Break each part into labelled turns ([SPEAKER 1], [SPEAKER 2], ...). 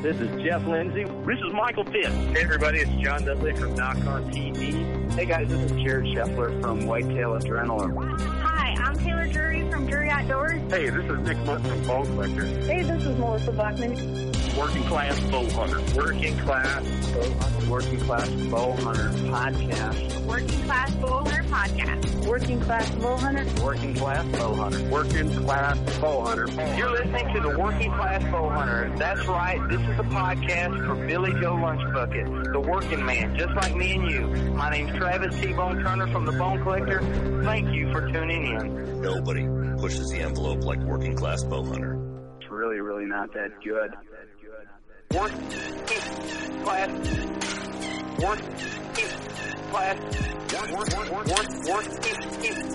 [SPEAKER 1] This is Jeff Lindsay. This is Michael Pitt. Hey, everybody, it's John Dudley from Knock On TV. Hey, guys, this is Jared Scheffler from Whitetail Adrenaline.
[SPEAKER 2] Hi, I'm Taylor Drury from Drury Outdoors.
[SPEAKER 1] Hey, this is Nick Mutt from Bone Collector.
[SPEAKER 2] Hey, this is Melissa Buckman.
[SPEAKER 1] Working Class Bow Hunter. Working Class Bow Hunter. Working Class Bow Hunter Podcast.
[SPEAKER 2] Working Class Bull Hunter Podcast. Working Class Bull Hunter.
[SPEAKER 1] Working Class Bow Hunter. Working Class Bow Hunter. You're listening to the Working Class Bow Hunter. That's right, this is a podcast for Billy Joe Lunchbucket, the working man, just like me and you. My name's Travis T. Bone Turner from The Bone Collector. Thank you for tuning in.
[SPEAKER 3] Nobody pushes the envelope like working class bow hunter.
[SPEAKER 1] It's really, really not that good. Working class. Working class. Working class. Working class. Working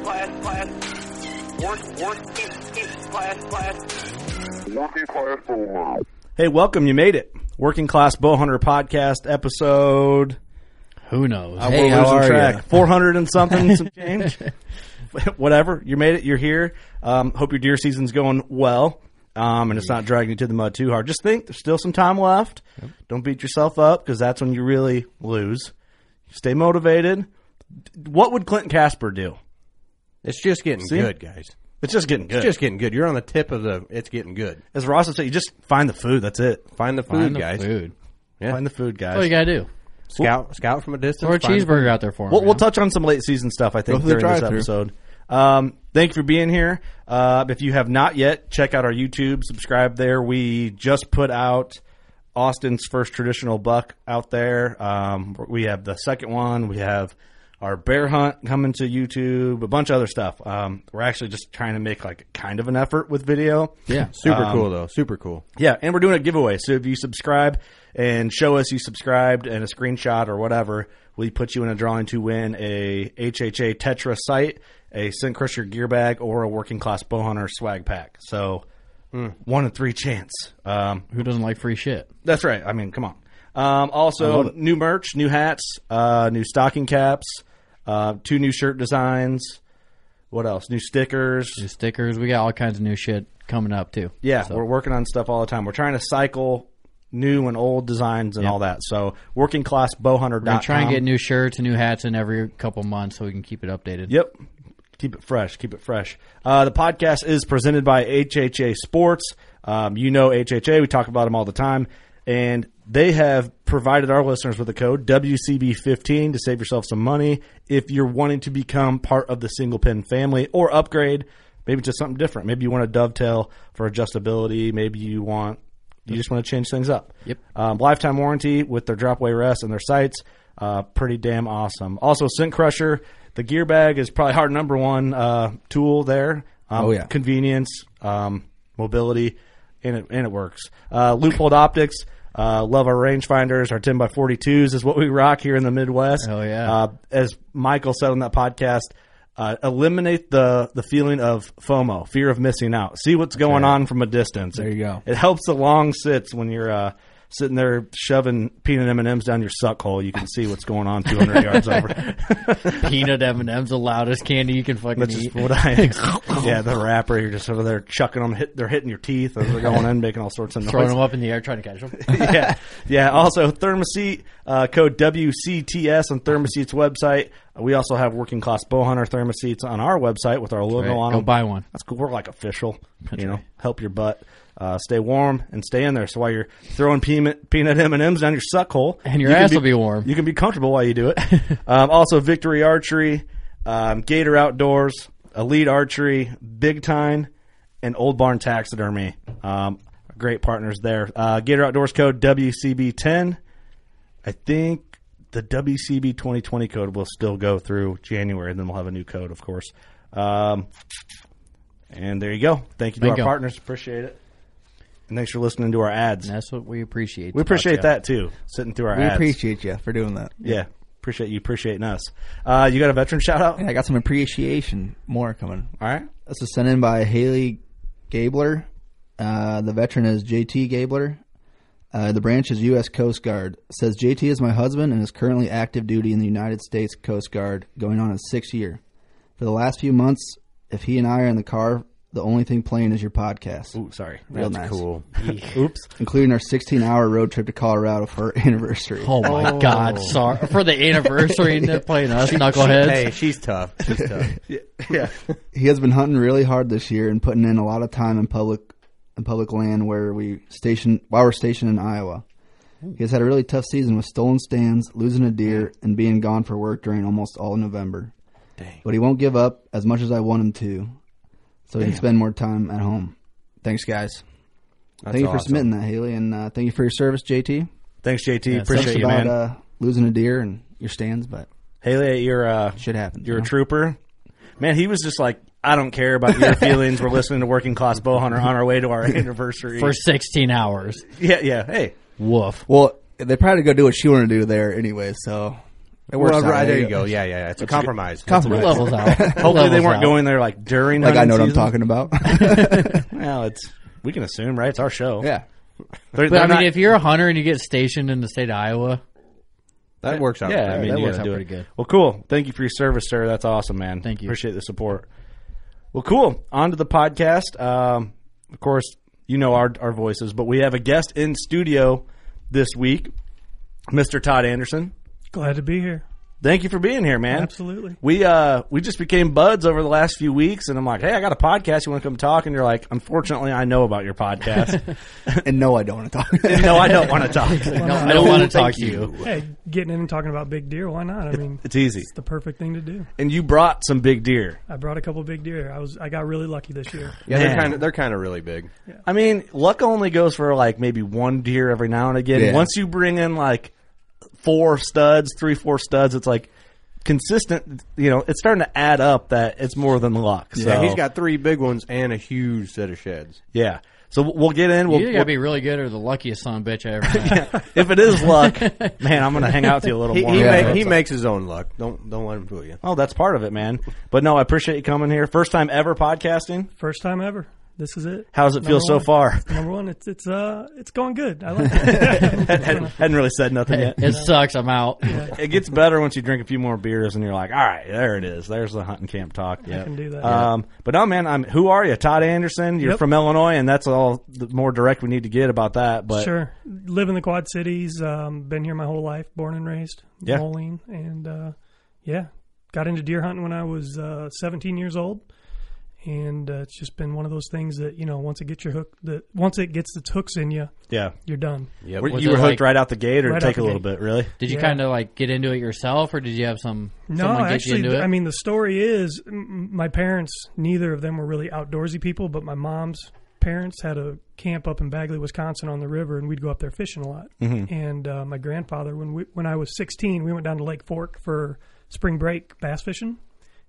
[SPEAKER 1] class. Class. Working class.
[SPEAKER 4] Hey, welcome. You made it. Working Class Bowhunter Podcast episode.
[SPEAKER 5] Who knows?
[SPEAKER 4] Uh, we're losing track. 400 and something, some change. Whatever. You made it. You're here. Um, hope your deer season's going well. Um, and it's not dragging you to the mud too hard. Just think there's still some time left. Don't beat yourself up because that's when you really lose. Stay motivated. What would Clinton Casper do?
[SPEAKER 5] It's just getting
[SPEAKER 4] See?
[SPEAKER 5] good, guys.
[SPEAKER 4] It's just getting good.
[SPEAKER 5] It's just getting good. You're on the tip of the. It's getting good.
[SPEAKER 4] As Ross would say, you just find the food. That's it.
[SPEAKER 5] Find the food,
[SPEAKER 6] Find the
[SPEAKER 5] guys.
[SPEAKER 6] food.
[SPEAKER 5] Yeah.
[SPEAKER 4] Find the food, guys.
[SPEAKER 6] That's all you gotta do.
[SPEAKER 5] Scout, scout from a distance.
[SPEAKER 6] Throw a
[SPEAKER 5] find the food.
[SPEAKER 6] cheeseburger out there for him.
[SPEAKER 4] We'll, we'll touch on some late season stuff, I think,
[SPEAKER 7] Go through the
[SPEAKER 4] during this
[SPEAKER 7] drive-thru.
[SPEAKER 4] episode. Um, thank you for being here. Uh, if you have not yet, check out our YouTube, subscribe there. We just put out Austin's first traditional buck out there. Um, we have the second one. We have our bear hunt coming to YouTube, a bunch of other stuff. Um, we're actually just trying to make like kind of an effort with video.
[SPEAKER 6] yeah. Um,
[SPEAKER 5] Super cool though. Super cool.
[SPEAKER 4] Yeah, and we're doing a giveaway. So if you subscribe and show us you subscribed and a screenshot or whatever, we put you in a drawing to win a HHA Tetra site, a Scent Crusher gear bag, or a working class bow hunter swag pack. So one in three chance. Um,
[SPEAKER 6] Who doesn't like free shit?
[SPEAKER 4] that's right. I mean, come on. Um, also, new merch, new hats, uh, new stocking caps, uh, two new shirt designs. What else? New stickers.
[SPEAKER 6] New stickers. We got all kinds of new shit coming up too.
[SPEAKER 4] Yeah, we're working on stuff all the time. We're trying to cycle new and old designs and all that. So workingclassbowhunter.com.
[SPEAKER 6] We're gonna try and get new shirts and new hats in every couple months so we can keep it updated.
[SPEAKER 4] Yep. Keep it fresh. Keep it fresh. Uh, the podcast is presented by HHA Sports. Um, you know HHA. We talk about them all the time. And they have provided our listeners with a code WCB15 to save yourself some money if you're wanting to become part of the single pin family or upgrade maybe to something different. Maybe you want to dovetail for adjustability. Maybe you want you just want to change things up.
[SPEAKER 6] Yep.
[SPEAKER 4] Um, lifetime warranty with their dropaway rest and their sights. Uh, pretty damn awesome. Also, Scent Crusher, the gear bag is probably our number one uh, tool there. Um,
[SPEAKER 5] Oh, yeah.
[SPEAKER 4] Convenience, um, mobility.
[SPEAKER 7] and it, and it works. Uh, loophole optics. Uh, love our rangefinders. Our 10 by 42s is what we rock here in the Midwest.
[SPEAKER 6] Oh, yeah.
[SPEAKER 7] Uh, as Michael said on that podcast, uh, eliminate the, the feeling of FOMO, fear of missing out. See what's going on from a distance. There
[SPEAKER 6] you go.
[SPEAKER 7] It helps the long sits when you're uh, sitting there shoving peanut M and M's down your suck hole. You can see what's going on 200 yards over.
[SPEAKER 6] Peanut M and M's the loudest candy you can fucking
[SPEAKER 7] That's
[SPEAKER 6] eat.
[SPEAKER 7] just what I. yeah, the wrapper. You're just over there chucking them. Hit, they're hitting your teeth as they're going in, making all sorts of
[SPEAKER 6] Throwing
[SPEAKER 7] noise.
[SPEAKER 6] them up in the air, trying to catch them.
[SPEAKER 7] yeah, yeah. Also, Thermoseat uh, code WCTS on Thermoseat's website. Uh, We also have working class bowhunter thermoseats on our website with our logo
[SPEAKER 6] Right,
[SPEAKER 7] on
[SPEAKER 6] go
[SPEAKER 7] them.
[SPEAKER 6] buy one.
[SPEAKER 7] That's cool. We're like official. you know, help your butt. Uh, stay warm and stay in there. So while you're throwing peanut peanut M and M's down your suck hole,
[SPEAKER 6] And your
[SPEAKER 7] you can
[SPEAKER 6] ass will be warm.
[SPEAKER 7] You can be comfortable while you do it. um, also, Victory Archery, um, Gator Outdoors, Elite Archery, Big Time, and Old Barn Taxidermy. Um, great partners there. Uh, Gator Outdoors code WCB10. I think the WCB 2020 code will still go through January, and then we'll have a new code, of course. Um, and there you go. Thank you to
[SPEAKER 6] Thank
[SPEAKER 7] our
[SPEAKER 6] you.
[SPEAKER 7] partners. Appreciate it. And thanks for listening to our ads.
[SPEAKER 6] And that's what we appreciate.
[SPEAKER 7] We
[SPEAKER 6] about
[SPEAKER 7] appreciate
[SPEAKER 6] you.
[SPEAKER 7] that too. Sitting through our
[SPEAKER 8] We
[SPEAKER 7] ads.
[SPEAKER 8] appreciate you for doing that.
[SPEAKER 7] Yeah. Appreciate you appreciating us. Uh, you got a veteran shout out?
[SPEAKER 8] Yeah, I got some appreciation more coming.
[SPEAKER 7] All right.
[SPEAKER 8] This is sent in by Haley Gabler. Uh, the veteran is JT Gabler. Uh, the branch is U.S. Coast Guard. It says JT is my husband and is currently active duty in the United States Coast Guard, going on his sixth year. For the last few months, if he and I are in the car, the only thing playing is your podcast,
[SPEAKER 7] Ooh, sorry.
[SPEAKER 8] Real nice.
[SPEAKER 5] Cool.
[SPEAKER 7] Oops.
[SPEAKER 8] including our 16-hour road trip to Colorado for our anniversary.
[SPEAKER 6] Oh my God! Sorry for the anniversary and they're playing us knuckleheads.
[SPEAKER 5] Hey, she's tough. She's tough.
[SPEAKER 7] Yeah.
[SPEAKER 8] he has been hunting really hard this year and putting in a lot of time in public in public land where we station while we're stationed in Iowa. He has had a really tough season with stolen stands, losing a deer, and being gone for work during almost all of November. But he won't give up as much as I want him to, so he can spend more time at home. Thanks, guys. thank you for
[SPEAKER 5] awesome.
[SPEAKER 8] submitting that, Haley, and uh, thank you for your service, JT.
[SPEAKER 7] Thanks, JT.
[SPEAKER 8] It's
[SPEAKER 7] Appreciate you,
[SPEAKER 8] about
[SPEAKER 7] man.
[SPEAKER 8] uh, losing a deer and your stands, but
[SPEAKER 7] Haley, you're uh,
[SPEAKER 8] shit happens.
[SPEAKER 7] you're
[SPEAKER 8] you
[SPEAKER 7] a
[SPEAKER 8] know?
[SPEAKER 7] trooper. Man, he was just like, I don't care about your feelings. We're listening to Working Class Bowhunter on our way to our anniversary.
[SPEAKER 6] for 16 hours.
[SPEAKER 7] Yeah, yeah. Hey,
[SPEAKER 6] Woof.
[SPEAKER 8] Well, they probably go do what she wanted to do there anyway, so it works
[SPEAKER 5] Well,
[SPEAKER 8] out.
[SPEAKER 5] right, there you go. Yeah, yeah, yeah. It's a compromise.
[SPEAKER 8] Compromise.
[SPEAKER 6] Levels out.
[SPEAKER 7] hopefully they weren't going there like during.
[SPEAKER 8] Like I know
[SPEAKER 7] hunting
[SPEAKER 8] what I'm
[SPEAKER 7] season.
[SPEAKER 8] talking about.
[SPEAKER 7] Well, it's we can assume, right? It's our show.
[SPEAKER 8] yeah.
[SPEAKER 6] But
[SPEAKER 7] They're,
[SPEAKER 6] I
[SPEAKER 7] they're
[SPEAKER 6] mean,
[SPEAKER 7] not-
[SPEAKER 6] if you're a hunter and you get stationed in the state of Iowa,
[SPEAKER 5] That works out.
[SPEAKER 7] yeah,
[SPEAKER 5] right.
[SPEAKER 7] I mean,
[SPEAKER 6] that
[SPEAKER 7] you
[SPEAKER 6] works
[SPEAKER 7] gotta
[SPEAKER 6] out
[SPEAKER 7] do it.
[SPEAKER 6] pretty good.
[SPEAKER 7] Well, cool. Thank you for your service, sir. That's awesome, man.
[SPEAKER 6] Thank you.
[SPEAKER 7] Appreciate the support. Well, cool. On to the podcast. Um, of course, you know our our voices, but we have a guest in studio this week, Mr. Todd Anderson.
[SPEAKER 9] Glad to be here.
[SPEAKER 7] Thank you for being here, man.
[SPEAKER 9] Absolutely.
[SPEAKER 7] We uh we just became buds over the last few weeks, and I'm like, hey, I got a podcast. You want to come talk? And you're like, unfortunately, I know about your podcast.
[SPEAKER 8] And no, I don't want to talk.
[SPEAKER 7] And no, I don't want to talk.
[SPEAKER 6] no, I don't want to talk to you.
[SPEAKER 9] Hey, getting in and talking about big deer, why not? I mean,
[SPEAKER 7] It's easy.
[SPEAKER 9] it's the perfect thing to do.
[SPEAKER 7] And you brought some big deer.
[SPEAKER 9] I brought a couple big deer. I was I got really lucky this year.
[SPEAKER 5] Yeah, they're
[SPEAKER 7] Man.
[SPEAKER 5] kind of they're kind of really big.
[SPEAKER 7] I mean, luck only goes for like maybe one deer every now and again.
[SPEAKER 8] Yeah.
[SPEAKER 7] Once you bring in like four studs, three, four studs, it's like consistent. You know, it's starting to add up that it's more than luck. So
[SPEAKER 5] Yeah, he's got three big ones and a huge set of sheds.
[SPEAKER 7] yeah. So we'll get in. We'll,
[SPEAKER 6] you either got to be really good or the luckiest son of a bitch I ever met.
[SPEAKER 7] we'll- if it is luck, man, I'm gonna hang out to you a little
[SPEAKER 5] He,
[SPEAKER 7] more.
[SPEAKER 5] he,
[SPEAKER 8] Yeah.
[SPEAKER 5] ma- he makes his own luck. Don't don't let him fool you.
[SPEAKER 7] oh, that's part of it, man. But no, I appreciate you coming here. First time ever podcasting.
[SPEAKER 9] First time ever. This is it.
[SPEAKER 7] How's it feel
[SPEAKER 9] Number
[SPEAKER 7] so
[SPEAKER 9] one.
[SPEAKER 7] far?
[SPEAKER 9] Number one, it's it's uh it's going good. I like it.
[SPEAKER 7] hadn't, hadn't really said nothing yet.
[SPEAKER 6] it sucks. I'm out.
[SPEAKER 7] It gets better once you drink a few more beers and you're like, all right, there it is. There's the hunting camp talk. Yeah.
[SPEAKER 9] can do that.
[SPEAKER 7] Um, but no, man, I'm, who are you? Todd Anderson. You're
[SPEAKER 9] Yep.
[SPEAKER 7] from Illinois, and that's all the more direct we need to get about that. But
[SPEAKER 9] sure. Live in the Quad Cities. Um, been here my whole life. Born and raised.
[SPEAKER 7] Yeah.
[SPEAKER 9] Moline, and uh, yeah, got into deer hunting when I was uh, 17 years old, and uh, it's just been one of those things that you know once it gets your hook, that once it gets its hooks in you,
[SPEAKER 7] yeah,
[SPEAKER 9] you're done.
[SPEAKER 7] Were-
[SPEAKER 6] Was
[SPEAKER 7] you
[SPEAKER 6] it
[SPEAKER 7] were hooked
[SPEAKER 6] like-
[SPEAKER 7] right out the gate, or
[SPEAKER 9] Right out
[SPEAKER 7] take a
[SPEAKER 9] the
[SPEAKER 7] little
[SPEAKER 9] gate.
[SPEAKER 7] bit, really?
[SPEAKER 6] Did you
[SPEAKER 9] Yeah.
[SPEAKER 6] kind of like get into it yourself, or did you have some
[SPEAKER 9] No,
[SPEAKER 6] someone get
[SPEAKER 9] actually,
[SPEAKER 6] you into it?
[SPEAKER 9] I mean the story is m- my parents. Neither of them were really outdoorsy people, but my mom's parents had a camp up in Bagley, Wisconsin, on the river, and we'd go up there fishing a lot.
[SPEAKER 6] Mm-hmm.
[SPEAKER 9] And uh, my grandfather, when we, when I was 16, we went down to Lake Fork for spring break bass fishing,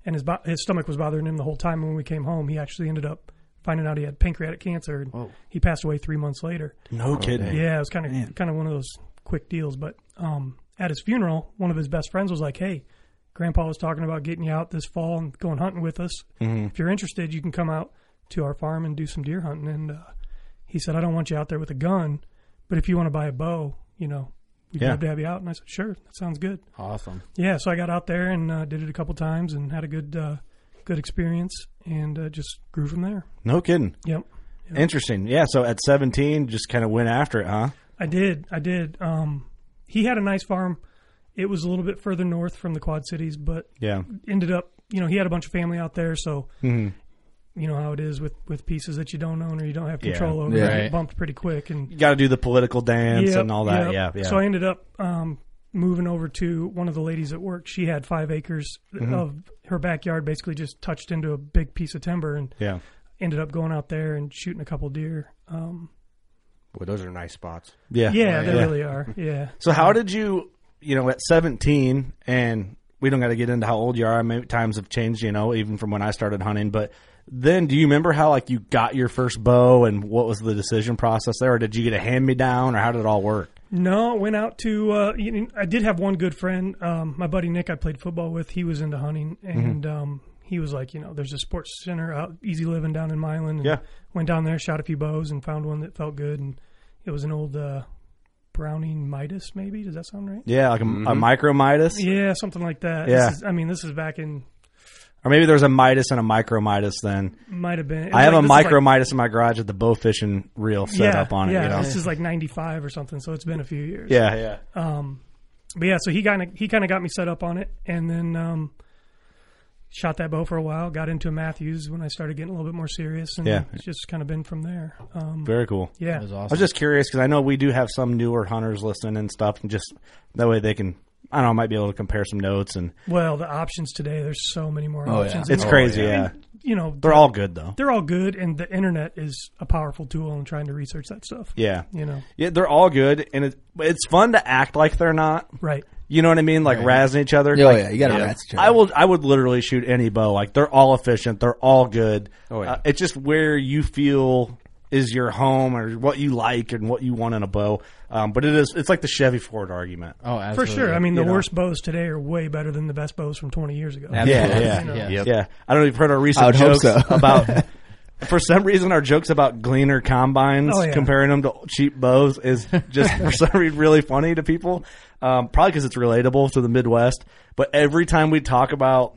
[SPEAKER 9] and his bo- his stomach was bothering him the whole time. And when we came home, he actually ended up finding out he had pancreatic cancer. And He passed away three months later.
[SPEAKER 7] No kidding.
[SPEAKER 9] Yeah, it was kind of kind of one of those quick deals. But um, at his funeral, one of his best friends was like, "Hey, Grandpa was talking about getting you out this fall and going hunting with us.
[SPEAKER 7] Mhm.
[SPEAKER 6] Mm-hmm.
[SPEAKER 9] If you're interested, you can come out to our farm and do some deer hunting." And uh, he said, "I don't want you out there with a gun, but if you want to buy a bow, you know, we'd
[SPEAKER 6] Yeah.
[SPEAKER 9] love to have you out." And I said, "Sure, that sounds good."
[SPEAKER 6] Awesome.
[SPEAKER 9] Yeah, so I got out there and uh, did it a couple times and had a good uh, good experience and uh, just grew from there.
[SPEAKER 7] No kidding.
[SPEAKER 9] Yep.
[SPEAKER 7] Interesting. Yeah. So at 17, just kind of went after it, huh?
[SPEAKER 9] I did. I did. Um, he had a nice farm. It was a little bit further north from the Quad Cities, but
[SPEAKER 7] Yeah.
[SPEAKER 9] ended up, you know, he had a bunch of family out there, so
[SPEAKER 7] Mhm.
[SPEAKER 9] you know how it is with with pieces that you don't own or you don't have
[SPEAKER 7] Yeah.
[SPEAKER 9] control over.
[SPEAKER 7] Yeah.
[SPEAKER 9] They
[SPEAKER 7] Right.
[SPEAKER 9] get bumped pretty quick, and
[SPEAKER 7] You got to do the political dance
[SPEAKER 9] Yep,
[SPEAKER 7] and all that.
[SPEAKER 9] yep.
[SPEAKER 7] Yeah. Yeah.
[SPEAKER 9] So I ended up um, moving over to one of the ladies at work. She had five acres
[SPEAKER 7] Mhm.
[SPEAKER 9] of her backyard, basically just touched into a big piece of timber, and
[SPEAKER 7] Yeah.
[SPEAKER 9] ended up going out there and shooting a couple deer. Um,
[SPEAKER 5] Boy, those are nice spots.
[SPEAKER 7] yeah.
[SPEAKER 9] yeah, they really are. Yeah.
[SPEAKER 7] So how did you, you know, at 17 and we don't got to get into how old you are. I mean, times have changed, you know, even from when I started hunting, but then do you remember how like you got your first bow and what was the decision process there? Or did you get a hand me down or how did it all work?
[SPEAKER 9] No, went out to. Uh, you know, I did have one good friend, um, my buddy Nick. I played football with. He was into hunting,
[SPEAKER 7] Mm-hmm.
[SPEAKER 9] and um, he was like, you know, there's a sports center out, Easy Living down in Milan. And
[SPEAKER 7] Yeah.
[SPEAKER 9] Went down there, shot a few bows, and found one that felt good. And it was an old uh, Browning Midas, maybe. Does that sound right?
[SPEAKER 7] Yeah. Like a, a micro Midas
[SPEAKER 9] Yeah, something like that.
[SPEAKER 7] Yeah.
[SPEAKER 9] This is, I mean, this is back in
[SPEAKER 7] or maybe there's a Midas and a micro Midas then.
[SPEAKER 9] might have been. it
[SPEAKER 7] I
[SPEAKER 9] was like-
[SPEAKER 7] have a
[SPEAKER 9] this is like-
[SPEAKER 7] micro Midas in my garage with the bow fishing reel set
[SPEAKER 9] yeah,
[SPEAKER 7] up on it.
[SPEAKER 9] Yeah,
[SPEAKER 7] you know?
[SPEAKER 9] this is like '95 or something, so it's been a few years.
[SPEAKER 7] yeah, yeah.
[SPEAKER 9] Um, but yeah, so he kind of he kind of got me set up on it, and then um, shot that bow for a while. Got into Matthews when I started getting a little bit more serious, and
[SPEAKER 7] Yeah.
[SPEAKER 9] it's just kind of been from there. Um,
[SPEAKER 7] Very cool.
[SPEAKER 9] Yeah,
[SPEAKER 7] I was just curious because I know we do have some newer hunters listening and stuff, and just that way they can, I don't know, might be able to compare some notes and
[SPEAKER 9] Well, the options today, there's so many more
[SPEAKER 7] Oh, yeah.
[SPEAKER 9] options.
[SPEAKER 7] It's crazy, yeah.
[SPEAKER 9] And, you know,
[SPEAKER 7] they're all good though.
[SPEAKER 9] They're all good, and the internet is a powerful tool in trying to research that stuff.
[SPEAKER 7] Yeah,
[SPEAKER 9] you know,
[SPEAKER 7] yeah, they're all good, and it, it's fun to act like they're not.
[SPEAKER 9] Right.
[SPEAKER 7] You know what I mean? Like
[SPEAKER 9] Right.
[SPEAKER 7] razzing each other.
[SPEAKER 8] Yeah,
[SPEAKER 7] Like,
[SPEAKER 8] Oh, yeah, you gotta razz each other.
[SPEAKER 7] I will. I would literally shoot any bow. Like they're all efficient. They're all good. Oh, yeah. it's just where you feel is your home or what you like and what you want in a bow. Um, but it is. It's like the Chevy Ford argument.
[SPEAKER 6] Oh,
[SPEAKER 9] for sure. I mean, the
[SPEAKER 7] You know?
[SPEAKER 9] worst bows today are way better than the best bows from 20 years ago.
[SPEAKER 7] Yeah, yeah,
[SPEAKER 9] You know?
[SPEAKER 7] yeah. yeah. I don't know if you've heard our
[SPEAKER 8] I
[SPEAKER 7] recent
[SPEAKER 8] would hope
[SPEAKER 7] jokes
[SPEAKER 8] so.
[SPEAKER 7] about. For some reason, our jokes about Gleaner combines,
[SPEAKER 9] Oh, yeah.
[SPEAKER 7] comparing them to cheap bows, is just for some reason really funny to people. Um, probably because it's relatable to the Midwest. But every time we talk about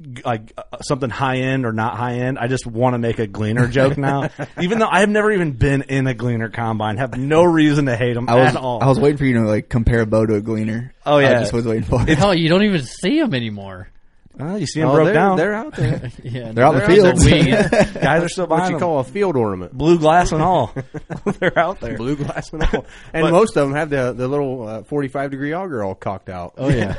[SPEAKER 7] g- like uh, something high end or not high end, I just want to make a Gleaner joke now. even though I have never even been in a Gleaner combine, have no reason to hate them
[SPEAKER 8] I was
[SPEAKER 7] at all.
[SPEAKER 8] I was waiting for you to like compare a bow to a gleaner.
[SPEAKER 7] Oh,
[SPEAKER 8] I
[SPEAKER 7] yeah.
[SPEAKER 8] just was waiting for it.
[SPEAKER 6] Hell, you don't even see them anymore.
[SPEAKER 7] Well, you see them
[SPEAKER 5] Oh,
[SPEAKER 7] broke
[SPEAKER 5] they're,
[SPEAKER 7] down.
[SPEAKER 5] they're out there.
[SPEAKER 6] Yeah,
[SPEAKER 8] They're on the
[SPEAKER 6] out
[SPEAKER 8] field.
[SPEAKER 6] there. We-
[SPEAKER 7] Guys are still buying
[SPEAKER 5] what you
[SPEAKER 7] them.
[SPEAKER 5] call a field ornament.
[SPEAKER 7] blue glass and all. They're out there.
[SPEAKER 5] Blue glass and all. And
[SPEAKER 7] But-
[SPEAKER 5] most of them have the, the little uh, 45 degree auger all cocked out.
[SPEAKER 7] Oh yeah,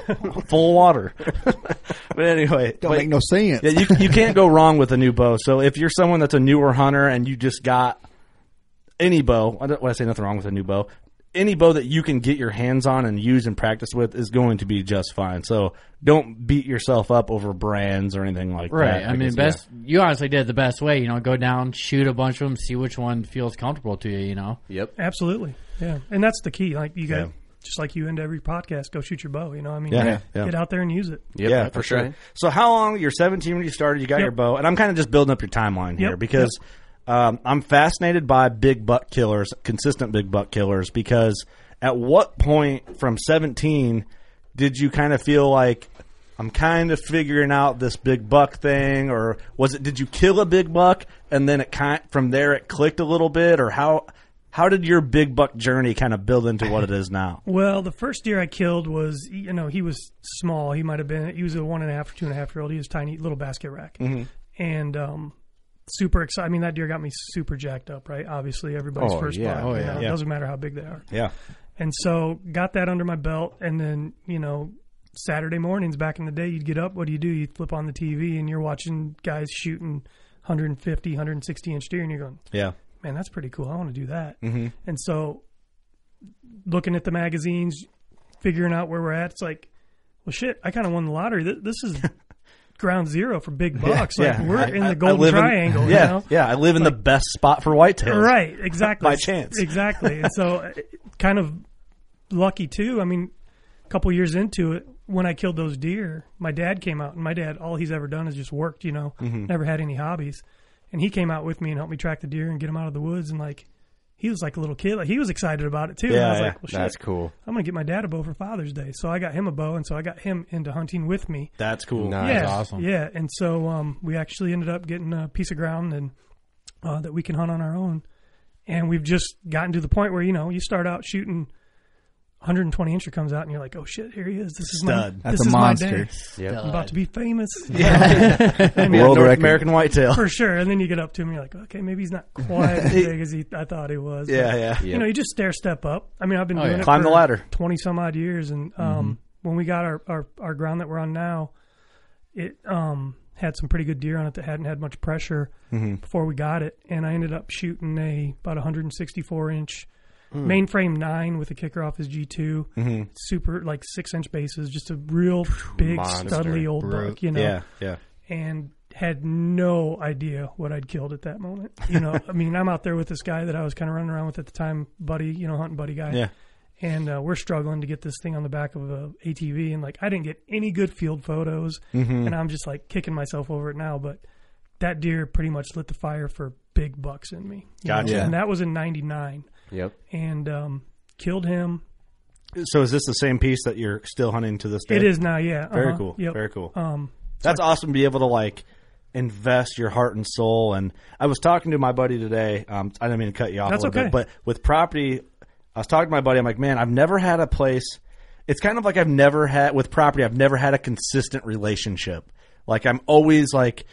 [SPEAKER 7] full water. but anyway,
[SPEAKER 8] Don't
[SPEAKER 7] but-
[SPEAKER 8] make no sense.
[SPEAKER 7] Yeah, you you can't go wrong with a new bow. So if you're someone that's a newer hunter and you just got any bow, I don't want to say nothing wrong with a new bow. Any bow that you can get your hands on and use and practice with is going to be just fine. So don't beat yourself up over brands or anything like
[SPEAKER 6] right.
[SPEAKER 7] that.
[SPEAKER 6] I mean,
[SPEAKER 7] guess,
[SPEAKER 6] best you honestly did it the best way. You know, go down, shoot a bunch of them, see which one feels comfortable to you. You know,
[SPEAKER 5] Yep.
[SPEAKER 9] Absolutely. Yeah. And that's the key. Like you got
[SPEAKER 7] Yeah.
[SPEAKER 9] just like you end every podcast, go shoot your bow, you know what I mean?
[SPEAKER 7] Yeah. Yeah.
[SPEAKER 9] Get out there and use it.
[SPEAKER 7] Yeah, yeah for sure. So how long? You're 17 when you started. You got
[SPEAKER 9] Yep.
[SPEAKER 7] your bow, and I'm kind of just building up your timeline here
[SPEAKER 9] Yep,
[SPEAKER 7] because um, I'm fascinated by big buck killers, consistent big buck killers. Because at what point from 17 did you kind of feel like I'm kind of figuring out this big buck thing, or was it? Did you kill a big buck and then it kind from there it clicked a little bit, or how? How did your big buck journey kind of build into what it is now?
[SPEAKER 9] Well, the first deer I killed was you know, he was small. He might have been he was a one and a half or two and a half year old. He was tiny little basket rack. And um super excited. I mean, that deer got me super jacked up, right? Obviously everybody's
[SPEAKER 5] Oh,
[SPEAKER 9] first
[SPEAKER 5] yeah.
[SPEAKER 9] buck.
[SPEAKER 5] Oh,
[SPEAKER 9] you
[SPEAKER 5] yeah.
[SPEAKER 9] know, It
[SPEAKER 7] Yeah.
[SPEAKER 9] doesn't matter how big they are.
[SPEAKER 7] Yeah,
[SPEAKER 9] And so got that under my belt and then, you know, Saturday mornings back in the day, you'd get up, what do you do? You flip on the TV and you're watching guys shooting 150, 160 inch deer and you're going,
[SPEAKER 7] yeah,
[SPEAKER 9] man, that's pretty cool. I want to do that.
[SPEAKER 7] Mm-hmm.
[SPEAKER 9] And so looking at the magazines, figuring out where we're at, it's like, well, shit, I kind of won the lottery. Th- This is ground zero for big bucks. like we're
[SPEAKER 7] I-
[SPEAKER 9] in
[SPEAKER 7] I- I
[SPEAKER 9] the golden
[SPEAKER 7] live in-
[SPEAKER 9] triangle.
[SPEAKER 7] Yeah,
[SPEAKER 9] You know?
[SPEAKER 7] yeah. I live in the best spot for whitetails.
[SPEAKER 9] Right, exactly.
[SPEAKER 7] By chance.
[SPEAKER 9] Exactly. and so, uh, kind of lucky too. I mean, a couple years into it, when I killed those deer, my dad came out, and my dad, all he's ever done is just worked, you know,
[SPEAKER 7] Mm-hmm.
[SPEAKER 10] Mhm.
[SPEAKER 9] never had any hobbies. And he came out with me and helped me track the deer and get them out of the woods. And like, he was like a little kid. Like, he was excited about it too. and
[SPEAKER 7] Yeah,
[SPEAKER 9] I was
[SPEAKER 7] yeah.
[SPEAKER 9] like, well, shit,
[SPEAKER 7] That's cool.
[SPEAKER 9] I'm going to get my dad a bow for Father's Day. So I got him a bow. And so I got him into hunting with me.
[SPEAKER 7] That's cool.
[SPEAKER 9] Yeah, Yeah, and so um, we actually ended up getting a piece of ground and uh, that we can hunt on our own, and we've just gotten to the point where you know you start out shooting. 120 incher comes out and you're like, oh shit, here he is. This is
[SPEAKER 7] Stud.
[SPEAKER 9] my
[SPEAKER 7] That's
[SPEAKER 9] this
[SPEAKER 7] a
[SPEAKER 9] is
[SPEAKER 7] monster.
[SPEAKER 9] My day.
[SPEAKER 7] Yep.
[SPEAKER 9] I'm about to be famous.
[SPEAKER 7] Yeah.
[SPEAKER 9] And-
[SPEAKER 7] World North record. American whitetail.
[SPEAKER 9] for sure. And then you get up to him, and you're like, okay, maybe he's not quite as big as he I thought he was.
[SPEAKER 7] Yeah,
[SPEAKER 9] But,
[SPEAKER 7] yeah.
[SPEAKER 9] You know, you just stair step up. I mean, I've been
[SPEAKER 7] Oh,
[SPEAKER 9] doing
[SPEAKER 7] yeah.
[SPEAKER 9] it
[SPEAKER 7] Climb the
[SPEAKER 9] for
[SPEAKER 7] ladder. Mm-hmm.
[SPEAKER 9] twenty some odd years, and um, when we got our, our our ground that we're on now, it um had some pretty good deer on it that hadn't had much pressure
[SPEAKER 7] Mhm.
[SPEAKER 9] before we got it, and I ended up shooting a about 164 inch.
[SPEAKER 7] Hmm.
[SPEAKER 9] Mainframe nine with a kicker off his G 2
[SPEAKER 7] Mhm.
[SPEAKER 9] super like six inch bases, just a real big
[SPEAKER 7] Monster.
[SPEAKER 9] studly old
[SPEAKER 7] Brute.
[SPEAKER 9] buck, you know
[SPEAKER 7] Yeah, yeah.
[SPEAKER 9] and had no idea what I'd killed at that moment. You know, I mean, I'm out there with this guy that I was kind of running around with at the time, buddy, you know, hunting buddy guy.
[SPEAKER 7] Yeah.
[SPEAKER 9] And uh, we're struggling to get this thing on the back of a ATV, and like I didn't get any good field photos,
[SPEAKER 7] Mhm.
[SPEAKER 9] and I'm just like kicking myself over it now. But that deer pretty much lit the fire for big bucks in me. you know?
[SPEAKER 7] Gotcha.
[SPEAKER 9] And that was in '99.
[SPEAKER 7] Yep.
[SPEAKER 9] And um, killed him.
[SPEAKER 7] So is this the same piece that you're still hunting to this day?
[SPEAKER 9] It is now, yeah.
[SPEAKER 7] Very
[SPEAKER 9] Uh-huh.
[SPEAKER 7] cool.
[SPEAKER 9] Yep.
[SPEAKER 7] Very cool.
[SPEAKER 9] Um,
[SPEAKER 7] That's awesome to be able to like invest your heart and soul. And I was talking to my buddy today. Um, I didn't mean to cut you off.
[SPEAKER 9] That's
[SPEAKER 7] a little
[SPEAKER 9] okay.
[SPEAKER 7] Bit, but with property, I was talking to my buddy. I'm like, man, I've never had a place. It's kind of like I've never had with property. I've never had a consistent relationship. Like I'm always like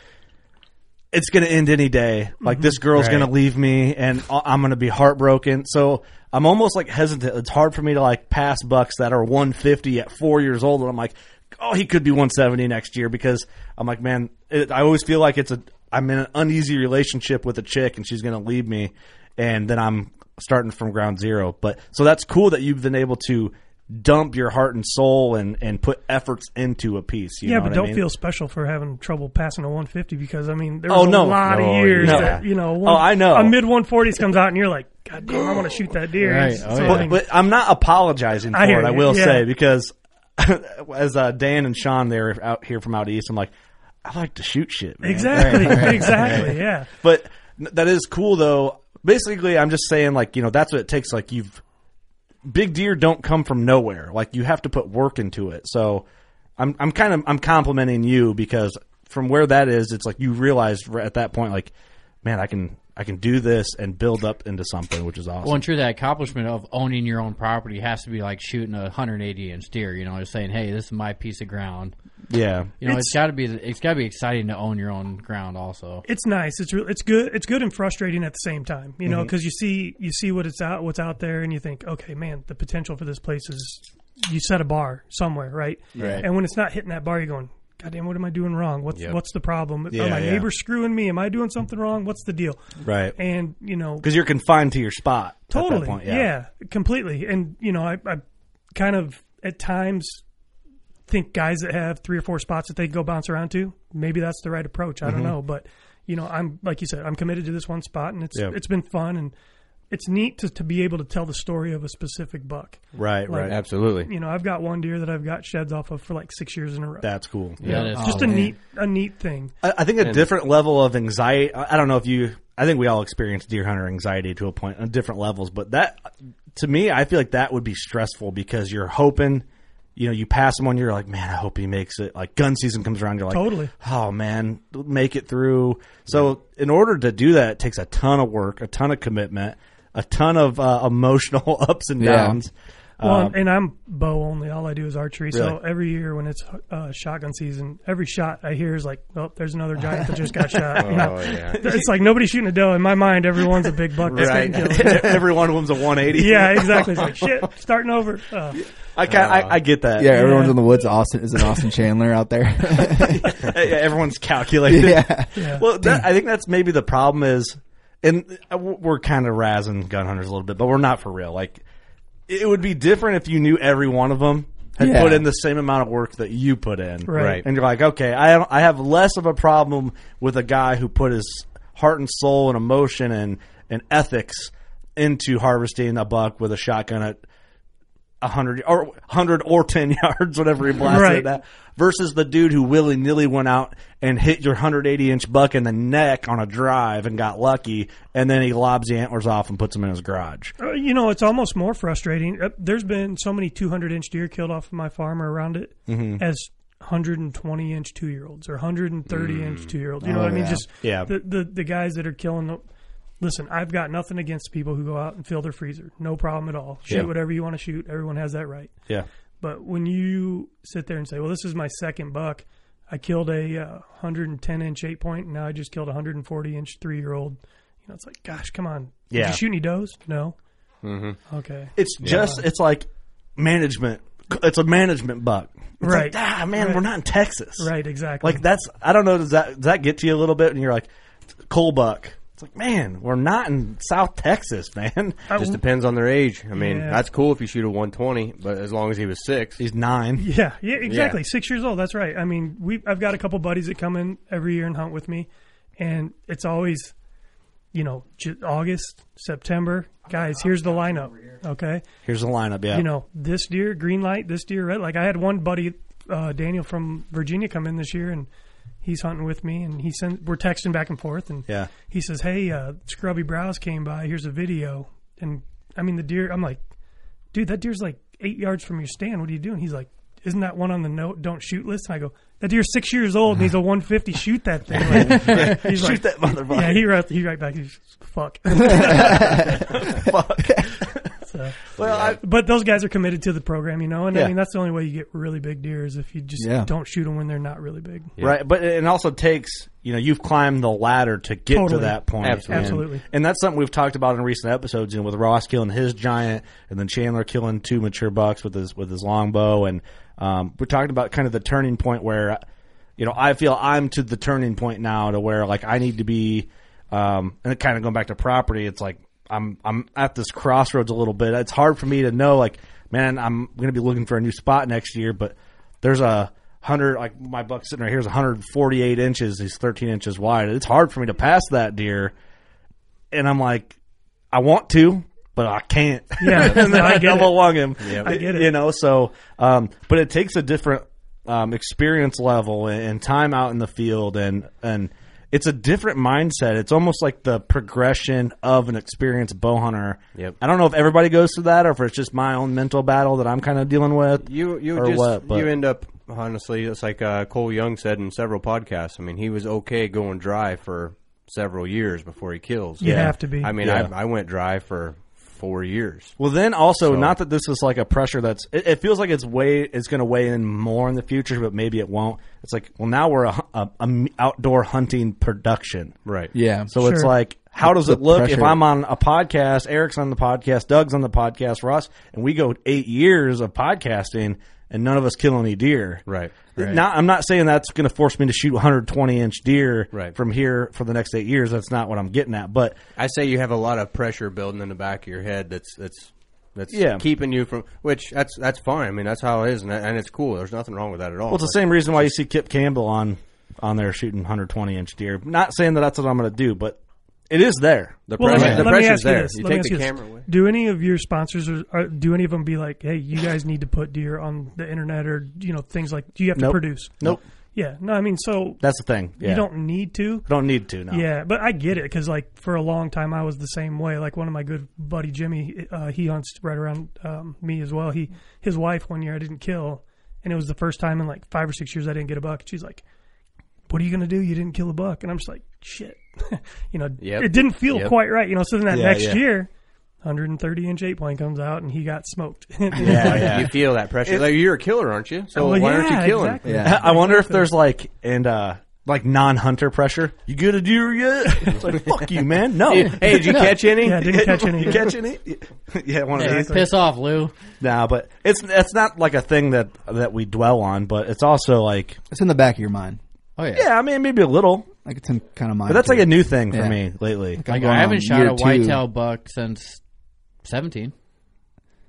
[SPEAKER 7] it's going to end any day. Like this girl's
[SPEAKER 11] Right.
[SPEAKER 7] going to leave me, and I- I'm going to be heartbroken. So I'm almost like hesitant. It's hard for me to like pass bucks that are 150 at four years old, and I'm like, oh, he could be 170 next year because I'm like, man, it, I always feel like it's a I'm in an uneasy relationship with a chick, and she's going to leave me, and then I'm starting from ground zero. But so that's cool that you've been able to dump your heart and soul and and put efforts into a piece. You
[SPEAKER 9] yeah,
[SPEAKER 7] know
[SPEAKER 9] but
[SPEAKER 7] what I
[SPEAKER 9] don't
[SPEAKER 7] mean?
[SPEAKER 9] feel special for having trouble passing a 150 because I mean there
[SPEAKER 7] Oh,
[SPEAKER 9] was
[SPEAKER 7] no.
[SPEAKER 9] a lot
[SPEAKER 7] No,
[SPEAKER 9] of years
[SPEAKER 7] yeah.
[SPEAKER 9] that you know.
[SPEAKER 7] Oh,
[SPEAKER 9] one-
[SPEAKER 7] I know.
[SPEAKER 9] A mid 140s comes out and you're like, God damn, I want to shoot that deer.
[SPEAKER 7] Right.
[SPEAKER 9] So,
[SPEAKER 7] Oh, yeah.
[SPEAKER 9] I mean,
[SPEAKER 7] but, but I'm not apologizing for
[SPEAKER 9] I hear
[SPEAKER 7] it. I
[SPEAKER 9] you.
[SPEAKER 7] will
[SPEAKER 9] Yeah.
[SPEAKER 7] say because as uh, Dan and Sean, they're out here from out east. I'm like, I like to shoot shit. man.
[SPEAKER 9] Exactly. Right, right, Exactly, right. yeah.
[SPEAKER 7] But n- that is cool though. Basically, I'm just saying like you know that's what it takes. Like you've big deer don't come from nowhere. Like you have to put work into it. So I'm I'm kind of I'm complimenting you because from where that is, it's like you realize r- at that point like, man, I can. I can do this and build up into something, which is awesome.
[SPEAKER 6] Well, and true, that accomplishment of owning your own property has to be like shooting a 180 inch deer. You know, just saying, "Hey, this is my piece of ground."
[SPEAKER 7] Yeah.
[SPEAKER 6] you know,
[SPEAKER 9] It's-
[SPEAKER 6] it's got to be it's got to be exciting to own your own ground, also.
[SPEAKER 9] it's nice. It's real. It's good. It's good and frustrating at the same time. You
[SPEAKER 7] Mm-hmm.
[SPEAKER 9] know,
[SPEAKER 6] Mhm.
[SPEAKER 9] because you see you see what it's out what's out there, and you think, okay, man, the potential for this place is. You set a bar somewhere, right?
[SPEAKER 10] Right.
[SPEAKER 9] And when it's not hitting that bar, you're going, God damn, what am I doing wrong? What's
[SPEAKER 7] Yep.
[SPEAKER 9] what's the problem?
[SPEAKER 7] Yeah,
[SPEAKER 9] Are my
[SPEAKER 7] yeah.
[SPEAKER 9] neighbors screwing me? Am I doing something wrong? What's the deal?
[SPEAKER 7] Right.
[SPEAKER 9] And you know,
[SPEAKER 7] because you're confined to your spot. at that
[SPEAKER 9] Totally.
[SPEAKER 7] point,
[SPEAKER 9] yeah. completely. And you know, I, I kind of at times think guys that have three or four spots that they can go bounce around to, maybe that's the right approach. I
[SPEAKER 10] Mhm.
[SPEAKER 9] don't
[SPEAKER 7] Mm-hmm.
[SPEAKER 9] know, but you know, I'm like you said, I'm committed to this one spot, and it's
[SPEAKER 7] Yeah.
[SPEAKER 9] it's been fun and. It's neat to, to be able to tell the story of a specific buck.
[SPEAKER 7] Right, right. Absolutely.
[SPEAKER 9] You know, I've got one deer that I've got sheds off of for like six years in a row.
[SPEAKER 7] That's cool.
[SPEAKER 9] Yeah,
[SPEAKER 7] Yeah, that is
[SPEAKER 9] just
[SPEAKER 7] cool.
[SPEAKER 9] a
[SPEAKER 6] Oh,
[SPEAKER 9] neat a neat thing.
[SPEAKER 7] I, I think a
[SPEAKER 9] And-
[SPEAKER 7] different level of anxiety. I I don't know if you. I think we all experience deer hunter anxiety to a point on different levels, but that to me, I feel like that would be stressful because you're hoping. You know, you pass him on, you're like, man, I hope he makes it. Like gun season comes around, you're like,
[SPEAKER 9] Totally.
[SPEAKER 7] oh man, make it through. So in order to do that, it takes a ton of work, a ton of commitment, a ton of uh, emotional ups and
[SPEAKER 9] Yeah.
[SPEAKER 7] downs.
[SPEAKER 9] Well,
[SPEAKER 7] Um,
[SPEAKER 9] and I'm bow only. All I do is archery. So
[SPEAKER 7] Really?
[SPEAKER 9] every year when it's uh, shotgun season, every shot I hear is like, "Oh, there's another giant that just got shot." You know?
[SPEAKER 7] Oh, yeah.
[SPEAKER 9] It's like nobody's shooting a doe. In my mind, everyone's a big buck. that's
[SPEAKER 7] Right.
[SPEAKER 9] getting killed.
[SPEAKER 7] Every one of them's a 180.
[SPEAKER 9] Yeah, exactly. It's like shit, starting over. Uh,
[SPEAKER 7] I, ca- I, I get that.
[SPEAKER 8] Yeah, everyone's in the woods. Austin is an Austin Chandler out there.
[SPEAKER 7] Yeah, everyone's calculated.
[SPEAKER 8] Yeah.
[SPEAKER 7] Well, that, I think that's maybe the problem is, and uh, we're kind of razzing gun hunters a little bit, but we're not for real. Like, it would be different if you knew every one of them had
[SPEAKER 9] Yeah.
[SPEAKER 7] put in the same amount of work that you put in,
[SPEAKER 9] Right. Right.
[SPEAKER 7] And you're like, okay, I have, I have less of a problem with a guy who put his heart and soul and emotion and and ethics into harvesting a buck with a shotgun at hundred or hundred or ten yards, whatever he blasted
[SPEAKER 9] Right.
[SPEAKER 7] it at, versus the dude who willy nilly went out and hit your hundred eighty inch buck in the neck on a drive and got lucky, and then he lobs the antlers off and puts them in his garage.
[SPEAKER 9] Uh, You know, it's almost more frustrating. Uh, There's been so many 200 inch deer killed off of my farm or around it
[SPEAKER 7] Mhm.
[SPEAKER 9] as 120 inch two year olds or 130 inch two year olds. You know
[SPEAKER 7] Oh,
[SPEAKER 9] what I mean?
[SPEAKER 7] yeah.
[SPEAKER 9] Just
[SPEAKER 7] Yeah.
[SPEAKER 9] The, the the guys that are killing. The, listen, I've got nothing against people who go out and fill their freezer. No problem at all. Shoot
[SPEAKER 7] Yeah.
[SPEAKER 9] whatever you want to shoot. Everyone has that right.
[SPEAKER 7] Yeah.
[SPEAKER 9] But when you sit there and say, "Well, this is my second buck. I killed a uh, 110 inch eight point, and now I just killed a 140 inch three year old," you know, it's like, "Gosh, come on! Did
[SPEAKER 7] Yeah.
[SPEAKER 9] you shoot any does? No.
[SPEAKER 7] Mm-hmm.
[SPEAKER 9] Okay.
[SPEAKER 7] It's just it's like management. It's a management buck. It's
[SPEAKER 9] right.
[SPEAKER 7] Like, ah, man,
[SPEAKER 9] Right.
[SPEAKER 7] we're not in Texas.
[SPEAKER 9] Right. Exactly.
[SPEAKER 7] Like that's I don't know. Does that does that get to you a little bit? And you're like, coal buck. It's like, man, we're not in South Texas, man.
[SPEAKER 9] Just
[SPEAKER 10] depends on their age. I mean,
[SPEAKER 9] Uh, Yeah.
[SPEAKER 10] that's cool if you shoot a 120, but as long as he was six,
[SPEAKER 7] he's nine.
[SPEAKER 9] Yeah, yeah, exactly. Six years old. That's right. I mean, we I've got a couple buddies that come in every year and hunt with me, and it's always, you know, J- August, September. Guys, here's the lineup. Okay,
[SPEAKER 7] Here's the lineup. Yeah,
[SPEAKER 9] you know, this deer green light, this deer red. Like I had one buddy, uh, Daniel from Virginia, come in this year, and he's hunting with me, and he sends we're texting back and forth, and
[SPEAKER 7] Yeah.
[SPEAKER 9] he says, "Hey, uh, Scrubby Brows came by. Here's a video." And I mean, the deer. I'm like, dude, that deer's like eight yards from your stand. What are you doing? He's like, isn't that one on the no don't shoot list? And I go, that deer's six years old and he's a 150. Shoot that thing. Like, he's
[SPEAKER 7] Shoot
[SPEAKER 9] like-
[SPEAKER 7] that motherfucker.
[SPEAKER 9] Yeah, he right, he right back. He's fuck.
[SPEAKER 7] Fuck.
[SPEAKER 9] so,
[SPEAKER 7] Well, I-
[SPEAKER 9] but those guys are committed to the program, you know, and
[SPEAKER 7] Yeah.
[SPEAKER 9] I mean that's the only way you get really big deer is if you just
[SPEAKER 7] Yeah.
[SPEAKER 9] don't shoot them when they're not really big.
[SPEAKER 7] Right, but it also takes you know you've climbed the ladder to get
[SPEAKER 9] Totally.
[SPEAKER 7] to that point.
[SPEAKER 9] Absolutely.
[SPEAKER 7] And-
[SPEAKER 9] Absolutely.
[SPEAKER 7] and, that's something we've talked about in recent episodes. You know, with Ross killing his giant, and then Chandler killing two mature bucks with his with his longbow, and um, we're talking about kind of the turning point where, you know, I feel I'm to the turning point now to where like I need to be, um, and it kind of going back to property. It's like I'm I'm at this crossroads a little bit. It's hard for me to know like, man, I'm going to be looking for a new spot next year, but there's a hundred like my buck sitting right here is 148 inches. He's 13 inches wide. It's hard for me to pass that deer, and I'm like, I want to, but I can't.
[SPEAKER 9] Yeah,
[SPEAKER 7] and then
[SPEAKER 9] I
[SPEAKER 7] I,
[SPEAKER 9] get
[SPEAKER 7] double
[SPEAKER 9] it.
[SPEAKER 7] along him.
[SPEAKER 9] Yep. I get it.
[SPEAKER 7] You know, so um, but it takes a different um, experience level and, and time out in the field, and and it's a different mindset. It's almost like the progression of an experienced bow hunter.
[SPEAKER 10] Yep.
[SPEAKER 7] I don't know if everybody goes through that, or if it's just my own mental battle that I'm kind of dealing with.
[SPEAKER 10] You you
[SPEAKER 7] or
[SPEAKER 10] just
[SPEAKER 7] what, but-
[SPEAKER 10] you end up honestly. It's like uh, Cole Young said in several podcasts. I mean, he was okay going dry for several years before he kills.
[SPEAKER 9] You Yeah. have to be.
[SPEAKER 10] I mean,
[SPEAKER 9] Yeah.
[SPEAKER 10] I, I went dry for four years.
[SPEAKER 7] Well, then also,
[SPEAKER 10] So-
[SPEAKER 7] not that this is like a pressure that's. It, it feels like it's way it's going to weigh in more in the future, but maybe it won't. It's like, well, now we're a, hu- a- a m- outdoor hunting production,
[SPEAKER 10] right?
[SPEAKER 7] Yeah. So it's
[SPEAKER 10] Sure.
[SPEAKER 7] like, how does
[SPEAKER 10] The
[SPEAKER 7] it look if
[SPEAKER 10] pressure.
[SPEAKER 7] I'm on a podcast? Eric's on the podcast, Doug's on the podcast, Ross, and we go eight years of podcasting, and none of us kill any deer,
[SPEAKER 10] right?
[SPEAKER 7] Now I'm not saying that's going to force me to shoot 120 inch deer from here for the next eight years. That's not what I'm getting at, but
[SPEAKER 10] I say you have a lot of pressure building in the back of your head. That's that's that's
[SPEAKER 7] Yeah.
[SPEAKER 10] keeping you from. Which that's that's fine. I mean, that's how it is, and, that- and it's cool. There's nothing wrong with that at all.
[SPEAKER 7] Well, it's the same reason why you see Kip Campbell on on there shooting 120 inch deer. Not saying that that's what I'm going to do, but it is there.
[SPEAKER 10] The
[SPEAKER 9] Well, let me, let me ask you this. let me ask you this. Do any of your sponsors, or, or do any of them be like, hey, you guys need to put deer on the internet or, you know, things like, do you have to
[SPEAKER 7] Nope.
[SPEAKER 9] produce?
[SPEAKER 7] Nope.
[SPEAKER 9] Yeah. No, I mean, so.
[SPEAKER 7] That's the thing. Yeah.
[SPEAKER 9] You don't need to.
[SPEAKER 7] Don't need to, no.
[SPEAKER 9] Yeah, but I get it because, like, for a long time I was the same way. Like, one of my good buddy, Jimmy, uh, he hunts right around um, me as well. He His wife, one year I didn't kill, and it was the first time in like five or six years I didn't get a buck. She's like, what are you going to do? You didn't kill a buck. And I'm just like, shit. you know,
[SPEAKER 11] Yep.
[SPEAKER 9] it didn't feel
[SPEAKER 11] Yep.
[SPEAKER 9] quite right. You know, so then that
[SPEAKER 11] Yeah,
[SPEAKER 9] next
[SPEAKER 11] yeah.
[SPEAKER 9] year, 130 inch eight point comes out and he got smoked.
[SPEAKER 10] you feel that pressure.
[SPEAKER 9] It-
[SPEAKER 10] like, you're a killer, aren't you? So
[SPEAKER 9] Well,
[SPEAKER 10] why aren't
[SPEAKER 9] yeah,
[SPEAKER 10] you killing?
[SPEAKER 9] exactly.
[SPEAKER 7] I wonder if there's like and uh like non-hunter pressure. You get a deer yet? It's like fuck you, man. No.
[SPEAKER 10] Hey, did you
[SPEAKER 7] No.
[SPEAKER 10] catch any? Yeah, didn't catch
[SPEAKER 7] You
[SPEAKER 10] any.
[SPEAKER 7] catch any? Yeah, one of
[SPEAKER 6] Yeah,
[SPEAKER 7] these.
[SPEAKER 6] piss off, Lou.
[SPEAKER 7] Nah, but it's it's not like a thing that that we dwell on, but it's also like
[SPEAKER 8] it's in the back of your mind.
[SPEAKER 6] Oh yeah.
[SPEAKER 7] Yeah, I mean maybe a little.
[SPEAKER 8] Like it's in kind of mine.
[SPEAKER 7] But that's
[SPEAKER 8] too.
[SPEAKER 7] like a new thing for
[SPEAKER 8] Yeah.
[SPEAKER 7] me lately.
[SPEAKER 8] Like,
[SPEAKER 6] Like
[SPEAKER 8] going
[SPEAKER 6] I
[SPEAKER 8] on
[SPEAKER 6] haven't shot
[SPEAKER 8] year
[SPEAKER 6] a
[SPEAKER 8] two.
[SPEAKER 6] whitetail buck since seventeen.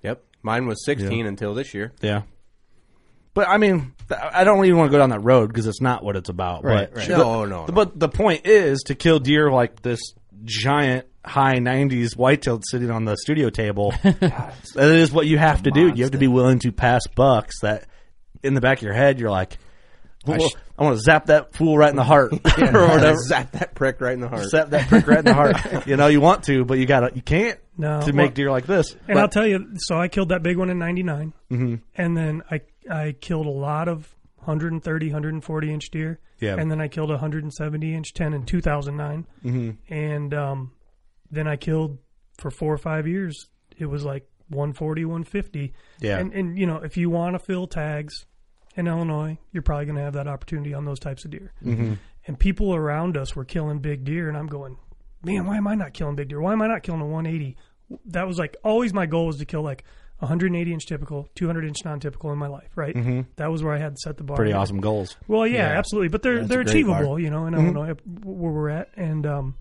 [SPEAKER 10] Yep, mine was 16 until this year.
[SPEAKER 7] Yeah. But I mean, th- I don't even want to go down that road because it's not what it's about.
[SPEAKER 6] Right,
[SPEAKER 7] but
[SPEAKER 6] right.
[SPEAKER 7] The-
[SPEAKER 6] No, no,
[SPEAKER 7] the- But the point is to kill deer like this giant high 90s whitetail sitting on the studio table. that is what you have to do. You have to be willing to pass bucks that in the back of your head you're like
[SPEAKER 10] I
[SPEAKER 7] I,
[SPEAKER 10] sh-
[SPEAKER 7] want to zap that fool right in the heart or whatever.
[SPEAKER 10] Zap that prick right in the heart.
[SPEAKER 7] Zap that prick right in the heart. you know, you want to, but you got to you can't
[SPEAKER 9] No,
[SPEAKER 7] to make
[SPEAKER 9] well-
[SPEAKER 7] deer like this.
[SPEAKER 9] And
[SPEAKER 7] But-
[SPEAKER 9] I'll tell you, so I killed that big one in 99.
[SPEAKER 7] Mhm.
[SPEAKER 9] And then I I killed a lot of 130, 140 inch deer.
[SPEAKER 7] Yeah.
[SPEAKER 9] And then I killed a 170 inch 10 in 2009.
[SPEAKER 7] Mhm.
[SPEAKER 9] And um, then I killed for four or five years. It was like 140, 150.
[SPEAKER 7] Yeah.
[SPEAKER 9] And, and you know, if you want to fill tags in Illinois, you're probably going to have that opportunity on those types of deer.
[SPEAKER 7] Mhm.
[SPEAKER 9] And people around us were killing big deer, and I'm going, man, why am I not killing big deer? Why am I not killing a 180? That was like always my goal was to kill like 180 inch typical, 200 inch non typical in my life, right?
[SPEAKER 7] Mhm.
[SPEAKER 9] That was where I had set the bar.
[SPEAKER 7] Pretty awesome goals.
[SPEAKER 9] Well, yeah,
[SPEAKER 7] Yeah.
[SPEAKER 9] absolutely, but they're
[SPEAKER 7] That's a
[SPEAKER 9] they're
[SPEAKER 7] great
[SPEAKER 9] achievable,
[SPEAKER 7] bar.
[SPEAKER 9] you know, in
[SPEAKER 7] Mhm.
[SPEAKER 9] Illinois where we're at, and um,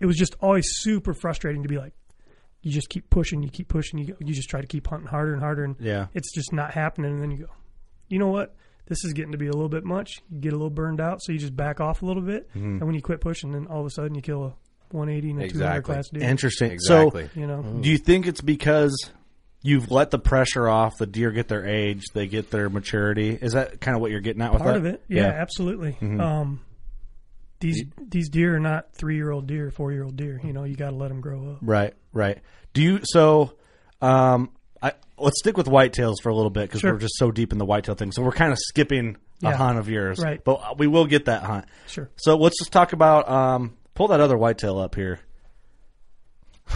[SPEAKER 9] it was just always super frustrating to be like, you just keep pushing, you keep pushing, you you just try to keep hunting harder and harder, and
[SPEAKER 7] Yeah.
[SPEAKER 9] it's just not happening, and then you go, you know what? This is getting to be a little bit much. You get a little burned out, so you just back off a little bit.
[SPEAKER 7] Mhm.
[SPEAKER 9] And when you quit pushing, then all of a sudden you kill a 180 and a 200 class deer.
[SPEAKER 7] Interesting. So,
[SPEAKER 9] you know,
[SPEAKER 7] do you think it's because you've let the pressure off? The deer get their age, they get their maturity. Is that kind of what you're getting at with
[SPEAKER 9] part
[SPEAKER 7] that?
[SPEAKER 9] of it. Yeah, absolutely.
[SPEAKER 7] Mhm.
[SPEAKER 9] Um, these these deer are not three year old deer, four year old deer. You know, you got to let them grow up.
[SPEAKER 7] Right, right. Do you so? Um, I let's stick with whitetails for a little bit because
[SPEAKER 9] Sure.
[SPEAKER 7] we're just so deep in the whitetail thing. So we're kind of skipping a
[SPEAKER 9] Yeah.
[SPEAKER 7] hunt of yours,
[SPEAKER 9] Right.
[SPEAKER 7] But we will get that hunt.
[SPEAKER 9] Sure.
[SPEAKER 7] So let's just talk about um, pull that other whitetail up here.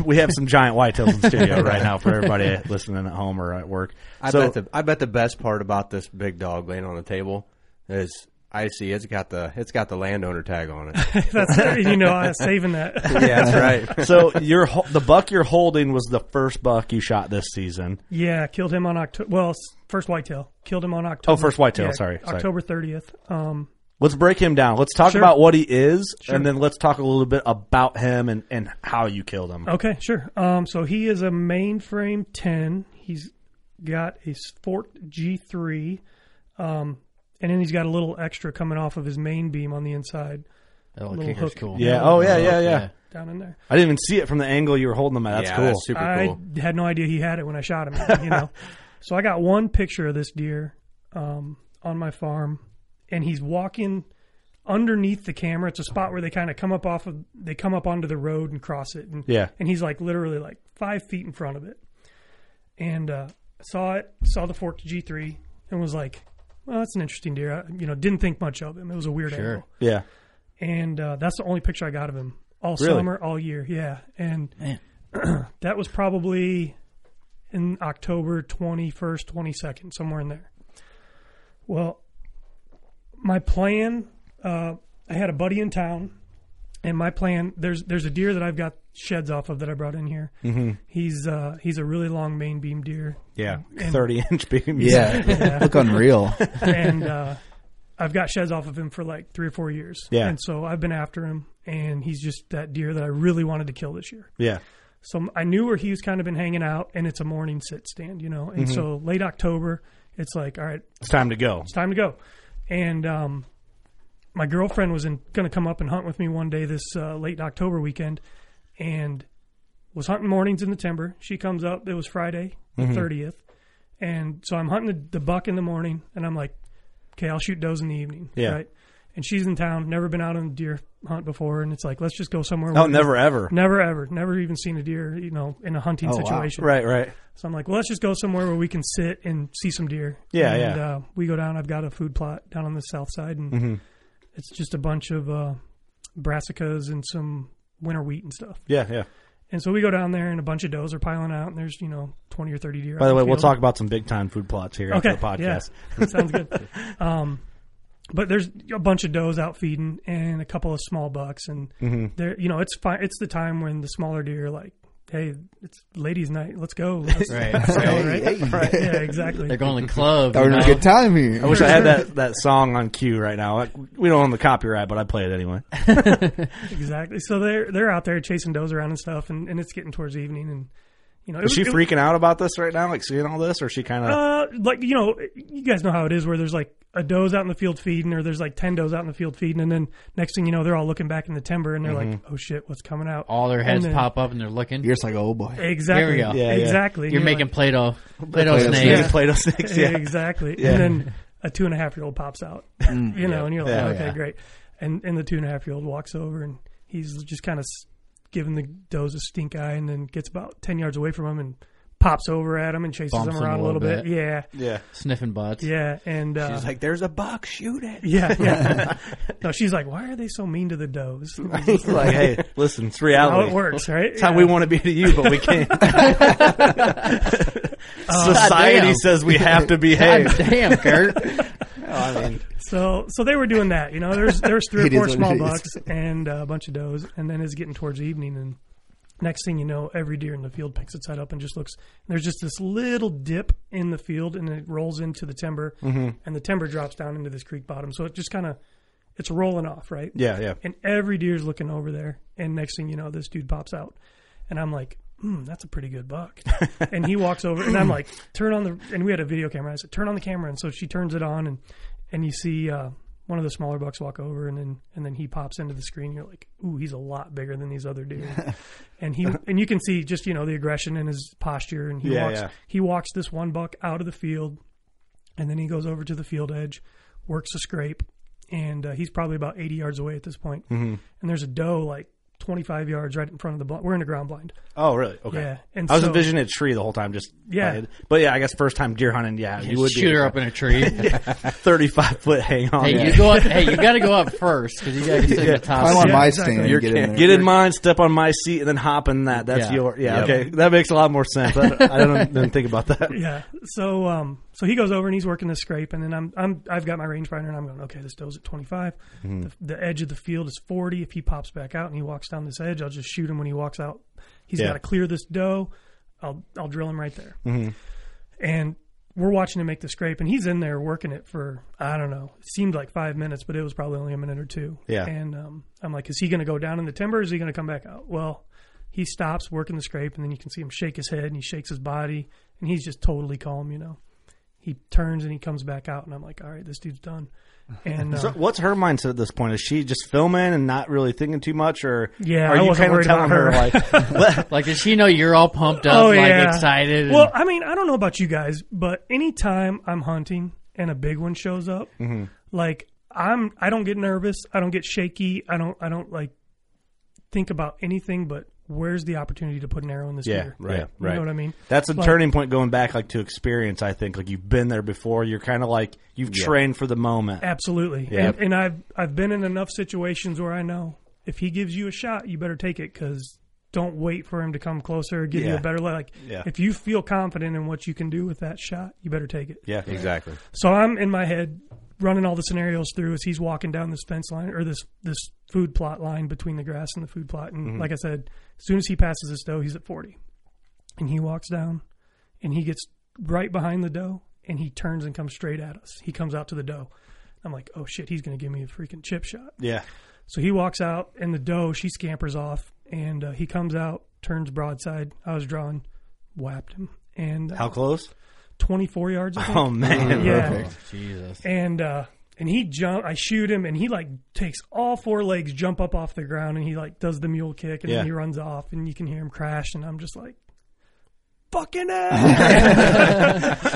[SPEAKER 7] We have some giant whitetails in the studio right now for everybody listening at home or at work.
[SPEAKER 10] I
[SPEAKER 7] So-
[SPEAKER 10] bet the I bet the best part about this big dog laying on the table is I see it's got the it's got the landowner tag on it.
[SPEAKER 9] That's you know, I was saving that.
[SPEAKER 10] yeah, that's right.
[SPEAKER 7] so your ho- the buck you're holding was the first buck you shot this season.
[SPEAKER 9] Yeah, killed him on October. Well, s- first whitetail. Killed him on October.
[SPEAKER 7] Oh, first whitetail,
[SPEAKER 9] yeah,
[SPEAKER 7] sorry, sorry.
[SPEAKER 9] October 30th. Um,
[SPEAKER 7] Let's break him down. Let's talk
[SPEAKER 9] Sure.
[SPEAKER 7] about what he is,
[SPEAKER 9] Sure.
[SPEAKER 7] and then let's talk a little bit about him and, and how you killed him.
[SPEAKER 9] Okay, sure. Um, so he is a mainframe 10. He's got a Sport G3, um, and then he's got a little extra coming off of his main beam on the inside.
[SPEAKER 6] That
[SPEAKER 9] little
[SPEAKER 6] Oh, kicker's
[SPEAKER 9] hook.
[SPEAKER 6] cool.
[SPEAKER 7] Yeah. Oh yeah. Yeah. Yeah.
[SPEAKER 9] Down in there.
[SPEAKER 7] I didn't even see it from the angle you were holding him at. That's
[SPEAKER 10] Yeah,
[SPEAKER 7] cool.
[SPEAKER 10] that's super cool.
[SPEAKER 9] I had no idea he had it when I shot him. You know, so I got one picture of this deer um, on my farm, and he's walking underneath the camera. It's a spot where they kind of come up off of they come up onto the road and cross it. And,
[SPEAKER 7] Yeah.
[SPEAKER 9] and he's like literally like five feet in front of it, and uh, saw it, saw the fork to G three, and was like, "Well, that's an interesting deer." I, you know, didn't think much of him. It was a weird
[SPEAKER 6] Sure.
[SPEAKER 9] angle
[SPEAKER 7] Yeah.
[SPEAKER 9] and uh, that's the only picture I got of him all
[SPEAKER 7] Really?
[SPEAKER 9] summer, all year. Yeah, and that was probably in October twenty first, twenty second, somewhere in there. Well, my plan. Uh, I had a buddy in town, and my plan. There's there's a deer that I've got sheds off of that I brought in here.
[SPEAKER 7] Mhm.
[SPEAKER 9] He's uh, he's a really long main beam deer.
[SPEAKER 7] Yeah.
[SPEAKER 9] And-
[SPEAKER 7] Thirty inch beam.
[SPEAKER 9] Yeah.
[SPEAKER 8] Look unreal.
[SPEAKER 9] and uh, I've got sheds off of him for like three or four years.
[SPEAKER 7] Yeah.
[SPEAKER 9] And so I've been after him, and he's just that deer that I really wanted to kill this year.
[SPEAKER 7] Yeah.
[SPEAKER 9] So m- I knew where he was kind of been hanging out, and it's a morning sit stand, you know. And
[SPEAKER 7] Mhm.
[SPEAKER 9] so late October, it's like, all right,
[SPEAKER 7] It's time to go.
[SPEAKER 9] it's time to go. And um, my girlfriend was in going to come up and hunt with me one day this uh, late October weekend, and was hunting mornings in the timber. She comes up. It was Friday, the
[SPEAKER 7] Mhm.
[SPEAKER 9] 30th, and so I'm hunting the, the buck in the morning, and I'm like, okay, I'll shoot does in the evening,
[SPEAKER 7] Yeah.
[SPEAKER 9] right? And she's in town, never been out on a deer hunt before, and it's like, let's just go somewhere.
[SPEAKER 7] Oh,
[SPEAKER 9] where-
[SPEAKER 7] never ever.
[SPEAKER 9] never ever, never even seen a deer, you know, in a hunting
[SPEAKER 8] Oh, wow.
[SPEAKER 9] situation,
[SPEAKER 7] Right. Right.
[SPEAKER 9] so I'm like, well, let's just go somewhere where we can sit and see some deer.
[SPEAKER 7] Yeah,
[SPEAKER 9] and,
[SPEAKER 7] yeah.
[SPEAKER 9] Uh, we go down. I've got a food plot down on the south side, and
[SPEAKER 7] Mhm.
[SPEAKER 9] it's just a bunch of uh, brassicas and some winter wheat and stuff.
[SPEAKER 7] Yeah. Yeah.
[SPEAKER 9] And so we go down there, and a bunch of does are piling out, and there's you know twenty or thirty deer.
[SPEAKER 7] By
[SPEAKER 9] out
[SPEAKER 7] the
[SPEAKER 9] in
[SPEAKER 7] way, we'll
[SPEAKER 9] field.
[SPEAKER 7] talk about some big time food plots here after the podcast.
[SPEAKER 9] Yeah. Sounds good. Um, but there's a bunch of does out feeding and a couple of small bucks, and
[SPEAKER 7] Mhm.
[SPEAKER 9] there, you know, it's fine. It's the time when the smaller deer are like, hey, it's ladies' night. Let's go. Let's,
[SPEAKER 6] Right.
[SPEAKER 9] let's go,
[SPEAKER 6] Right.
[SPEAKER 9] right? Yeah, exactly.
[SPEAKER 6] They're going to the club.
[SPEAKER 8] Having
[SPEAKER 6] you
[SPEAKER 8] a
[SPEAKER 6] know?
[SPEAKER 8] good time here.
[SPEAKER 7] I wish I had that, that song on cue right now. Like, We don't own the copyright, but I play it anyway.
[SPEAKER 9] exactly. So they're they're out there chasing does around and stuff, and, and it's getting towards evening, and You know, it
[SPEAKER 7] is she
[SPEAKER 9] was- it-
[SPEAKER 7] freaking out about this right now? Like seeing all this, or she kind of?
[SPEAKER 9] Uh, like you know, you guys know how it is where there's like a doe's out in the field feeding, or there's like ten does out in the field feeding, and then next thing you know, they're all looking back in the timber and they're
[SPEAKER 6] Mhm.
[SPEAKER 9] like, "Oh shit, what's coming out?"
[SPEAKER 6] All their
[SPEAKER 9] And
[SPEAKER 6] heads
[SPEAKER 9] then-
[SPEAKER 6] pop up and they're looking.
[SPEAKER 8] You're just like, oh boy.
[SPEAKER 9] Exactly.
[SPEAKER 6] There we go.
[SPEAKER 9] Yeah, yeah. Exactly.
[SPEAKER 6] You're
[SPEAKER 9] You're
[SPEAKER 6] making
[SPEAKER 9] like-
[SPEAKER 6] Play-Doh, Play-Doh,
[SPEAKER 7] Play-Doh
[SPEAKER 6] snakes.
[SPEAKER 7] snakes. Play-Doh snakes, yeah.
[SPEAKER 9] exactly.
[SPEAKER 7] Yeah.
[SPEAKER 9] And then a two and a half year old pops out,
[SPEAKER 7] Mm.
[SPEAKER 9] you know, and you're like,
[SPEAKER 7] Yeah.
[SPEAKER 9] "Okay,
[SPEAKER 7] Yeah.
[SPEAKER 9] great." And and the two and a half year old walks over and he's just kind of giving the does a stink eye, and then gets about ten yards away from him and pops over at him and chases
[SPEAKER 6] Bumps
[SPEAKER 9] him around a little, bit. Yeah.
[SPEAKER 6] Sniffing butts.
[SPEAKER 9] Yeah, and uh,
[SPEAKER 6] She's like,
[SPEAKER 9] "There's a buck, shoot it." Yeah, yeah. no, she's like, "Why are they so mean to the does?"
[SPEAKER 7] like, hey, listen, it's
[SPEAKER 9] How
[SPEAKER 7] reality.
[SPEAKER 9] it works, right? Oh,
[SPEAKER 7] It's how we want to be to you, but we can't. Society
[SPEAKER 9] damn.
[SPEAKER 7] says we have to behave.
[SPEAKER 9] God damn, Kurt.
[SPEAKER 7] I mean,
[SPEAKER 9] So, so they were doing that, you know. There's there's three or
[SPEAKER 7] It is
[SPEAKER 9] four
[SPEAKER 7] what
[SPEAKER 9] small
[SPEAKER 7] it is.
[SPEAKER 9] bucks and uh, a bunch of does, and then it's getting towards evening, and next thing you know, every deer in the field picks its head up and just looks. And there's just this little dip in the field, and it rolls into the timber,
[SPEAKER 7] Mhm.
[SPEAKER 9] and the timber drops down into this creek bottom. So it just kind of it's rolling off, right?
[SPEAKER 7] Yeah, yeah.
[SPEAKER 9] And every deer's looking over there, and next thing you know, this dude pops out, and I'm like. Hmm, that's a pretty good buck. and he walks over, and I'm like, turn on the. And we had a video camera. I said, turn on the camera, and so she turns it on, and and you see uh, one of the smaller bucks walk over, and then and then he pops into the screen. You're like, ooh, he's a lot bigger than these other dudes. and he and you can see just you know the aggression in his posture, and he
[SPEAKER 7] Yeah,
[SPEAKER 9] walks
[SPEAKER 7] yeah.
[SPEAKER 9] he walks this one buck out of the field, and then he goes over to the field edge, works a scrape, and uh, he's probably about 80 yards away at this point.
[SPEAKER 7] Mhm.
[SPEAKER 9] And there's a doe like 25 yards right in front of the blind. We're in a ground blind.
[SPEAKER 7] oh, really? Okay.
[SPEAKER 9] Yeah, and
[SPEAKER 7] I was
[SPEAKER 9] so-
[SPEAKER 7] envisioning a tree the whole time. Just
[SPEAKER 9] Yeah.
[SPEAKER 7] by it. but yeah, I guess first time deer hunting. Yeah, you would
[SPEAKER 6] shoot
[SPEAKER 7] be,
[SPEAKER 6] her up in a tree.
[SPEAKER 7] Thirty-five foot hang on.
[SPEAKER 6] Hey, you go up. Hey, you got to go up first because you got to sit in the top.
[SPEAKER 7] I'm
[SPEAKER 6] seat.
[SPEAKER 7] You're- Get in mine, step on my seat, and then hop in that. That's
[SPEAKER 6] Yeah.
[SPEAKER 7] your. Yeah,
[SPEAKER 6] Yeah.
[SPEAKER 7] okay. That makes a lot more sense. I, I don't, didn't think about that.
[SPEAKER 9] yeah. So um, so he goes over and he's working the scrape, and then I'm I'm I've got my rangefinder and I'm going okay, this doe's at 25.
[SPEAKER 7] Mhm.
[SPEAKER 9] The, the edge of the field is 40. If he pops back out and he walks down this edge, I'll just shoot him when he walks out. He's
[SPEAKER 7] Yeah.
[SPEAKER 9] got to clear this doe. I'll I'll drill him right there.
[SPEAKER 7] Mhm.
[SPEAKER 9] And we're watching him make the scrape, and he's in there working it for I don't know. It seemed like five minutes, but it was probably only a minute or two.
[SPEAKER 7] Yeah.
[SPEAKER 9] And um, I'm like, is he going to go down in the timber? Or is he going to come back out? Well, he stops working the scrape, and then you can see him shake his head and he shakes his body, and he's just totally calm. You know, he turns and he comes back out, and I'm like, all right, this dude's done. And uh,
[SPEAKER 7] So what's her mindset at this point? Is she just filming and not really thinking too much, or
[SPEAKER 9] Yeah,
[SPEAKER 7] Are
[SPEAKER 9] I
[SPEAKER 7] you
[SPEAKER 9] wasn't
[SPEAKER 7] kind of
[SPEAKER 9] worried
[SPEAKER 7] telling
[SPEAKER 9] about
[SPEAKER 7] her,
[SPEAKER 9] her.
[SPEAKER 7] like,
[SPEAKER 6] like, does she know you're all pumped up, like excited? and-
[SPEAKER 9] Oh, Well, I mean, I don't know about you guys, but anytime I'm hunting and a big one shows up,
[SPEAKER 7] Mhm.
[SPEAKER 9] like I'm, I don't get nervous, I don't get shaky, I don't, I don't like think about anything but where's the opportunity to put an arrow in this
[SPEAKER 7] yeah,
[SPEAKER 9] deer?
[SPEAKER 7] right,
[SPEAKER 9] you
[SPEAKER 7] right.
[SPEAKER 9] know what I mean?
[SPEAKER 7] That's a
[SPEAKER 9] Like,
[SPEAKER 7] turning point going back, like to experience. I think like you've been there before. You're kind of like you've
[SPEAKER 9] Yeah.
[SPEAKER 7] trained for the moment.
[SPEAKER 9] Absolutely.
[SPEAKER 7] Yeah.
[SPEAKER 9] And, and I've I've been in enough situations where I know if he gives you a shot, you better take it because don't wait for him to come closer or give you
[SPEAKER 10] Yeah.
[SPEAKER 9] a better leg. Like
[SPEAKER 10] Yeah.
[SPEAKER 9] if you feel confident in what you can do with that shot, you better take it.
[SPEAKER 10] Yeah, exactly.
[SPEAKER 9] So I'm in my head running all the scenarios through as he's walking down this fence line or this this food plot line between the grass and the food plot. And
[SPEAKER 7] Mm-hmm.
[SPEAKER 11] Mhm.
[SPEAKER 9] like I said, as soon as he passes this doe, he's at forty, and he walks down, and he gets right behind the doe, and he turns and comes straight at us. He comes out to the doe. I'm like, oh shit, he's gonna give me a freaking chip shot.
[SPEAKER 7] Yeah.
[SPEAKER 9] So he walks out, and the doe she scampers off, and uh, he comes out, turns broadside. I was drawing, whapped him, and uh,
[SPEAKER 7] How close?
[SPEAKER 9] 24 yards. I think.
[SPEAKER 7] Oh, man.
[SPEAKER 9] yeah.
[SPEAKER 7] Perfect. Oh, Jesus.
[SPEAKER 9] And uh, and he jump. I shoot him, and he like takes all four legs, jump up off the ground, and he like does the mule kick, and
[SPEAKER 7] Yeah.
[SPEAKER 9] then he runs off, and you can hear him crash, and I'm just like. Fucking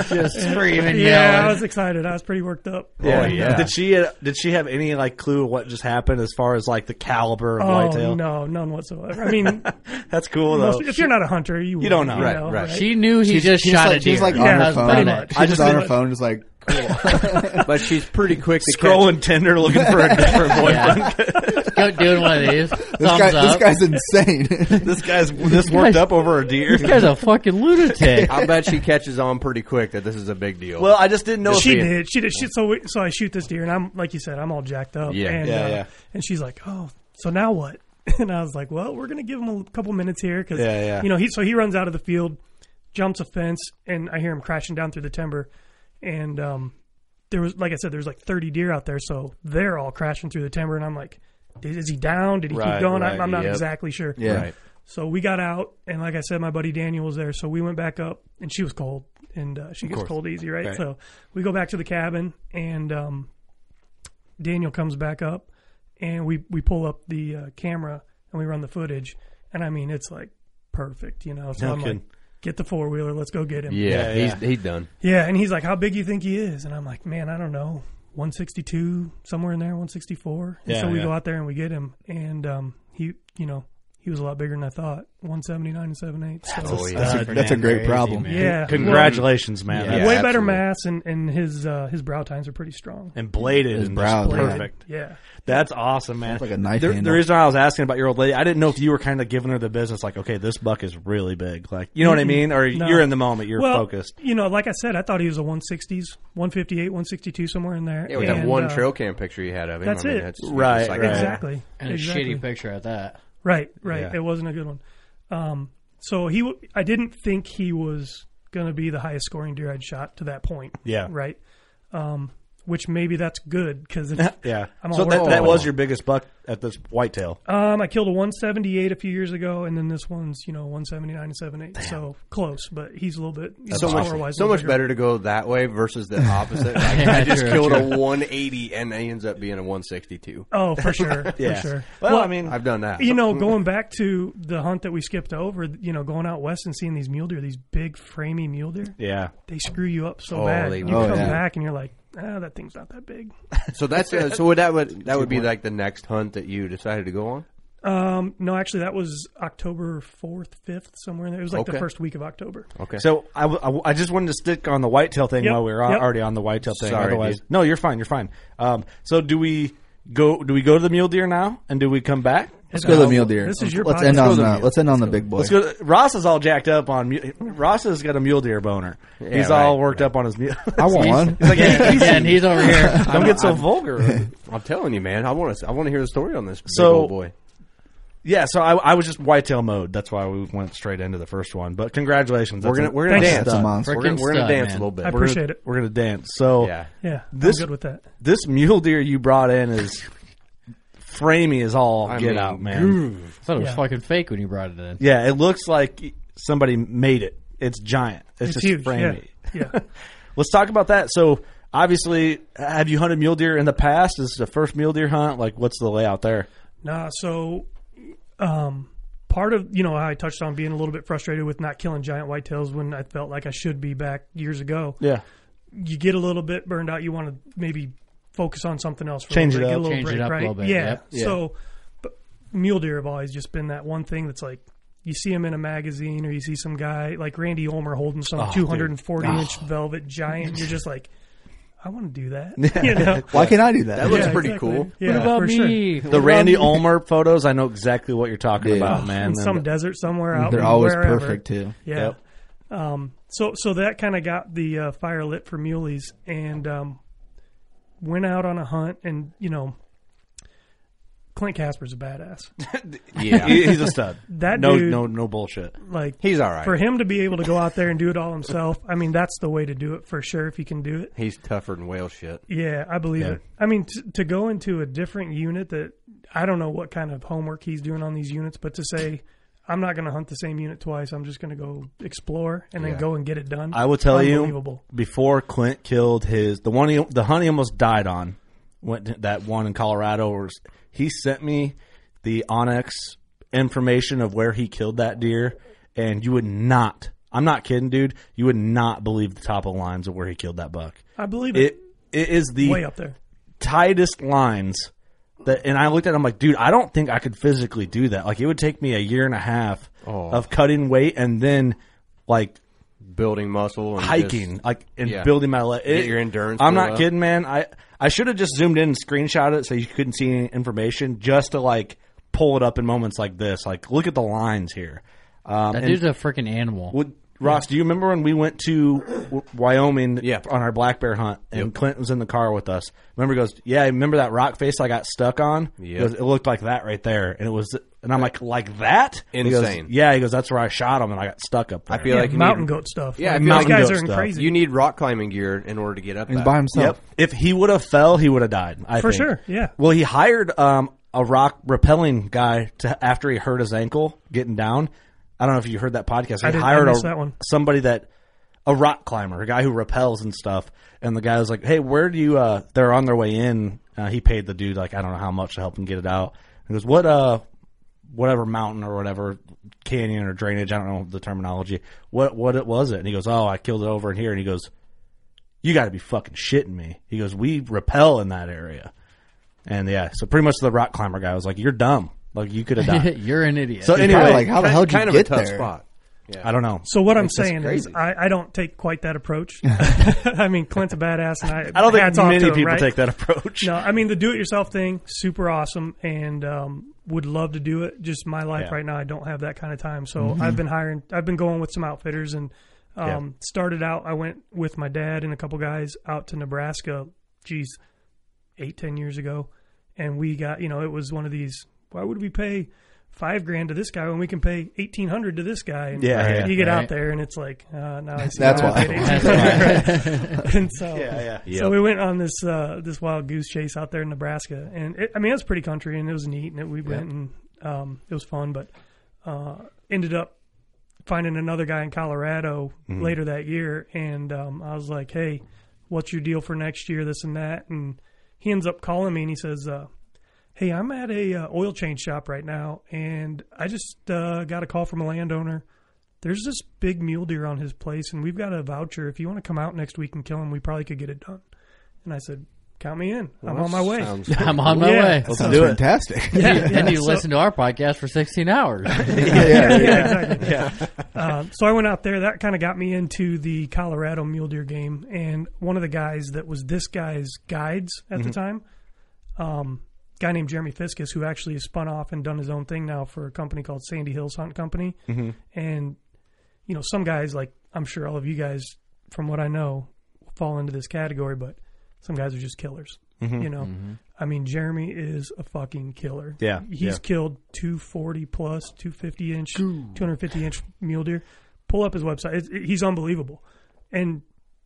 [SPEAKER 6] Just screaming,
[SPEAKER 9] Yeah,
[SPEAKER 7] yelling.
[SPEAKER 9] I was excited. I was pretty worked up.
[SPEAKER 7] Did she uh, did she have any like clue of what just happened as far as like the caliber of
[SPEAKER 9] Oh,
[SPEAKER 7] whitetail?
[SPEAKER 9] no, none whatsoever. I mean,
[SPEAKER 7] that's cool though.
[SPEAKER 9] most- if you're not a hunter, you
[SPEAKER 7] uh, you don't know,
[SPEAKER 9] wouldn't,
[SPEAKER 7] right,
[SPEAKER 9] you know,
[SPEAKER 7] right?
[SPEAKER 9] right?
[SPEAKER 6] She knew he
[SPEAKER 8] She's-
[SPEAKER 6] just
[SPEAKER 8] she's
[SPEAKER 6] shot
[SPEAKER 8] like-
[SPEAKER 6] a deer.
[SPEAKER 8] she's like on her
[SPEAKER 6] That's
[SPEAKER 8] phone.
[SPEAKER 6] about
[SPEAKER 8] Pretty
[SPEAKER 6] it.
[SPEAKER 8] much. She's just on her phone, just like,
[SPEAKER 10] cool. but she's pretty quick to
[SPEAKER 7] Scrolling
[SPEAKER 10] catch.
[SPEAKER 7] Tinder looking for a different boyfriend.
[SPEAKER 6] Go doing one of these.
[SPEAKER 8] This
[SPEAKER 6] Thumbs
[SPEAKER 8] guy- this
[SPEAKER 6] up.
[SPEAKER 8] guy's insane.
[SPEAKER 7] this guy's this worked up over a deer.
[SPEAKER 6] This guy's a fucking lunatic.
[SPEAKER 10] I bet she catches on pretty quick that this is a big deal.
[SPEAKER 7] Well, I just didn't know
[SPEAKER 9] she
[SPEAKER 7] if Oh. he-
[SPEAKER 9] did. She did. She, so we, so I shoot this deer, and I'm like you said, I'm all jacked up.
[SPEAKER 10] Yeah.
[SPEAKER 9] and,
[SPEAKER 10] Yeah,
[SPEAKER 9] uh,
[SPEAKER 10] yeah.
[SPEAKER 9] And she's like, "Oh, so now what?" And I was like, "Well, we're gonna give him a couple minutes here because
[SPEAKER 7] Yeah, yeah.
[SPEAKER 9] you know he." So he runs out of the field, jumps a fence, and I hear him crashing down through the timber. And um, there was, like I said, there was like 30 deer out there, so they're all crashing through the timber, and I'm like, "Is, is he down? Did he
[SPEAKER 7] Right,
[SPEAKER 9] keep going?"
[SPEAKER 7] right,
[SPEAKER 9] I'm, I'm not
[SPEAKER 7] yep.
[SPEAKER 9] exactly sure.
[SPEAKER 7] Yeah. Right.
[SPEAKER 9] So we got out, and like I said, my buddy Daniel was there. So we went back up, and she was cold, and uh, she
[SPEAKER 11] Of
[SPEAKER 9] gets
[SPEAKER 11] course.
[SPEAKER 9] cold easy, right?
[SPEAKER 11] Right.
[SPEAKER 9] So we go back to the cabin, and um, Daniel comes back up, and we we pull up the uh, camera and we run the footage, and I mean it's like perfect, you know. So
[SPEAKER 10] No
[SPEAKER 9] I'm like,
[SPEAKER 10] kidding.
[SPEAKER 9] get the four wheeler, let's go get him.
[SPEAKER 10] Yeah, Yeah, he's- yeah. he done.
[SPEAKER 9] Yeah, and he's like, how big you think he is? And I'm like, man, I don't know, 162 somewhere in there, 164. And
[SPEAKER 11] Yeah,
[SPEAKER 9] so we
[SPEAKER 11] yeah.
[SPEAKER 9] go out there and we get him, and um, he, you know. He was a lot bigger than I thought. One seventy nine and seven eight.
[SPEAKER 7] That's a Oh, yeah. stud. That's a- that's a great Crazy, problem. man.
[SPEAKER 9] Yeah.
[SPEAKER 7] Congratulations, man. Yeah,
[SPEAKER 9] Way better
[SPEAKER 7] absolutely.
[SPEAKER 9] mass and, and his uh, his brow tines are pretty strong.
[SPEAKER 7] and bladed
[SPEAKER 9] His
[SPEAKER 7] and
[SPEAKER 9] brows,
[SPEAKER 7] just
[SPEAKER 9] yeah.
[SPEAKER 7] perfect.
[SPEAKER 9] Yeah.
[SPEAKER 7] that's awesome, man.
[SPEAKER 9] It's like a knife
[SPEAKER 7] The,
[SPEAKER 9] handle.
[SPEAKER 7] the reason I was asking about your old lady, I didn't know if you were kind of giving her the business, like, okay, this buck is really big, like, you know what I
[SPEAKER 9] Mm-mm.
[SPEAKER 7] mean, or
[SPEAKER 9] No.
[SPEAKER 7] you're in the moment, you're
[SPEAKER 9] Well,
[SPEAKER 7] focused.
[SPEAKER 9] You know, like I said, I thought he was a 160s, 158, 162, somewhere in there.
[SPEAKER 10] Yeah, with that
[SPEAKER 9] And,
[SPEAKER 10] one
[SPEAKER 9] uh,
[SPEAKER 10] trail cam picture you had of him.
[SPEAKER 9] That's
[SPEAKER 10] I mean,
[SPEAKER 9] it.
[SPEAKER 10] That's it's like-
[SPEAKER 9] Exactly.
[SPEAKER 6] And a
[SPEAKER 9] Exactly.
[SPEAKER 6] shitty picture at that.
[SPEAKER 9] Right, right.
[SPEAKER 6] Yeah.
[SPEAKER 9] It wasn't a good one. Um, so he, w- I didn't think he was going to be the highest scoring deer I'd shot to that point.
[SPEAKER 7] Yeah.
[SPEAKER 9] Right. Um, which maybe that's good because
[SPEAKER 7] yeah.
[SPEAKER 9] I'm
[SPEAKER 7] so
[SPEAKER 9] all
[SPEAKER 7] that,
[SPEAKER 9] worked
[SPEAKER 7] that
[SPEAKER 9] up.
[SPEAKER 7] was your biggest buck at this whitetail.
[SPEAKER 9] Um, I killed a 178 a few years ago, and then this one's you know 179 and 78, so close. But he's a little bit you
[SPEAKER 10] so
[SPEAKER 9] know,
[SPEAKER 10] much,
[SPEAKER 9] power-wise, a
[SPEAKER 10] so
[SPEAKER 9] little
[SPEAKER 10] much
[SPEAKER 9] bigger.
[SPEAKER 10] better to go that way versus the opposite. Like,
[SPEAKER 9] Yeah,
[SPEAKER 10] I just
[SPEAKER 9] true,
[SPEAKER 10] killed
[SPEAKER 9] true.
[SPEAKER 10] a 180 and it ends up being a 162.
[SPEAKER 9] Oh, for sure,
[SPEAKER 10] Yeah.
[SPEAKER 9] for sure.
[SPEAKER 10] Well, I mean, I've done that.
[SPEAKER 9] You know, going back to the hunt that we skipped over, you know, going out west and seeing these mule deer, these big framey mule deer.
[SPEAKER 10] Yeah.
[SPEAKER 9] they screw you up so
[SPEAKER 10] Oh,
[SPEAKER 9] bad.
[SPEAKER 10] they
[SPEAKER 9] You
[SPEAKER 10] will.
[SPEAKER 9] come
[SPEAKER 10] Yeah.
[SPEAKER 9] back and you're like, ah, that thing's not that big.
[SPEAKER 10] So that's uh, so. Would that would that would be like the next hunt that you decided to go on?
[SPEAKER 9] Um, no, actually, that was October fourth, fifth, somewhere in there. It was like the
[SPEAKER 7] Okay.
[SPEAKER 9] first week of October.
[SPEAKER 7] So I, w- I w- I just wanted to stick on the whitetail thing
[SPEAKER 9] Yep,
[SPEAKER 7] while we were al-
[SPEAKER 9] yep.
[SPEAKER 7] already on the whitetail thing.
[SPEAKER 9] Sorry,
[SPEAKER 7] Otherwise,
[SPEAKER 9] dude.
[SPEAKER 7] no, you're fine. You're fine. Um, so do we go? Do we go to the mule deer now, and do we come back?
[SPEAKER 8] Let's go to the mule deer. This is your Let's podcast. end
[SPEAKER 7] Let's go
[SPEAKER 8] on
[SPEAKER 7] to
[SPEAKER 8] the-
[SPEAKER 7] mule.
[SPEAKER 8] let's end on the big boy.
[SPEAKER 7] Let's go. to- Ross is all jacked up on. mu- Ross has got a mule deer boner.
[SPEAKER 8] Yeah,
[SPEAKER 7] he's
[SPEAKER 8] right,
[SPEAKER 7] all worked up on his mule.
[SPEAKER 8] I want
[SPEAKER 7] He's-
[SPEAKER 8] one.
[SPEAKER 7] He's like,
[SPEAKER 8] Yeah,
[SPEAKER 7] "Hey, easy."
[SPEAKER 8] yeah, and he's over here.
[SPEAKER 7] Don't get so vulgar.
[SPEAKER 10] I'm telling you, man. I want to. I want to hear the story on this. Big
[SPEAKER 7] So-
[SPEAKER 10] old boy.
[SPEAKER 7] Yeah, so I, I was just whitetail mode. That's why we went straight into the first one. But congratulations,
[SPEAKER 10] We're
[SPEAKER 7] That's
[SPEAKER 10] gonna-
[SPEAKER 7] a-
[SPEAKER 10] we're gonna
[SPEAKER 7] that's a
[SPEAKER 10] dance.
[SPEAKER 7] stud.
[SPEAKER 10] That's a monster. We're gonna- we're gonna
[SPEAKER 7] Freaking
[SPEAKER 10] dance a
[SPEAKER 7] man.
[SPEAKER 10] little bit.
[SPEAKER 9] I
[SPEAKER 7] We're gonna-
[SPEAKER 9] appreciate it.
[SPEAKER 7] We're gonna dance. So
[SPEAKER 10] Yeah.
[SPEAKER 9] Yeah, I'm
[SPEAKER 7] this
[SPEAKER 9] good with that.
[SPEAKER 7] This mule deer you brought in is framey as all
[SPEAKER 6] I
[SPEAKER 7] get
[SPEAKER 6] mean,
[SPEAKER 7] out, man.
[SPEAKER 6] groove. I thought it was
[SPEAKER 7] Yeah.
[SPEAKER 6] fucking fake when you brought it in.
[SPEAKER 7] Yeah, it looks like somebody made it. It's giant. It's,
[SPEAKER 6] It's
[SPEAKER 7] just
[SPEAKER 6] huge,
[SPEAKER 7] framey.
[SPEAKER 9] Yeah. yeah.
[SPEAKER 7] Let's talk about that. So obviously, have you hunted mule deer in the past? Is this the first mule deer hunt? Like, what's the layout there?
[SPEAKER 9] Nah, so um, part of you know how I touched on being a little bit frustrated with not killing giant whitetails when I felt like I should be back years ago.
[SPEAKER 7] Yeah.
[SPEAKER 9] you get a little bit burned out. You want to maybe focus on something else. For
[SPEAKER 7] Change
[SPEAKER 9] a little bit,
[SPEAKER 7] it
[SPEAKER 9] get a
[SPEAKER 7] up.
[SPEAKER 9] little
[SPEAKER 7] Change
[SPEAKER 9] break,
[SPEAKER 7] it up a
[SPEAKER 9] right?
[SPEAKER 7] little bit,
[SPEAKER 9] Yeah.
[SPEAKER 7] yep. Yeah.
[SPEAKER 9] So but mule deer have always just been that one thing that's like. You see him in a magazine, or you see some guy like Randy Olmer holding some
[SPEAKER 7] Oh, dude.
[SPEAKER 9] 240 inch
[SPEAKER 7] Oh.
[SPEAKER 9] velvet giant. You're just like, I want to do that.
[SPEAKER 7] Yeah.
[SPEAKER 9] You know?
[SPEAKER 7] Why can't I do that? That looks
[SPEAKER 9] Yeah,
[SPEAKER 7] pretty
[SPEAKER 9] exactly.
[SPEAKER 7] cool.
[SPEAKER 9] Yeah,
[SPEAKER 7] What about
[SPEAKER 9] for sure.
[SPEAKER 7] The
[SPEAKER 10] Um,
[SPEAKER 7] Randy Olmer photos, I know exactly what you're talking about, Oh, man.
[SPEAKER 9] in some
[SPEAKER 7] And-
[SPEAKER 9] desert somewhere out.
[SPEAKER 7] They're
[SPEAKER 9] in
[SPEAKER 7] always
[SPEAKER 9] wherever.
[SPEAKER 7] perfect, too.
[SPEAKER 9] Yeah.
[SPEAKER 7] Yep.
[SPEAKER 9] Um, so so that kind of got the uh, fire lit for muleys, and um, went out on a hunt, and you know, Clint Casper's a badass.
[SPEAKER 7] Yeah. He- he's a stud.
[SPEAKER 9] That
[SPEAKER 7] No-
[SPEAKER 9] dude,
[SPEAKER 7] no- no bullshit.
[SPEAKER 9] Like
[SPEAKER 7] He's all right.
[SPEAKER 9] for him to be able to go out there and do it all himself. I mean, that's the way to do it for sure if you can do it.
[SPEAKER 10] He's tougher than whale shit.
[SPEAKER 9] Yeah, I believe
[SPEAKER 10] Yeah.
[SPEAKER 9] it. I mean, t- to go into a different unit that I don't know what kind of homework he's doing on these units, but to say I'm not going to hunt the same unit twice, I'm just going to go explore and then
[SPEAKER 7] Yeah.
[SPEAKER 9] go and get it done.
[SPEAKER 7] I will tell you,
[SPEAKER 9] Unbelievable.
[SPEAKER 7] before Clint killed his the one he, the hunt he almost died on, went to that one in Colorado. Or he sent me the Onyx information of where he killed that deer, and you would not. I'm not kidding, dude. You would not believe the top of the lines of where he killed that buck.
[SPEAKER 9] I believe it.
[SPEAKER 7] It, it is the
[SPEAKER 9] Way up there.
[SPEAKER 7] tightest lines that, and I looked at. it, I'm like, dude, I don't think I could physically do that. Like, it would take me a year and a half
[SPEAKER 10] Oh.
[SPEAKER 7] of cutting weight and then like
[SPEAKER 10] building muscle, and
[SPEAKER 7] hiking,
[SPEAKER 10] just-
[SPEAKER 7] like and
[SPEAKER 10] Yeah.
[SPEAKER 7] building my leg.
[SPEAKER 10] Get your endurance
[SPEAKER 7] I'm
[SPEAKER 10] built
[SPEAKER 7] not
[SPEAKER 10] up.
[SPEAKER 7] kidding, man. I I should have just zoomed in and screenshot it so you couldn't see any information, just to like pull it up in moments like this. Like, look at the lines here. Um,
[SPEAKER 6] That
[SPEAKER 7] and-
[SPEAKER 6] dude's a freaking animal.
[SPEAKER 7] would, Ross, do you remember when we went to W- Wyoming on our black bear hunt and Clint was in the car with us? Remember, he goes, yeah, remember that rock face I got stuck on? He
[SPEAKER 10] Yep.
[SPEAKER 7] goes, It looked like that right there. And it was, and I'm like, like that? He goes,
[SPEAKER 10] Insane.
[SPEAKER 7] yeah, he goes, that's where I shot him and I got stuck up there.
[SPEAKER 10] I feel like you
[SPEAKER 9] mountain
[SPEAKER 10] need,
[SPEAKER 9] goat stuff.
[SPEAKER 10] Yeah,
[SPEAKER 9] Like,
[SPEAKER 10] I feel
[SPEAKER 9] those
[SPEAKER 10] like
[SPEAKER 9] guys
[SPEAKER 10] you-
[SPEAKER 9] are in crazy.
[SPEAKER 10] You need rock climbing gear in order to get up. that.
[SPEAKER 7] Yep. If he would have fell, he would have died. I
[SPEAKER 9] For
[SPEAKER 7] think.
[SPEAKER 9] sure, yeah.
[SPEAKER 7] Well, he hired um, a rock repelling guy to after he hurt his ankle getting down. I don't know if you heard that podcast. They
[SPEAKER 9] I didn't- I
[SPEAKER 7] hired a,
[SPEAKER 9] missed that one.
[SPEAKER 7] somebody that a rock climber, a guy who repels and stuff. And the guy was like, "Hey, where do you?" Uh, they're on their way in. Uh, he paid the dude like I don't know how much to help him get it out. He goes, "What uh, whatever mountain or whatever canyon or drainage? I don't know the terminology. What what it was it?" And he goes, "Oh, I killed it over in here." And he goes, "You got to be fucking shitting me." He goes, "We repel in that area." And yeah, so pretty much the rock climber guy was like, "You're dumb. Like you could have died.
[SPEAKER 6] You're an idiot.
[SPEAKER 7] So
[SPEAKER 6] You're
[SPEAKER 7] anyway,
[SPEAKER 6] probably like, how the Kind- hell did you kind of a get tough there? spot.
[SPEAKER 7] I don't know.
[SPEAKER 9] So what I'm
[SPEAKER 7] Like, that's
[SPEAKER 9] saying
[SPEAKER 7] crazy.
[SPEAKER 9] is, I, I don't take quite that approach. I mean, Clint's a badass, and I,
[SPEAKER 7] I don't think
[SPEAKER 9] hats off
[SPEAKER 7] many
[SPEAKER 9] to him,
[SPEAKER 7] people
[SPEAKER 9] right?
[SPEAKER 7] take that approach.
[SPEAKER 9] No, I mean the do-it-yourself thing, super awesome, and um, would love to do it. Just my life
[SPEAKER 7] Yeah.
[SPEAKER 9] right now, I don't have that kind of time. So
[SPEAKER 7] Mhm.
[SPEAKER 9] I've been hiring, I've been going with some outfitters, and um,
[SPEAKER 7] Yeah.
[SPEAKER 9] started out. I went with my dad and a couple guys out to Nebraska. Geez, eight ten years ago, and we got you know it was one of these. Why would we pay? Five grand to this guy when we can pay eighteen hundred to this guy. And
[SPEAKER 7] Yeah, yeah.
[SPEAKER 9] you get out
[SPEAKER 7] Right.
[SPEAKER 9] there and it's like uh, now I see
[SPEAKER 7] That's
[SPEAKER 9] why I
[SPEAKER 7] why.
[SPEAKER 9] paid
[SPEAKER 7] That's why.
[SPEAKER 9] 1800. and so
[SPEAKER 7] Yeah, yeah.
[SPEAKER 9] so
[SPEAKER 7] Yep.
[SPEAKER 9] we went on this uh, this wild goose chase out there in Nebraska, and it, I mean it was pretty country, and it was neat, and it, we went and um, it was fun, but uh, ended up finding another guy in Colorado
[SPEAKER 11] Mhm.
[SPEAKER 9] later that year, and um, I was like, "Hey, what's your deal for next year? This and that." And he ends up calling me, and he says, uh, "Hey, I'm at a uh, oil change shop right now, and I just uh, got a call from a landowner. There's this big mule deer on his place, and we've got a voucher. If you want to come out next week and kill him, we probably could get it done." And I said. Count me in. I'm
[SPEAKER 6] Well,
[SPEAKER 9] on my way.
[SPEAKER 6] sounds- I'm on my way. That sounds fantastic. Yeah, and you listen to our podcast for 16 hours.
[SPEAKER 9] yeah,
[SPEAKER 6] Yeah,
[SPEAKER 9] yeah,
[SPEAKER 6] yeah.
[SPEAKER 9] exactly. Um, so I went out there. That kind of got me into the Colorado mule deer game. And one of the guys that was this guy's guides at
[SPEAKER 6] Mm-hmm.
[SPEAKER 9] the
[SPEAKER 11] Mhm.
[SPEAKER 9] time, um, guy named Jeremy Fiskus, who actually has spun off and done his own thing now for a company called Sandy Hills Hunt Company.
[SPEAKER 7] Mm-hmm.
[SPEAKER 11] Mhm.
[SPEAKER 9] And you know, some guys like I'm sure all of you guys, from what I know, fall into this category. But some guys are just killers.
[SPEAKER 7] Mhm.
[SPEAKER 9] You know,
[SPEAKER 7] Mhm.
[SPEAKER 9] I mean, Jeremy is a fucking killer.
[SPEAKER 7] Yeah,
[SPEAKER 9] he's
[SPEAKER 7] yeah.
[SPEAKER 9] killed 240 plus, 250 inch, 250 inch mule deer. Pull up his website. It's, it, he's unbelievable. And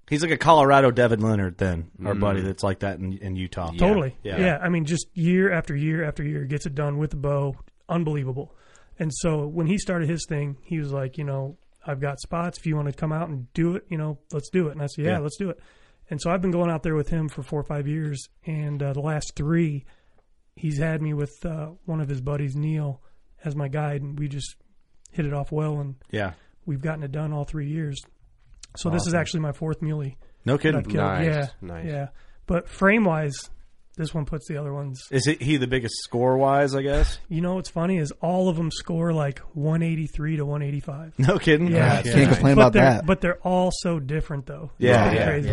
[SPEAKER 7] He's like a Colorado Devin Leonard, then our
[SPEAKER 6] Mm-hmm.
[SPEAKER 9] Mm.
[SPEAKER 7] buddy that's like that in, in Utah.
[SPEAKER 9] Totally. Yeah. I mean, just year after year after year gets it done with the bow. Unbelievable. And so when he started his thing, he was like, you know, I've got spots. If you want to come out and do it, you know, let's do it. And I said, yeah,
[SPEAKER 11] Yeah.
[SPEAKER 9] let's do it. And so I've been going out there with him for four or five years. And uh, the last three, he's had me with uh, one of his buddies, Neil, as my guide. And we just hit it off well. And
[SPEAKER 7] Yeah.
[SPEAKER 9] we've gotten it done all three years. So this is
[SPEAKER 7] Awesome.
[SPEAKER 9] actually my fourth muley.
[SPEAKER 7] No
[SPEAKER 9] that
[SPEAKER 7] kidding.
[SPEAKER 9] I've killed.
[SPEAKER 6] uh,
[SPEAKER 7] Nice,
[SPEAKER 9] Yeah.
[SPEAKER 7] nice.
[SPEAKER 9] Yeah. But frame wise, this one puts the other ones.
[SPEAKER 7] Is it, he the biggest score wise? I guess.
[SPEAKER 9] You know what's funny is all of them score like 183 to 185.
[SPEAKER 7] No kidding.
[SPEAKER 9] Yeah,
[SPEAKER 7] That's Can't complain
[SPEAKER 9] But
[SPEAKER 7] about
[SPEAKER 9] they're-
[SPEAKER 7] that.
[SPEAKER 9] But they're all so different though. It's
[SPEAKER 7] Yeah,
[SPEAKER 9] pretty
[SPEAKER 7] yeah,
[SPEAKER 9] crazy.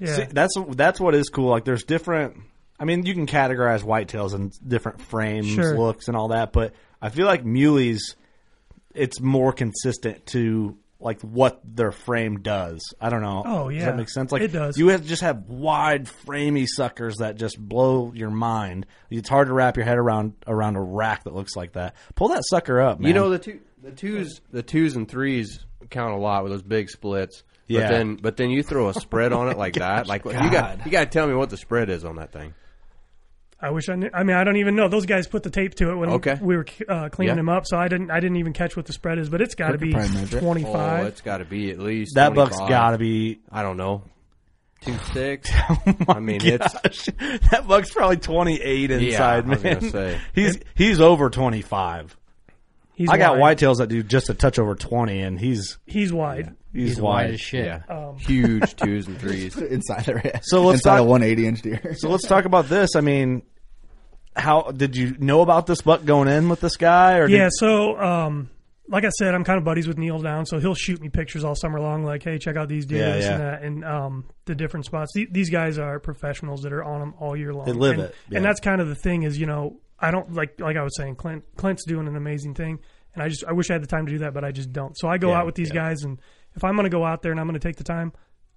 [SPEAKER 7] yeah.
[SPEAKER 9] Yeah.
[SPEAKER 7] See, that's that's what is cool. Like, there's different. I mean, you can categorize whitetails in different frames,
[SPEAKER 9] Sure.
[SPEAKER 7] looks, and all that, but I feel like muleys, it's more consistent to like what their frame does. I don't know.
[SPEAKER 9] Oh,
[SPEAKER 7] does
[SPEAKER 9] yeah.
[SPEAKER 7] that make sense? Like
[SPEAKER 9] It does.
[SPEAKER 7] You have just have wide framey suckers that just blow your mind. It's hard to wrap your head around around a rack that looks like that. Pull that sucker up, man.
[SPEAKER 10] You know the two, the twos, the twos and threes count a lot with those big splits.
[SPEAKER 7] Yeah.
[SPEAKER 10] But then, but then you throw a spread on it like that. Like you got, you got to tell me what the spread is on that thing.
[SPEAKER 9] I wish I knew. I mean, I don't even know. Those guys put the tape to it when
[SPEAKER 10] Okay.
[SPEAKER 9] we were uh, cleaning
[SPEAKER 10] Yeah.
[SPEAKER 9] them up, so I didn't. I didn't even catch what the spread is, but it's got to be 25.
[SPEAKER 10] Oh, it's got to be at least
[SPEAKER 7] That buck's
[SPEAKER 10] 25.
[SPEAKER 7] gotta be- oh
[SPEAKER 10] I don't know. Two six. I mean, it's
[SPEAKER 7] that buck's probably 28
[SPEAKER 10] Yeah,
[SPEAKER 7] inside,
[SPEAKER 10] I was
[SPEAKER 7] man.
[SPEAKER 10] gonna say.
[SPEAKER 7] He's he's over 25.
[SPEAKER 9] He's
[SPEAKER 7] I got
[SPEAKER 9] wide.
[SPEAKER 7] whitetails that do just a touch over 20, and he's
[SPEAKER 9] He's wide.
[SPEAKER 7] he's, wide.
[SPEAKER 9] Um,
[SPEAKER 10] huge twos and threes
[SPEAKER 8] inside a ra-
[SPEAKER 7] So let's
[SPEAKER 8] inside
[SPEAKER 7] talk-
[SPEAKER 8] a 180 inch deer.
[SPEAKER 7] So let's talk about this. I mean, how did you know about this buck going in with this guy? Or did-
[SPEAKER 9] yeah, so um, like I said, I'm kind of buddies with Neil down, so he'll shoot me pictures all summer long, like, hey, check out these deer,
[SPEAKER 7] Yeah,
[SPEAKER 9] this and
[SPEAKER 7] yeah.
[SPEAKER 9] that, and um, the different spots. The- these guys are professionals that are on them all year long.
[SPEAKER 7] They live
[SPEAKER 9] and,
[SPEAKER 7] it, yeah.
[SPEAKER 9] and that's kind of the thing is, you know, I don't like like I was saying, Clint Clint's doing an amazing thing, and I just I wish I had the time to do that, but I just don't. So I go
[SPEAKER 11] Yeah,
[SPEAKER 9] out with these
[SPEAKER 11] yeah.
[SPEAKER 9] guys, and if I'm going to go out there and I'm going to take the time.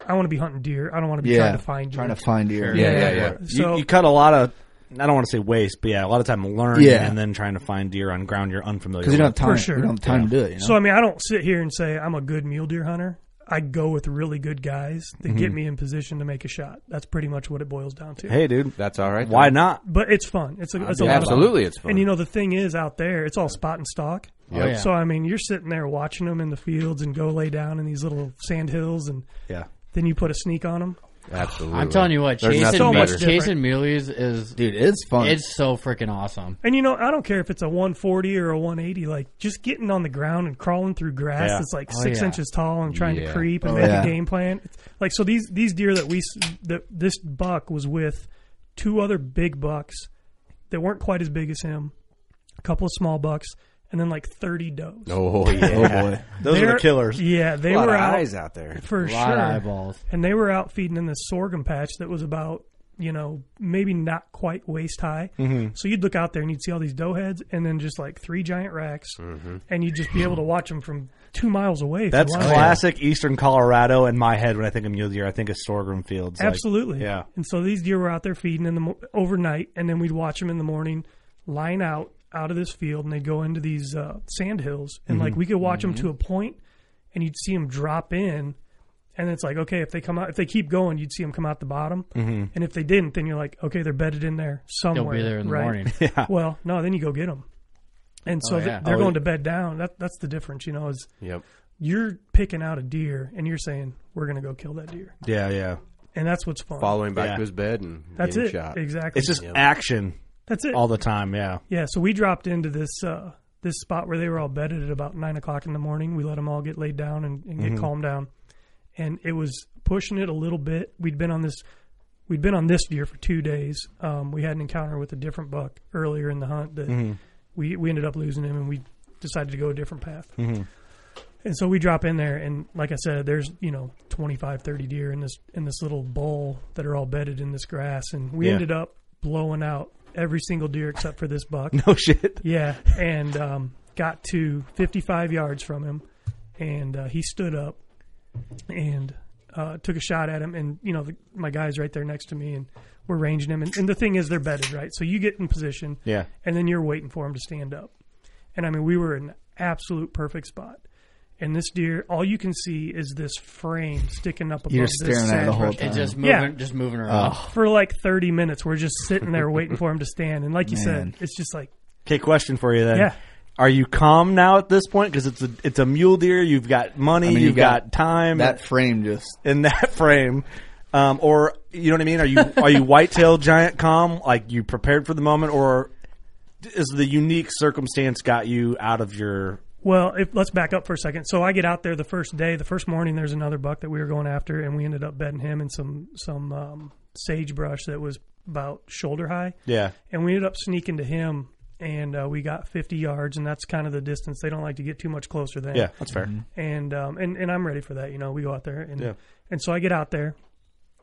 [SPEAKER 9] I want to be hunting deer. I don't want to be
[SPEAKER 8] Yeah,
[SPEAKER 9] trying to find deer.
[SPEAKER 8] trying to find deer.
[SPEAKER 7] Yeah, yeah, yeah.
[SPEAKER 9] So
[SPEAKER 7] you, you cut a lot of. I don't want to say waste, but yeah, a lot of time learning
[SPEAKER 8] Yeah.
[SPEAKER 7] and then trying to find deer on ground you're unfamiliar
[SPEAKER 8] Because
[SPEAKER 7] with.
[SPEAKER 8] you don't have time.
[SPEAKER 9] sure.
[SPEAKER 8] You don't have time to do it. You know?
[SPEAKER 9] So I mean, I don't sit here and say I'm a good mule deer hunter. I go with really good guys that
[SPEAKER 7] Mhm.
[SPEAKER 10] Mm-hmm.
[SPEAKER 9] get me in position to make a shot. That's pretty much what it boils down to.
[SPEAKER 7] Hey, dude,
[SPEAKER 10] that's all right.
[SPEAKER 7] Why not?
[SPEAKER 9] But it's fun. It's a, it's a lot of fun.
[SPEAKER 10] Absolutely, it's fun.
[SPEAKER 9] And you know the thing is out there, it's all spot and stock.
[SPEAKER 10] Yep. Oh, yeah.
[SPEAKER 9] So I mean, you're sitting there watching them in the fields and go lay down in these little sand hills, and
[SPEAKER 7] Yeah.
[SPEAKER 9] then you put a sneak on them.
[SPEAKER 10] Absolutely.
[SPEAKER 6] I'm telling you what,
[SPEAKER 10] There's
[SPEAKER 6] chasing,
[SPEAKER 10] nothing
[SPEAKER 6] mules-
[SPEAKER 10] better.
[SPEAKER 6] chasing muleys is
[SPEAKER 8] dude, it's fun.
[SPEAKER 6] It's so freaking awesome.
[SPEAKER 9] And you know, I don't care if it's a 140 or a 180. Like just getting on the ground and crawling through grass
[SPEAKER 6] Yeah.
[SPEAKER 9] that's like
[SPEAKER 6] Oh,
[SPEAKER 9] six
[SPEAKER 6] yeah.
[SPEAKER 9] inches tall and trying
[SPEAKER 6] Yeah.
[SPEAKER 9] to creep and
[SPEAKER 6] Oh,
[SPEAKER 9] make
[SPEAKER 6] yeah.
[SPEAKER 9] a game plan. It's, like so, these these deer that we s- that this buck was with, two other big bucks that weren't quite as big as him, a couple of small bucks, and then like 30 does.
[SPEAKER 10] Oh,
[SPEAKER 12] 哦
[SPEAKER 10] yeah.
[SPEAKER 7] Oh, boy. Those are the
[SPEAKER 9] They're-
[SPEAKER 7] killers.
[SPEAKER 9] Yeah, they
[SPEAKER 7] A lot
[SPEAKER 9] were
[SPEAKER 7] of
[SPEAKER 9] out,
[SPEAKER 7] eyes out there.
[SPEAKER 9] for
[SPEAKER 7] A
[SPEAKER 9] sure.
[SPEAKER 7] lot of eyeballs.
[SPEAKER 9] and they were out feeding in this sorghum patch that was about you know maybe not quite waist high.
[SPEAKER 7] Mhm.
[SPEAKER 9] So you'd look out there and you'd see all these doe heads, and then just like three giant racks,
[SPEAKER 7] Mhm.
[SPEAKER 9] and you'd just be able to watch them from two miles away. if you
[SPEAKER 7] That's
[SPEAKER 9] wanted to.
[SPEAKER 7] classic Eastern Colorado in my head when I think of mule deer. I think of sorghum fields. Like,
[SPEAKER 9] Absolutely.
[SPEAKER 7] yeah.
[SPEAKER 9] And so these deer were out there feeding in the mo- overnight, and then we'd watch them in the morning line out out of this field, and they'd go into these uh, sand hills, and like
[SPEAKER 7] Mhm.
[SPEAKER 9] we could watch
[SPEAKER 7] Mhm.
[SPEAKER 9] them to a point, and you'd see them drop in, and it's like okay, if they come out, if they keep going, you'd see them come out the bottom,
[SPEAKER 7] Mhm.
[SPEAKER 9] and if they didn't, then you're like okay, they're bedded in there somewhere.
[SPEAKER 6] there in the
[SPEAKER 9] right?
[SPEAKER 6] morning.
[SPEAKER 7] Yeah.
[SPEAKER 9] Well, no, then you go get them. And so
[SPEAKER 6] Oh,
[SPEAKER 9] th-
[SPEAKER 6] yeah.
[SPEAKER 9] they're
[SPEAKER 6] Oh,
[SPEAKER 9] going
[SPEAKER 6] yeah.
[SPEAKER 9] to bed down. That that's the difference, you know. Is
[SPEAKER 10] Yep.
[SPEAKER 9] you're picking out a deer and you're saying we're going to go kill that deer
[SPEAKER 7] Yeah, yeah.
[SPEAKER 9] and that's what's fun.
[SPEAKER 10] Follow him back
[SPEAKER 7] Yeah.
[SPEAKER 10] to his bed and
[SPEAKER 9] That's
[SPEAKER 10] get him
[SPEAKER 9] it.
[SPEAKER 10] shot.
[SPEAKER 9] Exactly.
[SPEAKER 7] It's just
[SPEAKER 9] Yeah.
[SPEAKER 7] action.
[SPEAKER 9] That's it.
[SPEAKER 7] All the time, yeah.
[SPEAKER 9] Yeah, so we dropped into this uh, this spot where they were all bedded at about nine o'clock in the morning. We let them all get laid down and, and get
[SPEAKER 7] Mhm.
[SPEAKER 9] calmed down, and it was pushing it a little bit. We'd been on this we'd been on this deer for two days. Um, we had an encounter with a different buck earlier in the hunt that
[SPEAKER 7] Mhm.
[SPEAKER 9] we we ended up losing him, and we decided to go a different path.
[SPEAKER 7] Mhm.
[SPEAKER 9] And so we drop in there, and like I said, there's you know 25, 30 deer in this in this little bowl that are all bedded in this grass, and we
[SPEAKER 7] Yeah.
[SPEAKER 9] ended up blowing out every single deer except for this buck.
[SPEAKER 7] No Oh, shit.
[SPEAKER 9] Yeah, and um, got to 55 yards from him, and uh, he stood up and uh, took a shot at him. And you know, the, my guy's right there next to me, and we're ranging him. And, and the thing is, they're bedded, right? So you get in position,
[SPEAKER 7] Yeah.
[SPEAKER 9] and then you're waiting for him to stand up. And I mean, we were in absolute perfect spot. And this deer, all you can see is this frame sticking up above
[SPEAKER 8] You're
[SPEAKER 9] this
[SPEAKER 8] staring at it the
[SPEAKER 9] sand
[SPEAKER 8] whole
[SPEAKER 9] brush.
[SPEAKER 8] time. It's
[SPEAKER 6] just
[SPEAKER 9] Yeah.
[SPEAKER 6] moving- just moving around. Oh.
[SPEAKER 9] for like 30 minutes. We're just sitting there waiting for him to stand. And like you said,
[SPEAKER 7] Man.
[SPEAKER 9] it's just like
[SPEAKER 7] Okay, question for you then.
[SPEAKER 9] Yeah.
[SPEAKER 7] Are you calm now at this point? Because it's a it's a mule deer. You've got money.
[SPEAKER 8] I mean, you
[SPEAKER 7] you've got,
[SPEAKER 8] got
[SPEAKER 7] time.
[SPEAKER 8] that frame just
[SPEAKER 7] in that frame, um, or you know what I mean? Are you are you whitetail giant calm? Like you prepared for the moment, or is the unique circumstance got you out of your?
[SPEAKER 9] Well, if, let's back up for a second. So I get out there the first day, the first morning. There's another buck that we were going after, and we ended up bedding him in some some um, sagebrush that was about shoulder high.
[SPEAKER 7] Yeah.
[SPEAKER 9] And we ended up sneaking to him, and uh, we got 50 yards, and that's kind of the distance. They don't like to get too much closer than.
[SPEAKER 7] Yeah, that's fair. Mhm.
[SPEAKER 9] And um, and and I'm ready for that. You know, we go out there, and
[SPEAKER 7] Yeah.
[SPEAKER 9] and so I get out there.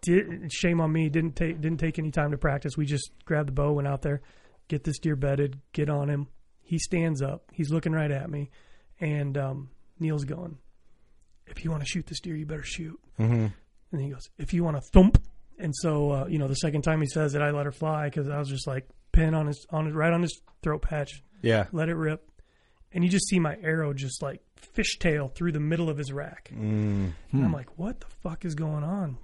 [SPEAKER 9] Did, shame on me. Didn't take didn't take any time to practice. We just grabbed the bow, went out there, get this deer bedded, get on him. He stands up. He's looking right at me, and um, Neil's going. If you want to shoot this deer, you better shoot.
[SPEAKER 7] Mhm.
[SPEAKER 9] And he goes, if you want to thump. And so, uh, you know, the second time he says it, I let her fly because I was just like pin on his on his right on his throat patch.
[SPEAKER 7] Yeah.
[SPEAKER 9] let it rip. And you just see my arrow just like fishtail through the middle of his rack.
[SPEAKER 7] Mm.
[SPEAKER 9] And I'm like, what the fuck is going on?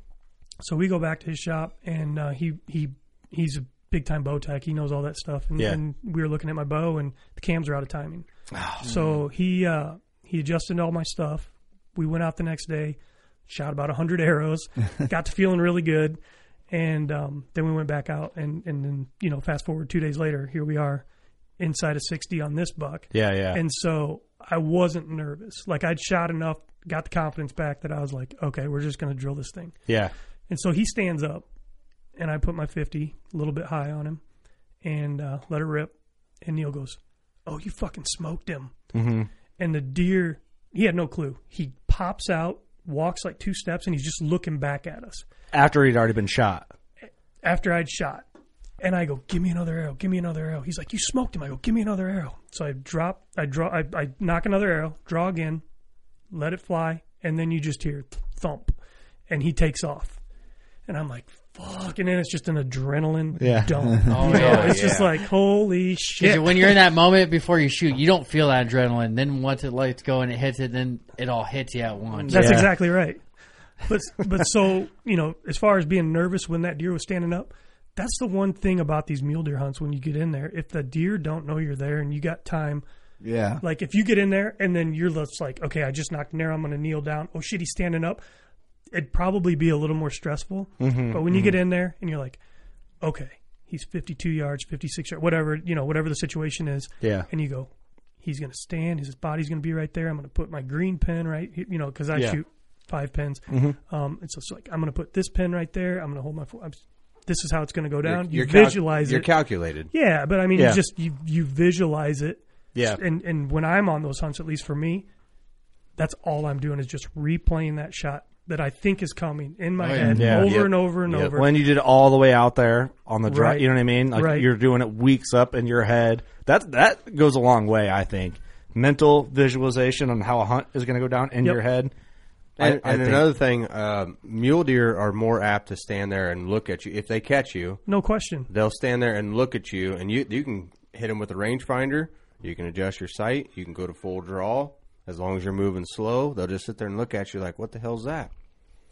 [SPEAKER 9] So we go back to his shop, and uh, he he he's a big time bow tech. He knows all that stuff. And,
[SPEAKER 7] Yeah.
[SPEAKER 9] and we were looking at my bow, and the cams are out of timing.
[SPEAKER 7] Oh,
[SPEAKER 9] so he uh, he adjusted all my stuff. We went out the next day, shot about hundred arrows, got to feeling really good, and um, then we went back out, and and then you know, fast forward two days later, here we are, inside of sixty on this buck.
[SPEAKER 7] Yeah, yeah.
[SPEAKER 9] And so I wasn't nervous. Like I'd shot enough, got the confidence back that I was like, okay, we're just going to drill this thing.
[SPEAKER 7] Yeah.
[SPEAKER 9] And so he stands up, and I put my 50 a little bit high on him and uh, let it rip. And Neil goes, oh, you fucking smoked him.
[SPEAKER 7] Mm-hmm.
[SPEAKER 9] And the deer, he had no clue. He pops out, walks like two steps, and he's just looking back at us
[SPEAKER 7] After he'd already been shot.
[SPEAKER 9] after I'd shot. And I go, give me another arrow, give me another arrow. He's like, you smoked him. I go, give me another arrow. So I drop, I draw, I, I knock another arrow, draw again, let it fly, and then you just hear thump, and he takes off. And I'm like, fuck, and then it's just an adrenaline
[SPEAKER 6] Yeah.
[SPEAKER 9] dump.
[SPEAKER 6] Oh,
[SPEAKER 9] You know,
[SPEAKER 6] yeah,
[SPEAKER 9] it's just
[SPEAKER 6] yeah.
[SPEAKER 9] like holy
[SPEAKER 6] Because
[SPEAKER 9] shit.
[SPEAKER 6] when you're in that moment before you shoot, you don't feel that adrenaline. Then once it lets go and it hits it, then it all hits you at once.
[SPEAKER 9] That's exactly right. But but so you know, as far as being nervous when that deer was standing up, that's the one thing about these mule deer hunts. When you get in there, if the deer don't know you're there and you got time,
[SPEAKER 8] Yeah.
[SPEAKER 9] like if you get in there and then you're just like, okay, I just knocked an arrow, I'm going to kneel down. Oh shit, he's standing up. It'd probably be a little more stressful.
[SPEAKER 7] Mm-hmm,
[SPEAKER 11] Mhm,
[SPEAKER 9] but when you
[SPEAKER 11] mhm.
[SPEAKER 9] get in there and you're like, okay, he's 52 yards, 56 yards, whatever you know, whatever the situation is.
[SPEAKER 7] Yeah.
[SPEAKER 9] And you go, he's going to stand. His body's going to be right there. I'm going to put my green pin right, here, you know, because I
[SPEAKER 7] Yeah.
[SPEAKER 9] shoot five pins.
[SPEAKER 7] Mhm.
[SPEAKER 9] Um, and so it's like I'm going to put this pin right there. I'm going to hold my. fo- I'm, this is how it's going to go
[SPEAKER 10] You're-
[SPEAKER 9] down. you
[SPEAKER 10] you're calc-
[SPEAKER 9] visualize it.
[SPEAKER 10] you're calculated.
[SPEAKER 9] Yeah, but I mean,
[SPEAKER 10] Yeah.
[SPEAKER 9] you just you you visualize it.
[SPEAKER 10] Yeah.
[SPEAKER 9] And and when I'm on those hunts, at least for me, that's all I'm doing is just replaying that shot that I think is coming in my head over
[SPEAKER 7] Yep.
[SPEAKER 9] and over and
[SPEAKER 7] Yep.
[SPEAKER 9] over.
[SPEAKER 7] When you did it all the way out there on the drive,
[SPEAKER 9] Right.
[SPEAKER 7] you know what I mean? Like
[SPEAKER 9] Right.
[SPEAKER 7] you're doing it weeks up in your head. That that goes a long way, I think. Mental visualization on how a hunt is going to go down in
[SPEAKER 10] Yep.
[SPEAKER 7] your head.
[SPEAKER 10] And,
[SPEAKER 7] I- I
[SPEAKER 10] and
[SPEAKER 7] think-
[SPEAKER 10] another thing, um, mule deer are more apt to stand there and look at you. If they catch you,
[SPEAKER 9] No question.
[SPEAKER 10] they'll stand there and look at you, and you you can hit them with a rangefinder. You can adjust your sight. You can go to full draw. As long as you're moving slow, they'll just sit there and look at you like, "What the hell's that?"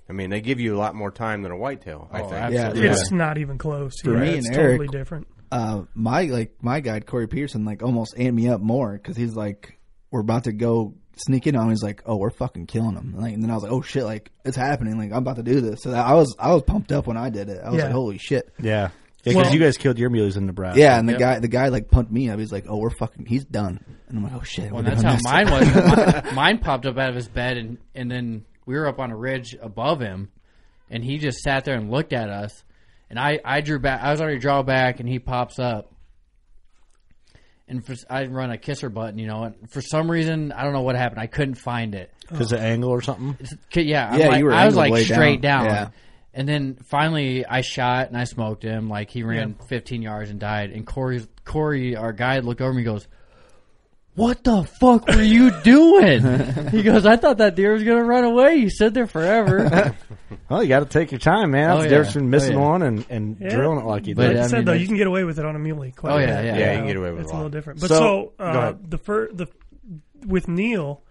[SPEAKER 10] I mean, they give you a lot more time than a whitetail. I
[SPEAKER 9] Oh,
[SPEAKER 10] think.
[SPEAKER 9] absolutely. Yeah. It's not even close.
[SPEAKER 8] For
[SPEAKER 9] Yeah,
[SPEAKER 8] me
[SPEAKER 9] it's
[SPEAKER 8] and
[SPEAKER 9] totally
[SPEAKER 8] Eric,
[SPEAKER 9] different.
[SPEAKER 8] Uh, my like my guide Corey Peterson like almost amped me up more because he's like, we're about to go sneak in on. him. He's like, oh, we're fucking killing him. Like, and then I was like, oh shit, like it's happening. Like I'm about to do this. So that, I was I was pumped up when I did it. I was
[SPEAKER 7] Yeah.
[SPEAKER 8] like, holy shit.
[SPEAKER 7] Yeah. Because
[SPEAKER 8] Well-
[SPEAKER 7] you guys killed your mules in Nebraska.
[SPEAKER 8] Yeah, and the
[SPEAKER 7] Yep.
[SPEAKER 8] guy the guy like pumped me up. He's like, oh, we're fucking. He's done. And I'm like, oh shit.
[SPEAKER 6] Well,
[SPEAKER 8] we're
[SPEAKER 6] that's
[SPEAKER 8] doing
[SPEAKER 6] how
[SPEAKER 8] this.
[SPEAKER 6] mine was. Mi- mine popped up out of his bed, and, and then we were up on a ridge above him, and he just sat there and looked at us. And I, I drew back. I was already draw back, and he pops up. And for, s- I run a kisser button, you know. And for some reason, I don't know what happened. I couldn't find it.
[SPEAKER 7] Because the angle or something.
[SPEAKER 6] K- yeah, I'm
[SPEAKER 7] Yeah,
[SPEAKER 6] like-
[SPEAKER 7] you were
[SPEAKER 6] I was
[SPEAKER 7] angled
[SPEAKER 6] like
[SPEAKER 7] way down.
[SPEAKER 6] straight down.
[SPEAKER 7] Yeah.
[SPEAKER 6] And then finally, I shot and I smoked him. Like he ran 15 yards and died. And Corey, Corey, our guide, looked over me and goes, "What the fuck were you doing?" he goes, "I thought that deer was gonna run away. You stood there forever."
[SPEAKER 7] Well, Oh, you got to take your time, man. That's
[SPEAKER 6] Oh,
[SPEAKER 7] the
[SPEAKER 6] yeah.
[SPEAKER 7] difference between missing
[SPEAKER 6] Oh, yeah.
[SPEAKER 7] one and, and
[SPEAKER 9] Yeah.
[SPEAKER 7] drilling it like you
[SPEAKER 9] But
[SPEAKER 7] did.
[SPEAKER 9] like I said though, you can get away with it on a muley. Quite
[SPEAKER 7] Oh,
[SPEAKER 9] a
[SPEAKER 7] yeah,
[SPEAKER 9] bit.
[SPEAKER 7] yeah, yeah, you can get away with
[SPEAKER 9] it's a
[SPEAKER 7] a lot.
[SPEAKER 9] little different. But
[SPEAKER 7] So-
[SPEAKER 9] so,
[SPEAKER 7] go
[SPEAKER 9] uh,
[SPEAKER 7] ahead.
[SPEAKER 9] the first the with Neil,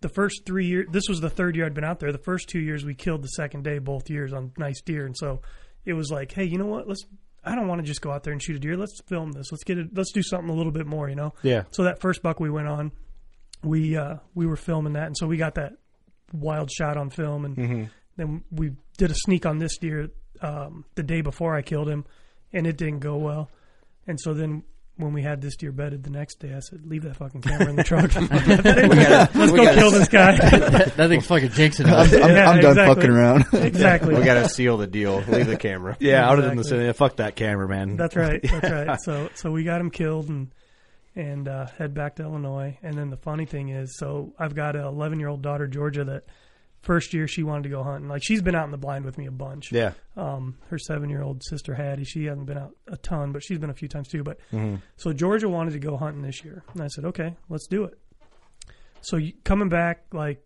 [SPEAKER 9] the first three years. This was the third year I'd been out there. The first two years we killed the second day both years on nice deer, and so it was like, hey, you know what? Let's. I don't want to just go out there and shoot a deer. Let's film this. Let's get it. Let's do something a little bit more. You know.
[SPEAKER 7] Yeah.
[SPEAKER 9] So that first buck we went on, we uh, we were filming that, and so we got that wild shot on film, and
[SPEAKER 7] Mhm.
[SPEAKER 9] then we did a sneak on this deer um, the day before I killed him, and it didn't go well. And so then when we had this deer bedded the next day, I said, "Leave that fucking camera in the truck. Let's go kill this guy."
[SPEAKER 6] that thing's fucking jinxing us.
[SPEAKER 9] Yeah, exactly. Exactly.
[SPEAKER 10] we got to seal the deal. Leave the camera.
[SPEAKER 7] Yeah, out of them
[SPEAKER 9] Exactly.
[SPEAKER 7] the city. Fuck that camera, man.
[SPEAKER 9] That's right. That's right. So so we got him killed and and uh, head back to Illinois. And then the funny thing is, so I've got an 11 year old daughter, Georgia, that first year she wanted to go hunting. Like she's been out in the blind with me a bunch.
[SPEAKER 7] Yeah.
[SPEAKER 9] Um, her seven year old sister Hattie, she hasn't been out a ton, but she's been a few times too. But
[SPEAKER 7] Mhm.
[SPEAKER 9] so Georgia wanted to go hunting this year, and I said, okay, let's do it. So you- coming back like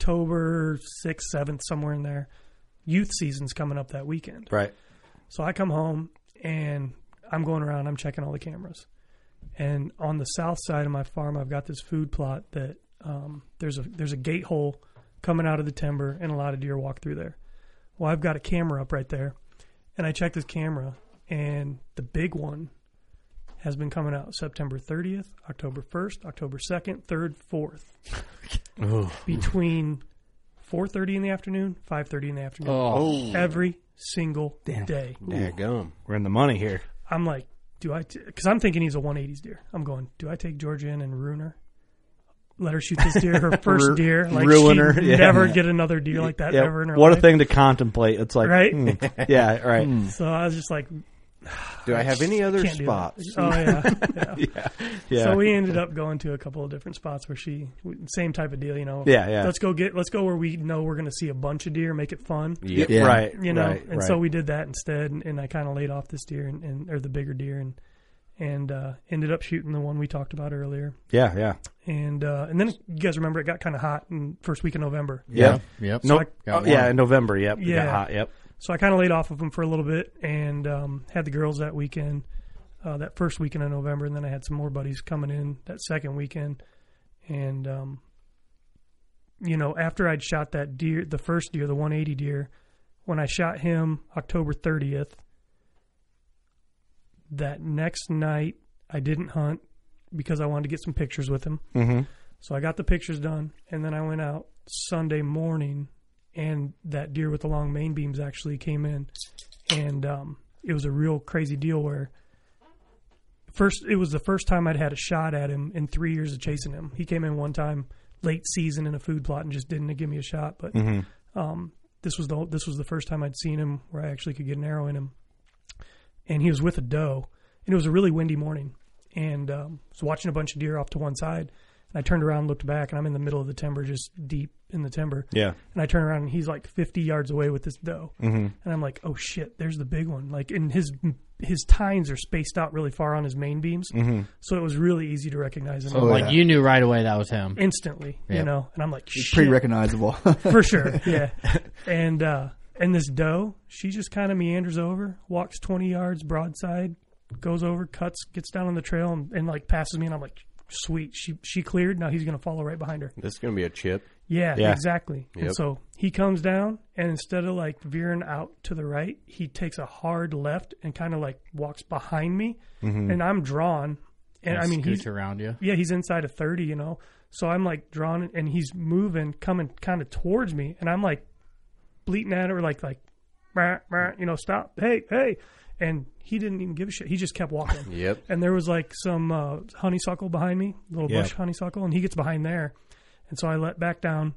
[SPEAKER 9] October sixth, seventh, somewhere in there. Youth season's coming up that weekend.
[SPEAKER 7] Right.
[SPEAKER 9] So I come home and I'm going around, I'm checking all the cameras. And on the south side of my farm, I've got this food plot that um, there's a there's a gate hole coming out of the timber, and a lot of deer walk through there. Well, I've got a camera up right there, and I checked this camera, and the big one has been coming out September 30th, October 1st, October 2nd, 3rd, 4th,
[SPEAKER 7] Ooh.
[SPEAKER 9] between 4:30 in the afternoon, 5:30 in the afternoon,
[SPEAKER 7] Oh.
[SPEAKER 9] every single day.
[SPEAKER 7] Daggum. We're in the money here.
[SPEAKER 9] I'm like, do I? Because i I'm thinking he's a 180s deer. I'm going, do I take Georgia in and ruin her? Let her shoot this deer, her first
[SPEAKER 7] Ru-
[SPEAKER 9] deer. Like
[SPEAKER 7] ruin
[SPEAKER 9] she
[SPEAKER 7] her. yeah.
[SPEAKER 9] never get another deer like that
[SPEAKER 7] Yeah.
[SPEAKER 9] ever in her
[SPEAKER 7] what
[SPEAKER 9] life.
[SPEAKER 7] a thing to contemplate. It's like,
[SPEAKER 9] right?
[SPEAKER 7] hmm. yeah, right.
[SPEAKER 9] So I was just like,
[SPEAKER 10] Do I have any other
[SPEAKER 9] Hmm. can't do that.
[SPEAKER 10] spots?
[SPEAKER 9] Oh yeah.
[SPEAKER 7] Yeah. Yeah.
[SPEAKER 9] So we ended up going to a couple of different spots where she, we- same type of deal, you know.
[SPEAKER 7] Yeah, yeah.
[SPEAKER 9] Let's go get, let's go where we know we're going to see a bunch of deer, make it fun.
[SPEAKER 7] Yeah. Yeah. Right,
[SPEAKER 9] You know,
[SPEAKER 7] right,
[SPEAKER 9] and so
[SPEAKER 7] right.
[SPEAKER 9] we did that instead, and, and I kind of laid off this deer and, and or the bigger deer, and and uh, ended up shooting the one we talked about earlier.
[SPEAKER 7] Yeah, yeah.
[SPEAKER 9] And uh, and then you guys remember it got kind of hot in first week of November.
[SPEAKER 7] Yeah.
[SPEAKER 9] So
[SPEAKER 7] No,
[SPEAKER 9] I-
[SPEAKER 7] oh, yeah, in November. Yep. It got
[SPEAKER 9] Yeah.
[SPEAKER 7] hot. Yep.
[SPEAKER 9] So I kind of laid off of them for a little bit and um, had the girls that weekend, uh, that first weekend of November, and then I had some more buddies coming in that second weekend, and um, you know after I'd shot that deer, the first deer, the 180 deer, when I shot him October 30th, that next night I didn't hunt because I wanted to get some pictures with him.
[SPEAKER 7] Mhm.
[SPEAKER 9] So I got the pictures done, and then I went out Sunday morning, and that deer with the long main beams actually came in, and um, it was a real crazy deal where first it was the first time I'd had a shot at him in three years of chasing him. He came in one time late season in a food plot and just didn't give me a shot, but
[SPEAKER 7] Mhm.
[SPEAKER 9] um, this was the this was the first time I'd seen him where I actually could get an arrow in him, and he was with a doe, and it was a really windy morning, and um, was watching a bunch of deer off to one side, and I turned around, and looked back, and I'm in the middle of the timber, just deep in the timber,
[SPEAKER 7] Yeah.
[SPEAKER 9] and I turn around, and he's like 50 yards away with this doe,
[SPEAKER 6] Mm-hmm.
[SPEAKER 7] Mhm.
[SPEAKER 9] and I'm like, oh shit, there's the big one, like, and his his tines are spaced out really far on his main beams,
[SPEAKER 6] Mhm.
[SPEAKER 9] so it was really easy to recognize him.
[SPEAKER 6] So, like you knew right away that was him
[SPEAKER 9] instantly,
[SPEAKER 6] Yeah.
[SPEAKER 9] you know, and I'm like,
[SPEAKER 8] He's
[SPEAKER 9] shit.
[SPEAKER 8] pretty recognizable.
[SPEAKER 9] for sure. Yeah, and uh, and this doe, she just kind of meanders over, walks twenty yards broadside, goes over, cuts, gets down on the trail, and, and like passes me, and I'm like, sweet, she she cleared. Now he's gonna follow right behind her.
[SPEAKER 10] This is gonna be a chip.
[SPEAKER 9] Yeah, exactly.
[SPEAKER 10] Yep.
[SPEAKER 9] And so he comes down, and instead of like veering out to the right, he takes a hard left and kind of like walks behind me,
[SPEAKER 6] Mhm.
[SPEAKER 9] and I'm drawn. And,
[SPEAKER 6] And
[SPEAKER 9] I mean,
[SPEAKER 6] scoots
[SPEAKER 9] he's
[SPEAKER 6] around you.
[SPEAKER 9] Yeah, he's inside of thirty, you know. So I'm like drawn, and he's moving, coming kind of towards me, and I'm like bleating at her, like like, "Meh, meh," you know, stop, hey, hey, and he didn't even give a shit. He just kept walking.
[SPEAKER 10] Yep.
[SPEAKER 9] And there was like some uh, honeysuckle behind me, little
[SPEAKER 10] Yeah.
[SPEAKER 9] bush honeysuckle, and he gets behind there, and so I let back down.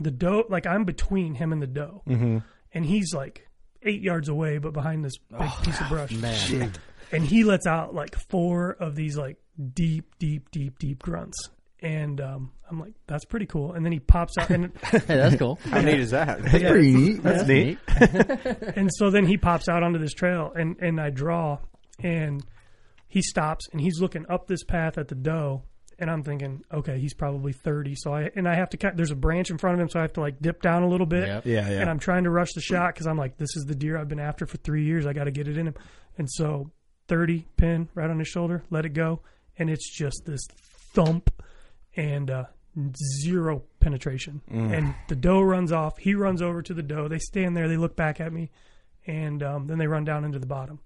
[SPEAKER 9] The doe, like I'm between him and the doe,
[SPEAKER 10] Mm-hmm.
[SPEAKER 7] Mhm.
[SPEAKER 9] and he's like eight yards away, but behind this big
[SPEAKER 10] Oh,
[SPEAKER 9] piece of brush.
[SPEAKER 6] man. Shit.
[SPEAKER 9] And he lets out like four of these like deep, deep, deep, deep grunts. And um, I'm like, that's pretty cool. And then he pops out. And
[SPEAKER 6] that's cool. How neat is that? That's pretty neat. That's neat.
[SPEAKER 9] and so then he pops out onto this trail, and and I draw, and he stops, and he's looking up this path at the doe, and I'm thinking, okay, he's probably 30. So I and I have to. ca- There's a branch in front of him, so I have to like dip down a little bit.
[SPEAKER 7] Yep. Yeah, yeah.
[SPEAKER 9] And I'm trying to rush the shot because I'm like, this is the deer I've been after for three years. I got to get it in him. And so 30 pin right on his shoulder, let it go, and it's just this thump and uh, zero penetration.
[SPEAKER 7] Mm.
[SPEAKER 9] And the doe runs off. He runs over to the doe. They stand there. They look back at me, and um, then they run down into the bottom.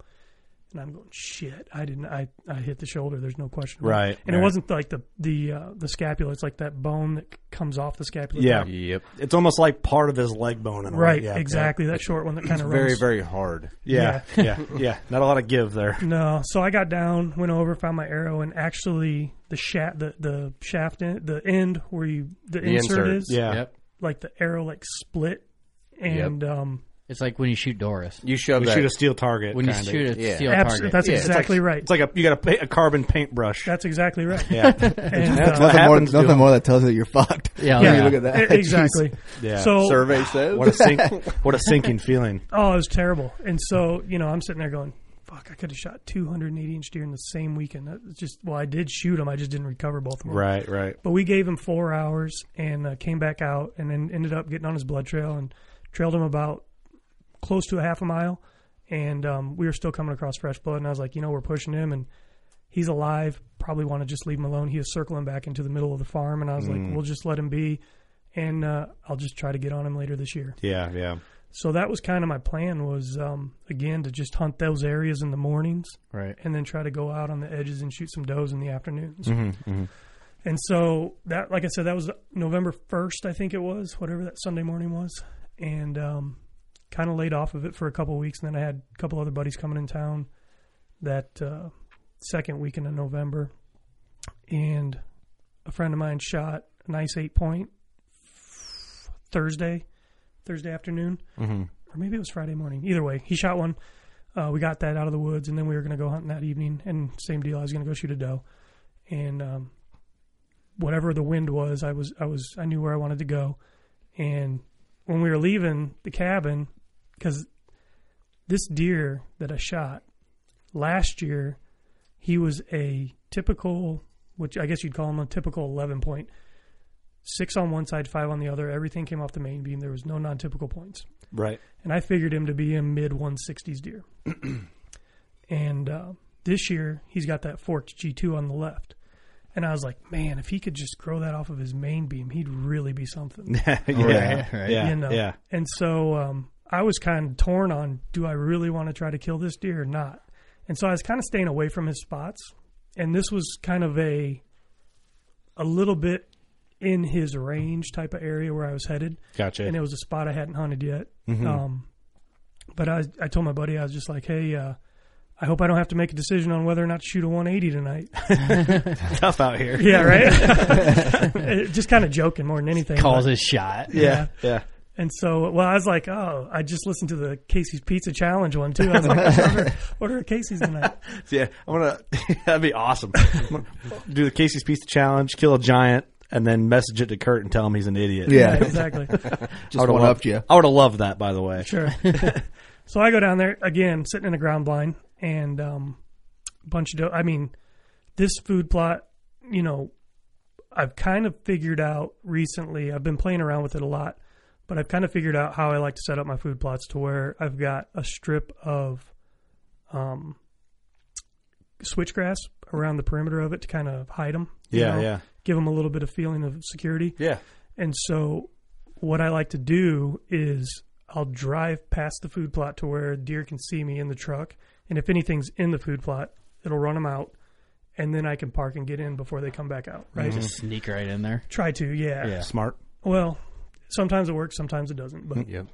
[SPEAKER 9] And I'm going, shit! I didn't. I, I hit the shoulder. There's no question. about it."
[SPEAKER 7] Right,
[SPEAKER 9] And it
[SPEAKER 7] right.
[SPEAKER 9] wasn't like the the uh, the scapula. It's like that bone that c- comes off the scapula.
[SPEAKER 7] Yeah. It's almost like part of his leg bone. In a way.
[SPEAKER 9] Right.
[SPEAKER 7] Yeah,
[SPEAKER 9] exactly. That short one that kind of runs.
[SPEAKER 10] hard.
[SPEAKER 7] Yeah. Yeah.
[SPEAKER 9] Yeah.
[SPEAKER 7] Yeah. Not a lot of give there.
[SPEAKER 9] No, so I got down, went over, found my arrow, and actually the shaft, the the shaft, end, the end where you the,
[SPEAKER 6] The
[SPEAKER 9] insert,
[SPEAKER 6] insert,
[SPEAKER 9] is,
[SPEAKER 6] yeah. Yep.
[SPEAKER 9] like the arrow like split, and um,
[SPEAKER 6] It's like when you shoot Doris.
[SPEAKER 10] You shove
[SPEAKER 7] You that- shoot a steel target,
[SPEAKER 6] When you
[SPEAKER 7] kinda.
[SPEAKER 6] shoot a
[SPEAKER 7] Yeah.
[SPEAKER 6] steel
[SPEAKER 9] Abs-
[SPEAKER 6] target.
[SPEAKER 9] that's
[SPEAKER 7] Yeah, it's
[SPEAKER 9] exactly
[SPEAKER 7] like-
[SPEAKER 9] right.
[SPEAKER 7] It's like a you got a, pa- a carbon paintbrush.
[SPEAKER 9] That's exactly right.
[SPEAKER 7] Yeah.
[SPEAKER 9] and,
[SPEAKER 7] That's
[SPEAKER 9] uh,
[SPEAKER 7] what
[SPEAKER 8] nothing more,
[SPEAKER 7] happens to
[SPEAKER 8] nothing
[SPEAKER 7] him.
[SPEAKER 8] more that tells you that you're fucked. When you look at that.
[SPEAKER 9] E- Exactly.
[SPEAKER 8] Jeez.
[SPEAKER 9] So
[SPEAKER 7] what a sink, what a sinking feeling.
[SPEAKER 9] Oh, it was terrible. And so, you know, I'm sitting there going, fuck, I could have shot 280 inch deer in the same weekend. That's just, well, I did shoot them. I just didn't recover both of them.
[SPEAKER 7] Right, right.
[SPEAKER 9] But we gave him four hours and uh, came back out and then ended up getting on his blood trail and trailed him about close to a half a mile. And um, we were still coming across fresh blood. And I was like, you know, we're pushing him and he's alive. Probably want to just leave him alone. He was circling back into the middle of the farm. And I was
[SPEAKER 7] Mm.
[SPEAKER 9] like, we'll just let him be. And uh, I'll just try to get on him later this year.
[SPEAKER 7] Yeah, yeah.
[SPEAKER 9] So that was kind of my plan was um, again to just hunt those areas in the mornings,
[SPEAKER 7] Right.
[SPEAKER 9] and then try to go out on the edges and shoot some does in the afternoons.
[SPEAKER 7] Mhm, mhm.
[SPEAKER 9] And so that, like I said, that was November first, I think it was, whatever that Sunday morning was, and um, kind of laid off of it for a couple of weeks, and then I had a couple other buddies coming in town that uh, second weekend of November, and a friend of mine shot a nice eight point Thursday, Thursday afternoon,
[SPEAKER 7] Mhm.
[SPEAKER 9] or maybe it was Friday morning. Either way, he shot one. Uh, we got that out of the woods, and then we were going to go hunting that evening. And same deal, I was going to go shoot a doe, and um, whatever the wind was, I was I was I knew where I wanted to go. And when we were leaving the cabin, because this deer that I shot last year, he was a typical, which I guess you'd call him a typical eleven point six on one side, five on the other. Everything came off the main beam. There was no non typical points.
[SPEAKER 7] Right.
[SPEAKER 9] And I figured him to be a mid 160s deer. and uh, this year, he's got that forked G2 on the left. And I was like, man, if he could just grow that off of his main beam, he'd really be something.
[SPEAKER 7] Yeah, Right, right. yeah,
[SPEAKER 9] You know?
[SPEAKER 7] yeah.
[SPEAKER 9] And so um, I was kind of torn on do I really want to try to kill this deer or not? And so I was kind of staying away from his spots. And this was kind of a a little bit in his range type of area where I was headed.
[SPEAKER 7] Gotcha.
[SPEAKER 9] And it was a spot I hadn't hunted yet.
[SPEAKER 7] Mhm.
[SPEAKER 9] Um, but I, I told my buddy, I was just like, hey, uh, I hope I don't have to make a decision on whether or not to shoot a 180 tonight.
[SPEAKER 7] Tough out here.
[SPEAKER 9] Yeah, right? just kind of joking more than anything.
[SPEAKER 6] Calls
[SPEAKER 9] but-
[SPEAKER 6] his shot.
[SPEAKER 7] Yeah, yeah.
[SPEAKER 9] And so, well, I was like, oh, I just listened to the Casey's Pizza Challenge one too. I was like, I should order, order a Casey's tonight.
[SPEAKER 7] Yeah, I'm gonna. that'd be awesome. I'm gonna do the Casey's Pizza Challenge, kill a giant, and then message it to Kurt and tell him he's an idiot.
[SPEAKER 8] Yeah. Yeah,
[SPEAKER 9] exactly.
[SPEAKER 7] I
[SPEAKER 9] Just
[SPEAKER 7] would've
[SPEAKER 8] one
[SPEAKER 7] loved-
[SPEAKER 8] upped ya.
[SPEAKER 7] I would have loved that, by the way.
[SPEAKER 9] Sure. so I go down there again, sitting in a ground blind, and um, bunch of. Do- I mean, this food plot, you know, I've kind of figured out recently. I've been playing around with it a lot, but I've kind of figured out how I like to set up my food plots to where I've got a strip of um, switchgrass around the perimeter of it to kind of hide them.
[SPEAKER 7] Yeah, yeah.
[SPEAKER 9] Give them a little bit of feeling of security.
[SPEAKER 7] Yeah.
[SPEAKER 9] And so, what I like to do is I'll drive past the food plot to where deer can see me in the truck, and if anything's in the food plot, it'll run them out, and then I can park and get in before they come back out. Right.
[SPEAKER 6] Just sneak right in there.
[SPEAKER 9] Try to, yeah.
[SPEAKER 6] Mm-hmm. Yeah.
[SPEAKER 7] Smart.
[SPEAKER 9] Well, sometimes it works, sometimes it doesn't. But
[SPEAKER 7] Yep.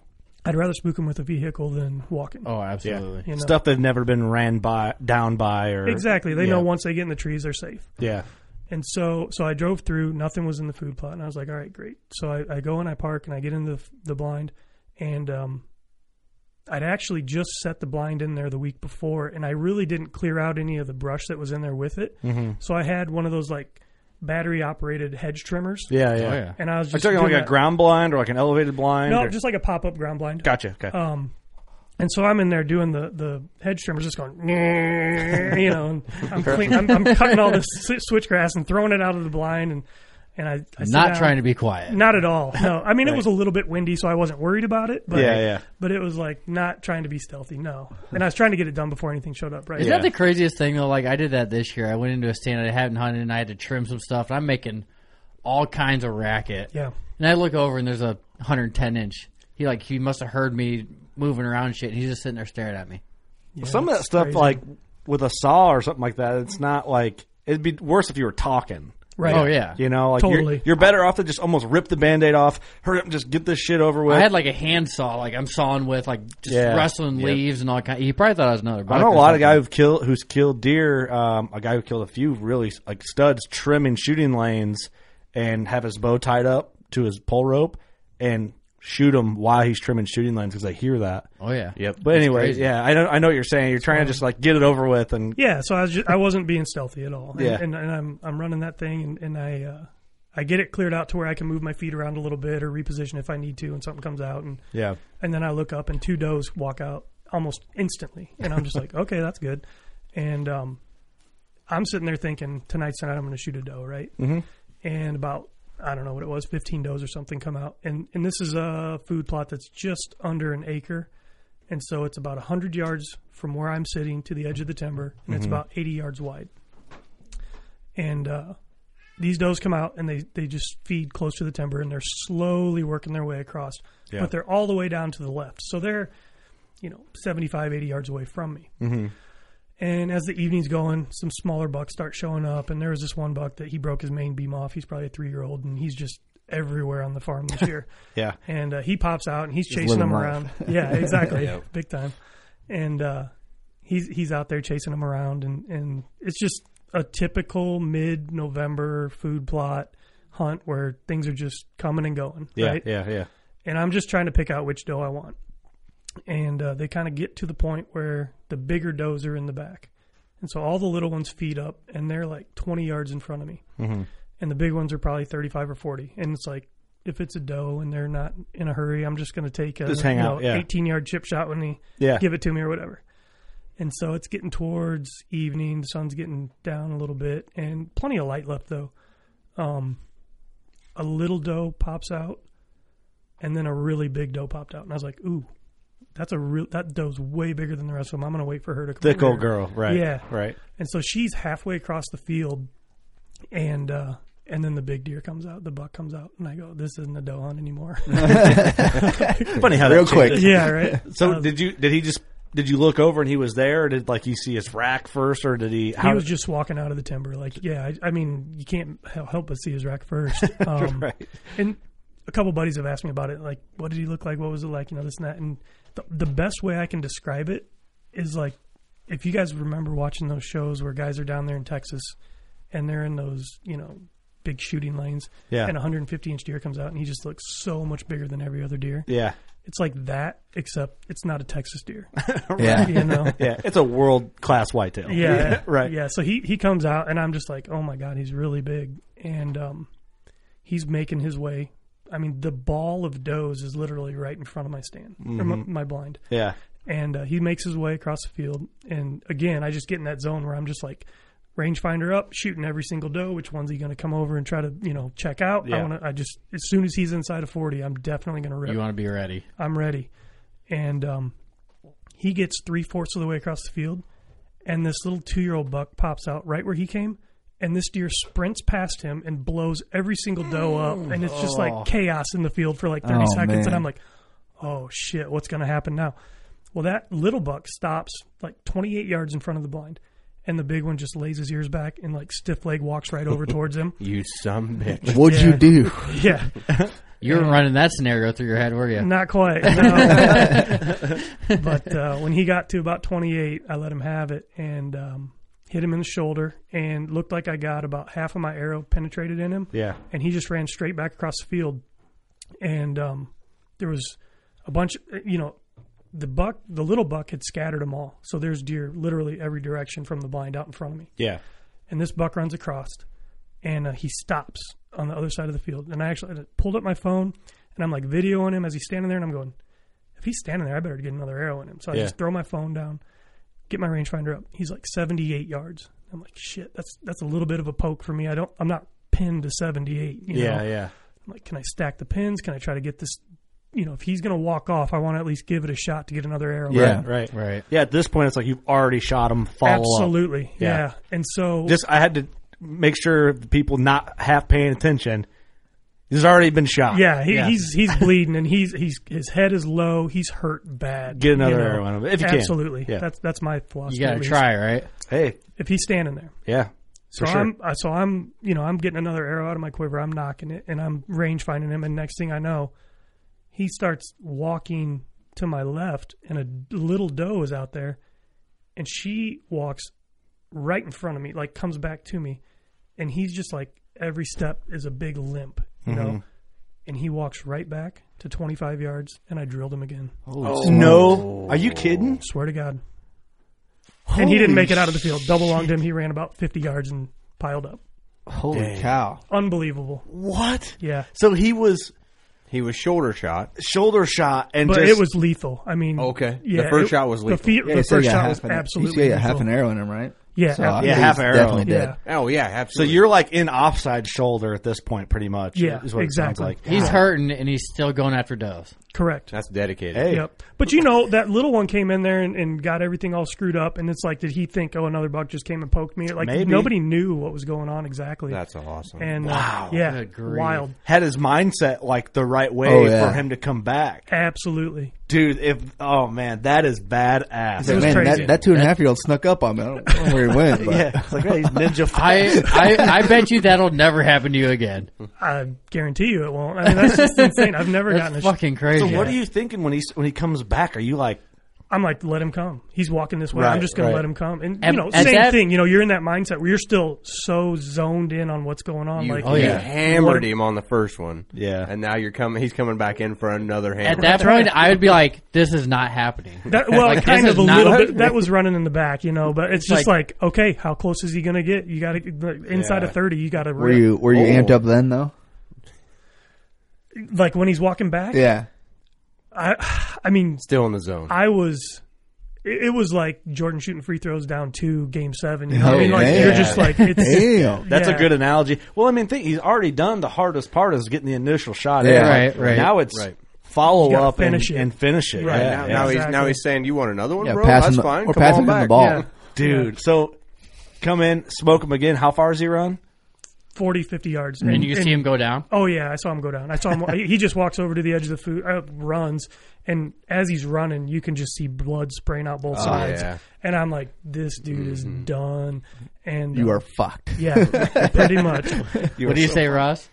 [SPEAKER 9] I'd rather spook them with a vehicle than walking.
[SPEAKER 6] Mm. Oh,
[SPEAKER 7] Yeah.
[SPEAKER 6] absolutely.
[SPEAKER 9] You know?
[SPEAKER 7] Stuff they've never been ran by, down by, or
[SPEAKER 9] Exactly. They
[SPEAKER 7] yeah.
[SPEAKER 9] know once they get in the trees, they're safe.
[SPEAKER 7] Yeah.
[SPEAKER 9] And so, so I drove through. Nothing was in the food plot, and I was like, "All right, great." So I, I go and I park, and I get in the the blind, and um, I'd actually just set the blind in there the week before, and I really didn't clear out any of the brush that was in there with it.
[SPEAKER 7] Mhm.
[SPEAKER 9] So I had one of those like battery operated hedge trimmers.
[SPEAKER 7] Yeah, yeah. Oh, yeah.
[SPEAKER 9] And I was
[SPEAKER 7] Are you
[SPEAKER 9] just
[SPEAKER 7] talking
[SPEAKER 9] doing
[SPEAKER 7] like a
[SPEAKER 9] that-
[SPEAKER 7] ground blind or like an elevated blind?
[SPEAKER 9] no,
[SPEAKER 7] or-
[SPEAKER 9] just like a pop up ground blind.
[SPEAKER 7] Gotcha, okay.
[SPEAKER 6] Oh,
[SPEAKER 9] Um, and so I'm in there doing the the hedge trimmers, just going, you know, and I'm, clean, I'm, I'm cutting all this swi- switchgrass and throwing it out of the blind, and and I, I sit
[SPEAKER 6] Not
[SPEAKER 9] down.
[SPEAKER 6] trying to be quiet.
[SPEAKER 9] not at all. No, I mean
[SPEAKER 6] Right.
[SPEAKER 9] it was a little bit windy, so I wasn't worried about it. But,
[SPEAKER 6] Yeah, yeah.
[SPEAKER 9] But it was like not trying to be stealthy. No, and I was trying to get it done before anything showed up. Right?
[SPEAKER 6] Isn't that the craziest thing though? Like I did that this year. I went into a stand I hadn't hunted and I had to trim some stuff and I'm making all kinds of racket.
[SPEAKER 9] Yeah.
[SPEAKER 6] And I look over and there's a hundred and ten inch. He like he must have heard me moving around and shit and he's just sitting there staring at me.
[SPEAKER 7] Some of that
[SPEAKER 6] that's
[SPEAKER 7] stuff,
[SPEAKER 6] crazy.
[SPEAKER 7] like with a saw or something like that, it's not like it'd be worse if you were talking.
[SPEAKER 6] Right. Oh, yeah.
[SPEAKER 7] You know, like you're-
[SPEAKER 6] Totally.
[SPEAKER 7] you're, better off to just almost rip the band-aid off, hurry up and just get this shit over with.
[SPEAKER 6] I had like a handsaw, like I'm sawing with, like just
[SPEAKER 7] Yeah.
[SPEAKER 6] rustling
[SPEAKER 7] Yep.
[SPEAKER 6] leaves and all kind. He probably thought I was another.
[SPEAKER 7] I
[SPEAKER 6] buck
[SPEAKER 7] know a
[SPEAKER 6] or
[SPEAKER 7] lot
[SPEAKER 6] something.
[SPEAKER 7] of guy who've killed who's killed deer. Um, a guy who killed a few really like studs trimming shooting lanes and have his bow tied up to his pole rope and shoot him while he's trimming shooting lanes because I hear that.
[SPEAKER 6] Oh yeah.
[SPEAKER 7] Yep. But anyway,
[SPEAKER 9] crazy.
[SPEAKER 7] yeah, I don't. I know what you're saying. You're trying to just like get it over with and
[SPEAKER 9] Yeah, so I was just, I wasn't being stealthy at all. And,
[SPEAKER 7] Yeah.
[SPEAKER 9] and, and I'm I'm running that thing and, and I uh, I get it cleared out to where I can move my feet around a little bit or reposition if I need to and something comes out and
[SPEAKER 7] Yeah.
[SPEAKER 9] And then I look up and two does walk out almost instantly and I'm just like, "Okay, that's good." And um I'm sitting there thinking, "Tonight's the night I'm going to shoot a doe, right?"
[SPEAKER 7] Mhm.
[SPEAKER 9] And about I don't know what it was, 15 does or something come out. And and this is a food plot that's just under an acre. And so it's about 100 yards from where I'm sitting to the edge of the timber, and it's
[SPEAKER 11] Mhm.
[SPEAKER 9] about 80 yards wide. And uh, these does come out and they, they just feed close to the timber and they're slowly working their way across,
[SPEAKER 11] Yeah.
[SPEAKER 9] but they're all the way down to the left. So they're, you know, 75, 80 yards away from me.
[SPEAKER 11] Mhm.
[SPEAKER 9] And as the evening's going, some smaller bucks start showing up. And there was this one buck that he broke his main beam off. He's probably a three year old, and he's just everywhere on the farm this year.
[SPEAKER 7] Yeah.
[SPEAKER 9] And uh, he pops out and he's
[SPEAKER 7] Just
[SPEAKER 9] chasing
[SPEAKER 7] living
[SPEAKER 9] them
[SPEAKER 7] life.
[SPEAKER 9] around. yeah, exactly.
[SPEAKER 7] Yep.
[SPEAKER 9] Big time. And uh, he's he's out there chasing them around, and, and it's just a typical mid November food plot hunt where things are just coming and going.
[SPEAKER 7] Yeah,
[SPEAKER 9] right?
[SPEAKER 7] yeah, yeah.
[SPEAKER 9] And I'm just trying to pick out which doe I want and uh, they kind of get to the point where the bigger does are in the back, and so all the little ones feed up, and they're like twenty yards in front of me,
[SPEAKER 7] Mm-hmm.
[SPEAKER 11] Mhm.
[SPEAKER 9] and the big ones are probably thirty-five or forty, and it's like if it's a doe and they're not in a hurry, I'm just going to take a
[SPEAKER 7] Just hang
[SPEAKER 9] you
[SPEAKER 7] out,
[SPEAKER 9] know,
[SPEAKER 7] yeah.
[SPEAKER 9] eighteen-yard chip shot when he
[SPEAKER 7] Yeah.
[SPEAKER 9] give it to me or whatever. And so it's getting towards evening. The sun's getting down a little bit, and plenty of light left though. Um, a little doe pops out, and then a really big doe popped out, and I was like, ooh. That's a real. That doe's way bigger than the rest of them. I'm gonna wait for her to come.
[SPEAKER 7] Thick
[SPEAKER 9] over
[SPEAKER 7] old
[SPEAKER 9] here."
[SPEAKER 7] girl, right,
[SPEAKER 9] Yeah,
[SPEAKER 7] right.
[SPEAKER 9] And so she's halfway across the field, and uh, and then the big deer comes out, the buck comes out, and I go, "This isn't a doe hunt anymore."
[SPEAKER 7] Funny how that
[SPEAKER 9] Real
[SPEAKER 7] changes.
[SPEAKER 9] quick. Yeah, right.
[SPEAKER 7] So
[SPEAKER 9] Uh,
[SPEAKER 7] did you? Did he just? Did you look over and he was there? Or did like you see his rack first, or did he?
[SPEAKER 9] he was just walking out of the timber. Like, yeah, I, I mean, you can't hel- help but see his rack first. Um,
[SPEAKER 7] Right.
[SPEAKER 9] And a couple buddies have asked me about it. Like, what did he look like? What was it like? You know, this and that. And the, the best way I can describe it is like, if you guys remember watching those shows where guys are down there in Texas and they're in those, you know, big shooting lanes.
[SPEAKER 7] Yeah.
[SPEAKER 9] And a 150 inch deer comes out and he just looks so much bigger than every other deer.
[SPEAKER 7] Yeah.
[SPEAKER 9] It's like that, except it's not a Texas deer.
[SPEAKER 7] Right.
[SPEAKER 9] You know?
[SPEAKER 7] yeah. It's a world class whitetail.
[SPEAKER 9] Yeah,
[SPEAKER 7] right.
[SPEAKER 9] Yeah, so he he comes out, and I'm just like, oh my god, he's really big, and um, he's making his way. I mean, the ball of does is literally right in front of my stand or my,
[SPEAKER 6] Mm-hmm.
[SPEAKER 7] Mhm.
[SPEAKER 9] my blind.
[SPEAKER 7] Yeah.
[SPEAKER 9] and uh, he makes his way across the field, and again, I just get in that zone where I'm just like. Rangefinder up, shooting every single doe. Which one's he going to come over and try to, you know, check out? I
[SPEAKER 6] Yeah.
[SPEAKER 9] want to. I just as soon as he's inside of forty, I'm definitely going to rip.
[SPEAKER 6] You want to be ready.
[SPEAKER 9] I'm ready. And um, he gets three fourths of the way across the field, and this little two year old buck pops out right where he came, and this deer sprints past him and blows every single doe up, and it's just
[SPEAKER 11] Oh.
[SPEAKER 9] like chaos in the field for like 30
[SPEAKER 11] Oh,
[SPEAKER 9] seconds.
[SPEAKER 11] man.
[SPEAKER 9] And I'm like, oh shit, what's going to happen now? Well, that little buck stops like 28 yards in front of the blind. And the big one just lays his ears back and like stiff leg walks right over towards him.
[SPEAKER 10] You some bitch.
[SPEAKER 8] What'd you do?
[SPEAKER 9] Yeah.
[SPEAKER 6] You were running that scenario through your head, were
[SPEAKER 7] Mm-hmm.
[SPEAKER 6] you?
[SPEAKER 9] Not quite. no. but uh, when he got to about 28, I let him have it and um, hit him in the shoulder and looked like I got about half of my arrow penetrated in him.
[SPEAKER 7] Yeah.
[SPEAKER 9] And he just ran straight back across the field. And um, there was a bunch, you know, the buck, the little buck had scattered them all. So there's deer literally every direction from the blind out in front of me
[SPEAKER 7] Yeah.
[SPEAKER 9] and this buck runs across and uh, he stops on the other side of the field and i actually I pulled up my phone and i'm like videoing him as he's standing there and i'm going if he's standing there i better get another arrow in him so i
[SPEAKER 11] Yeah.
[SPEAKER 9] just throw my phone down get my rangefinder up he's like 78 yards i'm like shit that's that's a little bit of a poke for me i don't i'm not pinned to 78 you
[SPEAKER 7] Yeah,
[SPEAKER 9] know?
[SPEAKER 7] yeah.
[SPEAKER 9] i'm like can i stack the pins can i try to get this you know if he's going to walk off i want to at least give it a shot to get another arrow
[SPEAKER 7] Yeah.
[SPEAKER 9] in.
[SPEAKER 7] Right. Right. Yeah. At this point, it's like you've already shot him. Follow up.
[SPEAKER 9] Absolutely, yeah. And so-
[SPEAKER 7] just I had to make sure the people not half paying attention. He's already been shot.
[SPEAKER 9] Yeah, he, he's he's bleeding and he's he's his head is low. He's hurt bad.
[SPEAKER 7] Get another arrow on him, if you can.
[SPEAKER 9] Absolutely.
[SPEAKER 7] Yeah.
[SPEAKER 9] That's that's my philosophy.
[SPEAKER 7] gotta
[SPEAKER 9] at least.
[SPEAKER 7] try, right? Hey.
[SPEAKER 9] if he's standing there.
[SPEAKER 7] Yeah.
[SPEAKER 9] So
[SPEAKER 7] for sure.
[SPEAKER 9] I'm uh, so I'm you know I'm getting another arrow out of my quiver. I'm knocking it and I'm range finding him. And next thing I know, he starts walking to my left, and a little doe is out there, and she walks right in front of me, like comes back to me, and he's just like every step is a big limp, you know.
[SPEAKER 7] Mhm.
[SPEAKER 9] And he walks right back to 25 yards, and I drilled him again.
[SPEAKER 7] Oh. No. Are you kidding?
[SPEAKER 9] Swear to God. and he didn't
[SPEAKER 7] Holy
[SPEAKER 9] make it out of the field. Double longed him. He ran about 50 yards and piled up.
[SPEAKER 8] Holy Dang. cow.
[SPEAKER 9] Unbelievable.
[SPEAKER 7] What?
[SPEAKER 9] Yeah.
[SPEAKER 7] So he was.
[SPEAKER 10] He was shoulder shot.
[SPEAKER 7] Shoulder shot, and
[SPEAKER 9] but
[SPEAKER 7] just-
[SPEAKER 9] it was lethal. I mean,
[SPEAKER 10] Okay. The
[SPEAKER 9] Yeah,
[SPEAKER 10] first
[SPEAKER 9] it-
[SPEAKER 10] shot was lethal.
[SPEAKER 9] The, fe-
[SPEAKER 10] Yeah,
[SPEAKER 9] the
[SPEAKER 10] he said
[SPEAKER 9] first
[SPEAKER 10] he got
[SPEAKER 9] shot
[SPEAKER 10] half
[SPEAKER 9] was
[SPEAKER 10] an- he
[SPEAKER 9] absolutely.
[SPEAKER 8] said he got half
[SPEAKER 9] lethal.
[SPEAKER 8] an arrow in him, right?
[SPEAKER 9] Yeah,
[SPEAKER 8] So,
[SPEAKER 9] ab-
[SPEAKER 8] I
[SPEAKER 7] yeah,
[SPEAKER 8] think
[SPEAKER 7] half
[SPEAKER 8] he's
[SPEAKER 7] arrow.
[SPEAKER 8] definitely dead.
[SPEAKER 10] Oh yeah, absolutely.
[SPEAKER 7] So you're like in offside shoulder at this point, pretty much.
[SPEAKER 9] Yeah,
[SPEAKER 7] is what
[SPEAKER 9] exactly.
[SPEAKER 7] It sounds like.
[SPEAKER 6] He's hurting and he's still going after doves.
[SPEAKER 9] correct.
[SPEAKER 10] That's dedicated.
[SPEAKER 7] Hey.
[SPEAKER 9] Yep. But you know that little one came in there and, and got everything all screwed up, and it's like, did he think, oh, another buck just came and poked me? Like
[SPEAKER 7] Maybe.
[SPEAKER 9] nobody knew what was going on exactly.
[SPEAKER 10] That's awesome.
[SPEAKER 9] And uh,
[SPEAKER 7] Wow.
[SPEAKER 9] yeah, wild.
[SPEAKER 7] Had his mindset like the right way
[SPEAKER 8] Oh, yeah.
[SPEAKER 7] for him to come back,
[SPEAKER 9] Absolutely.
[SPEAKER 7] dude. If oh man, that is badass.
[SPEAKER 8] He's like, man, that, that two and a half year old snuck up on me. I don't know where he went. But.
[SPEAKER 7] Yeah, it's like hey, he's ninja.
[SPEAKER 6] I, I, I bet you that'll never happen to you again.
[SPEAKER 9] I guarantee you it won't. I mean, that's just insane. I've never
[SPEAKER 6] That's
[SPEAKER 9] gotten a
[SPEAKER 6] fucking crazy.
[SPEAKER 7] So what are you thinking when he's when he comes back? Are you like
[SPEAKER 9] I'm like, let him come. He's walking this way.
[SPEAKER 7] Right,
[SPEAKER 9] I'm just going
[SPEAKER 7] right.
[SPEAKER 9] to let him come. And,
[SPEAKER 6] At-
[SPEAKER 9] you know,
[SPEAKER 6] at
[SPEAKER 9] same
[SPEAKER 6] that-
[SPEAKER 9] thing. You know, you're in that mindset where you're still so zoned in on what's going on.
[SPEAKER 10] You,
[SPEAKER 9] like,
[SPEAKER 10] you
[SPEAKER 9] yeah.
[SPEAKER 10] hammered him on the first one.
[SPEAKER 7] Yeah.
[SPEAKER 10] And now you're coming. He's coming back in for another hammer.
[SPEAKER 6] At that point, I would be like, "This is not happening."
[SPEAKER 9] That, well,
[SPEAKER 6] Like, this
[SPEAKER 9] kind
[SPEAKER 6] is
[SPEAKER 9] of a
[SPEAKER 6] not-
[SPEAKER 9] little bit. That was running in the back, you know. But it's
[SPEAKER 6] It's
[SPEAKER 9] just like, okay, how close is he going to get? You got to inside
[SPEAKER 8] Yeah.
[SPEAKER 9] of thirty. You got to.
[SPEAKER 8] Were you were you amped up then though?
[SPEAKER 9] Like when he's walking back.
[SPEAKER 8] Yeah.
[SPEAKER 9] I, I mean,
[SPEAKER 10] still in the zone.
[SPEAKER 9] I was. it, it was like Jordan shooting free throws down two, game seven. You know,
[SPEAKER 7] Oh,
[SPEAKER 9] what I mean, like you're
[SPEAKER 7] yeah.
[SPEAKER 9] just like, it's,
[SPEAKER 7] That's
[SPEAKER 9] yeah.
[SPEAKER 7] a good analogy. Well, I mean, think he's already done the hardest part is getting the initial shot. in.
[SPEAKER 10] Yeah. Right, right.
[SPEAKER 7] Now it's
[SPEAKER 10] Right.
[SPEAKER 7] follow
[SPEAKER 10] You gotta
[SPEAKER 7] up
[SPEAKER 10] finish
[SPEAKER 7] and,
[SPEAKER 10] it.
[SPEAKER 7] and finish it.
[SPEAKER 10] Right, now,
[SPEAKER 7] Yeah, yeah.
[SPEAKER 10] now he's now he's saying you want another one,
[SPEAKER 7] Yeah,
[SPEAKER 10] bro.
[SPEAKER 7] pass
[SPEAKER 10] That's
[SPEAKER 7] him the-
[SPEAKER 10] fine.
[SPEAKER 7] or
[SPEAKER 10] Come
[SPEAKER 7] pass
[SPEAKER 10] on
[SPEAKER 7] him the
[SPEAKER 10] back,
[SPEAKER 7] ball.
[SPEAKER 10] Yeah.
[SPEAKER 7] dude. So come in, smoke him again. How far does he run?
[SPEAKER 9] 40, 50 yards.
[SPEAKER 7] And you see him
[SPEAKER 6] go down?
[SPEAKER 9] Oh, yeah. I saw him go down. I saw him. he just walks over to the edge of the food, uh, runs, and as he's running, you can just see blood spraying out both
[SPEAKER 8] Oh,
[SPEAKER 9] sides.
[SPEAKER 8] yeah. Mm-hmm.
[SPEAKER 9] And I'm like, this dude is done. And
[SPEAKER 8] You
[SPEAKER 9] uh,
[SPEAKER 8] are fucked.
[SPEAKER 9] Yeah, pretty much.
[SPEAKER 6] what do you say, Ross?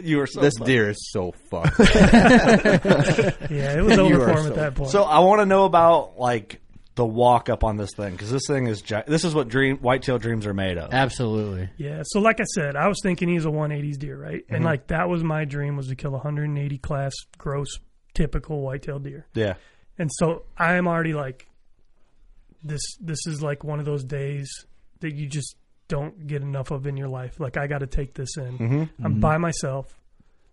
[SPEAKER 7] you were so
[SPEAKER 10] this
[SPEAKER 7] fucked.
[SPEAKER 10] deer is so fucked.
[SPEAKER 9] yeah, it was over
[SPEAKER 7] You
[SPEAKER 9] for him
[SPEAKER 7] are
[SPEAKER 9] at
[SPEAKER 7] so-
[SPEAKER 9] that point.
[SPEAKER 7] So I want to know about like the walk up on this thing because this thing is gi- this is what dream whitetail dreams are made of.
[SPEAKER 6] Absolutely.
[SPEAKER 9] Yeah. So like I said, I was thinking he's a 180s deer, right? And
[SPEAKER 7] Mhm.
[SPEAKER 9] like that was my dream was to kill 180 class gross typical whitetail deer.
[SPEAKER 7] Yeah.
[SPEAKER 9] And so I am already like this this is like one of those days that you just don't get enough of in your life. Like I got to take this in.
[SPEAKER 7] Mhm.
[SPEAKER 9] I'm
[SPEAKER 6] Mm-hmm.
[SPEAKER 7] Mhm.
[SPEAKER 9] by myself.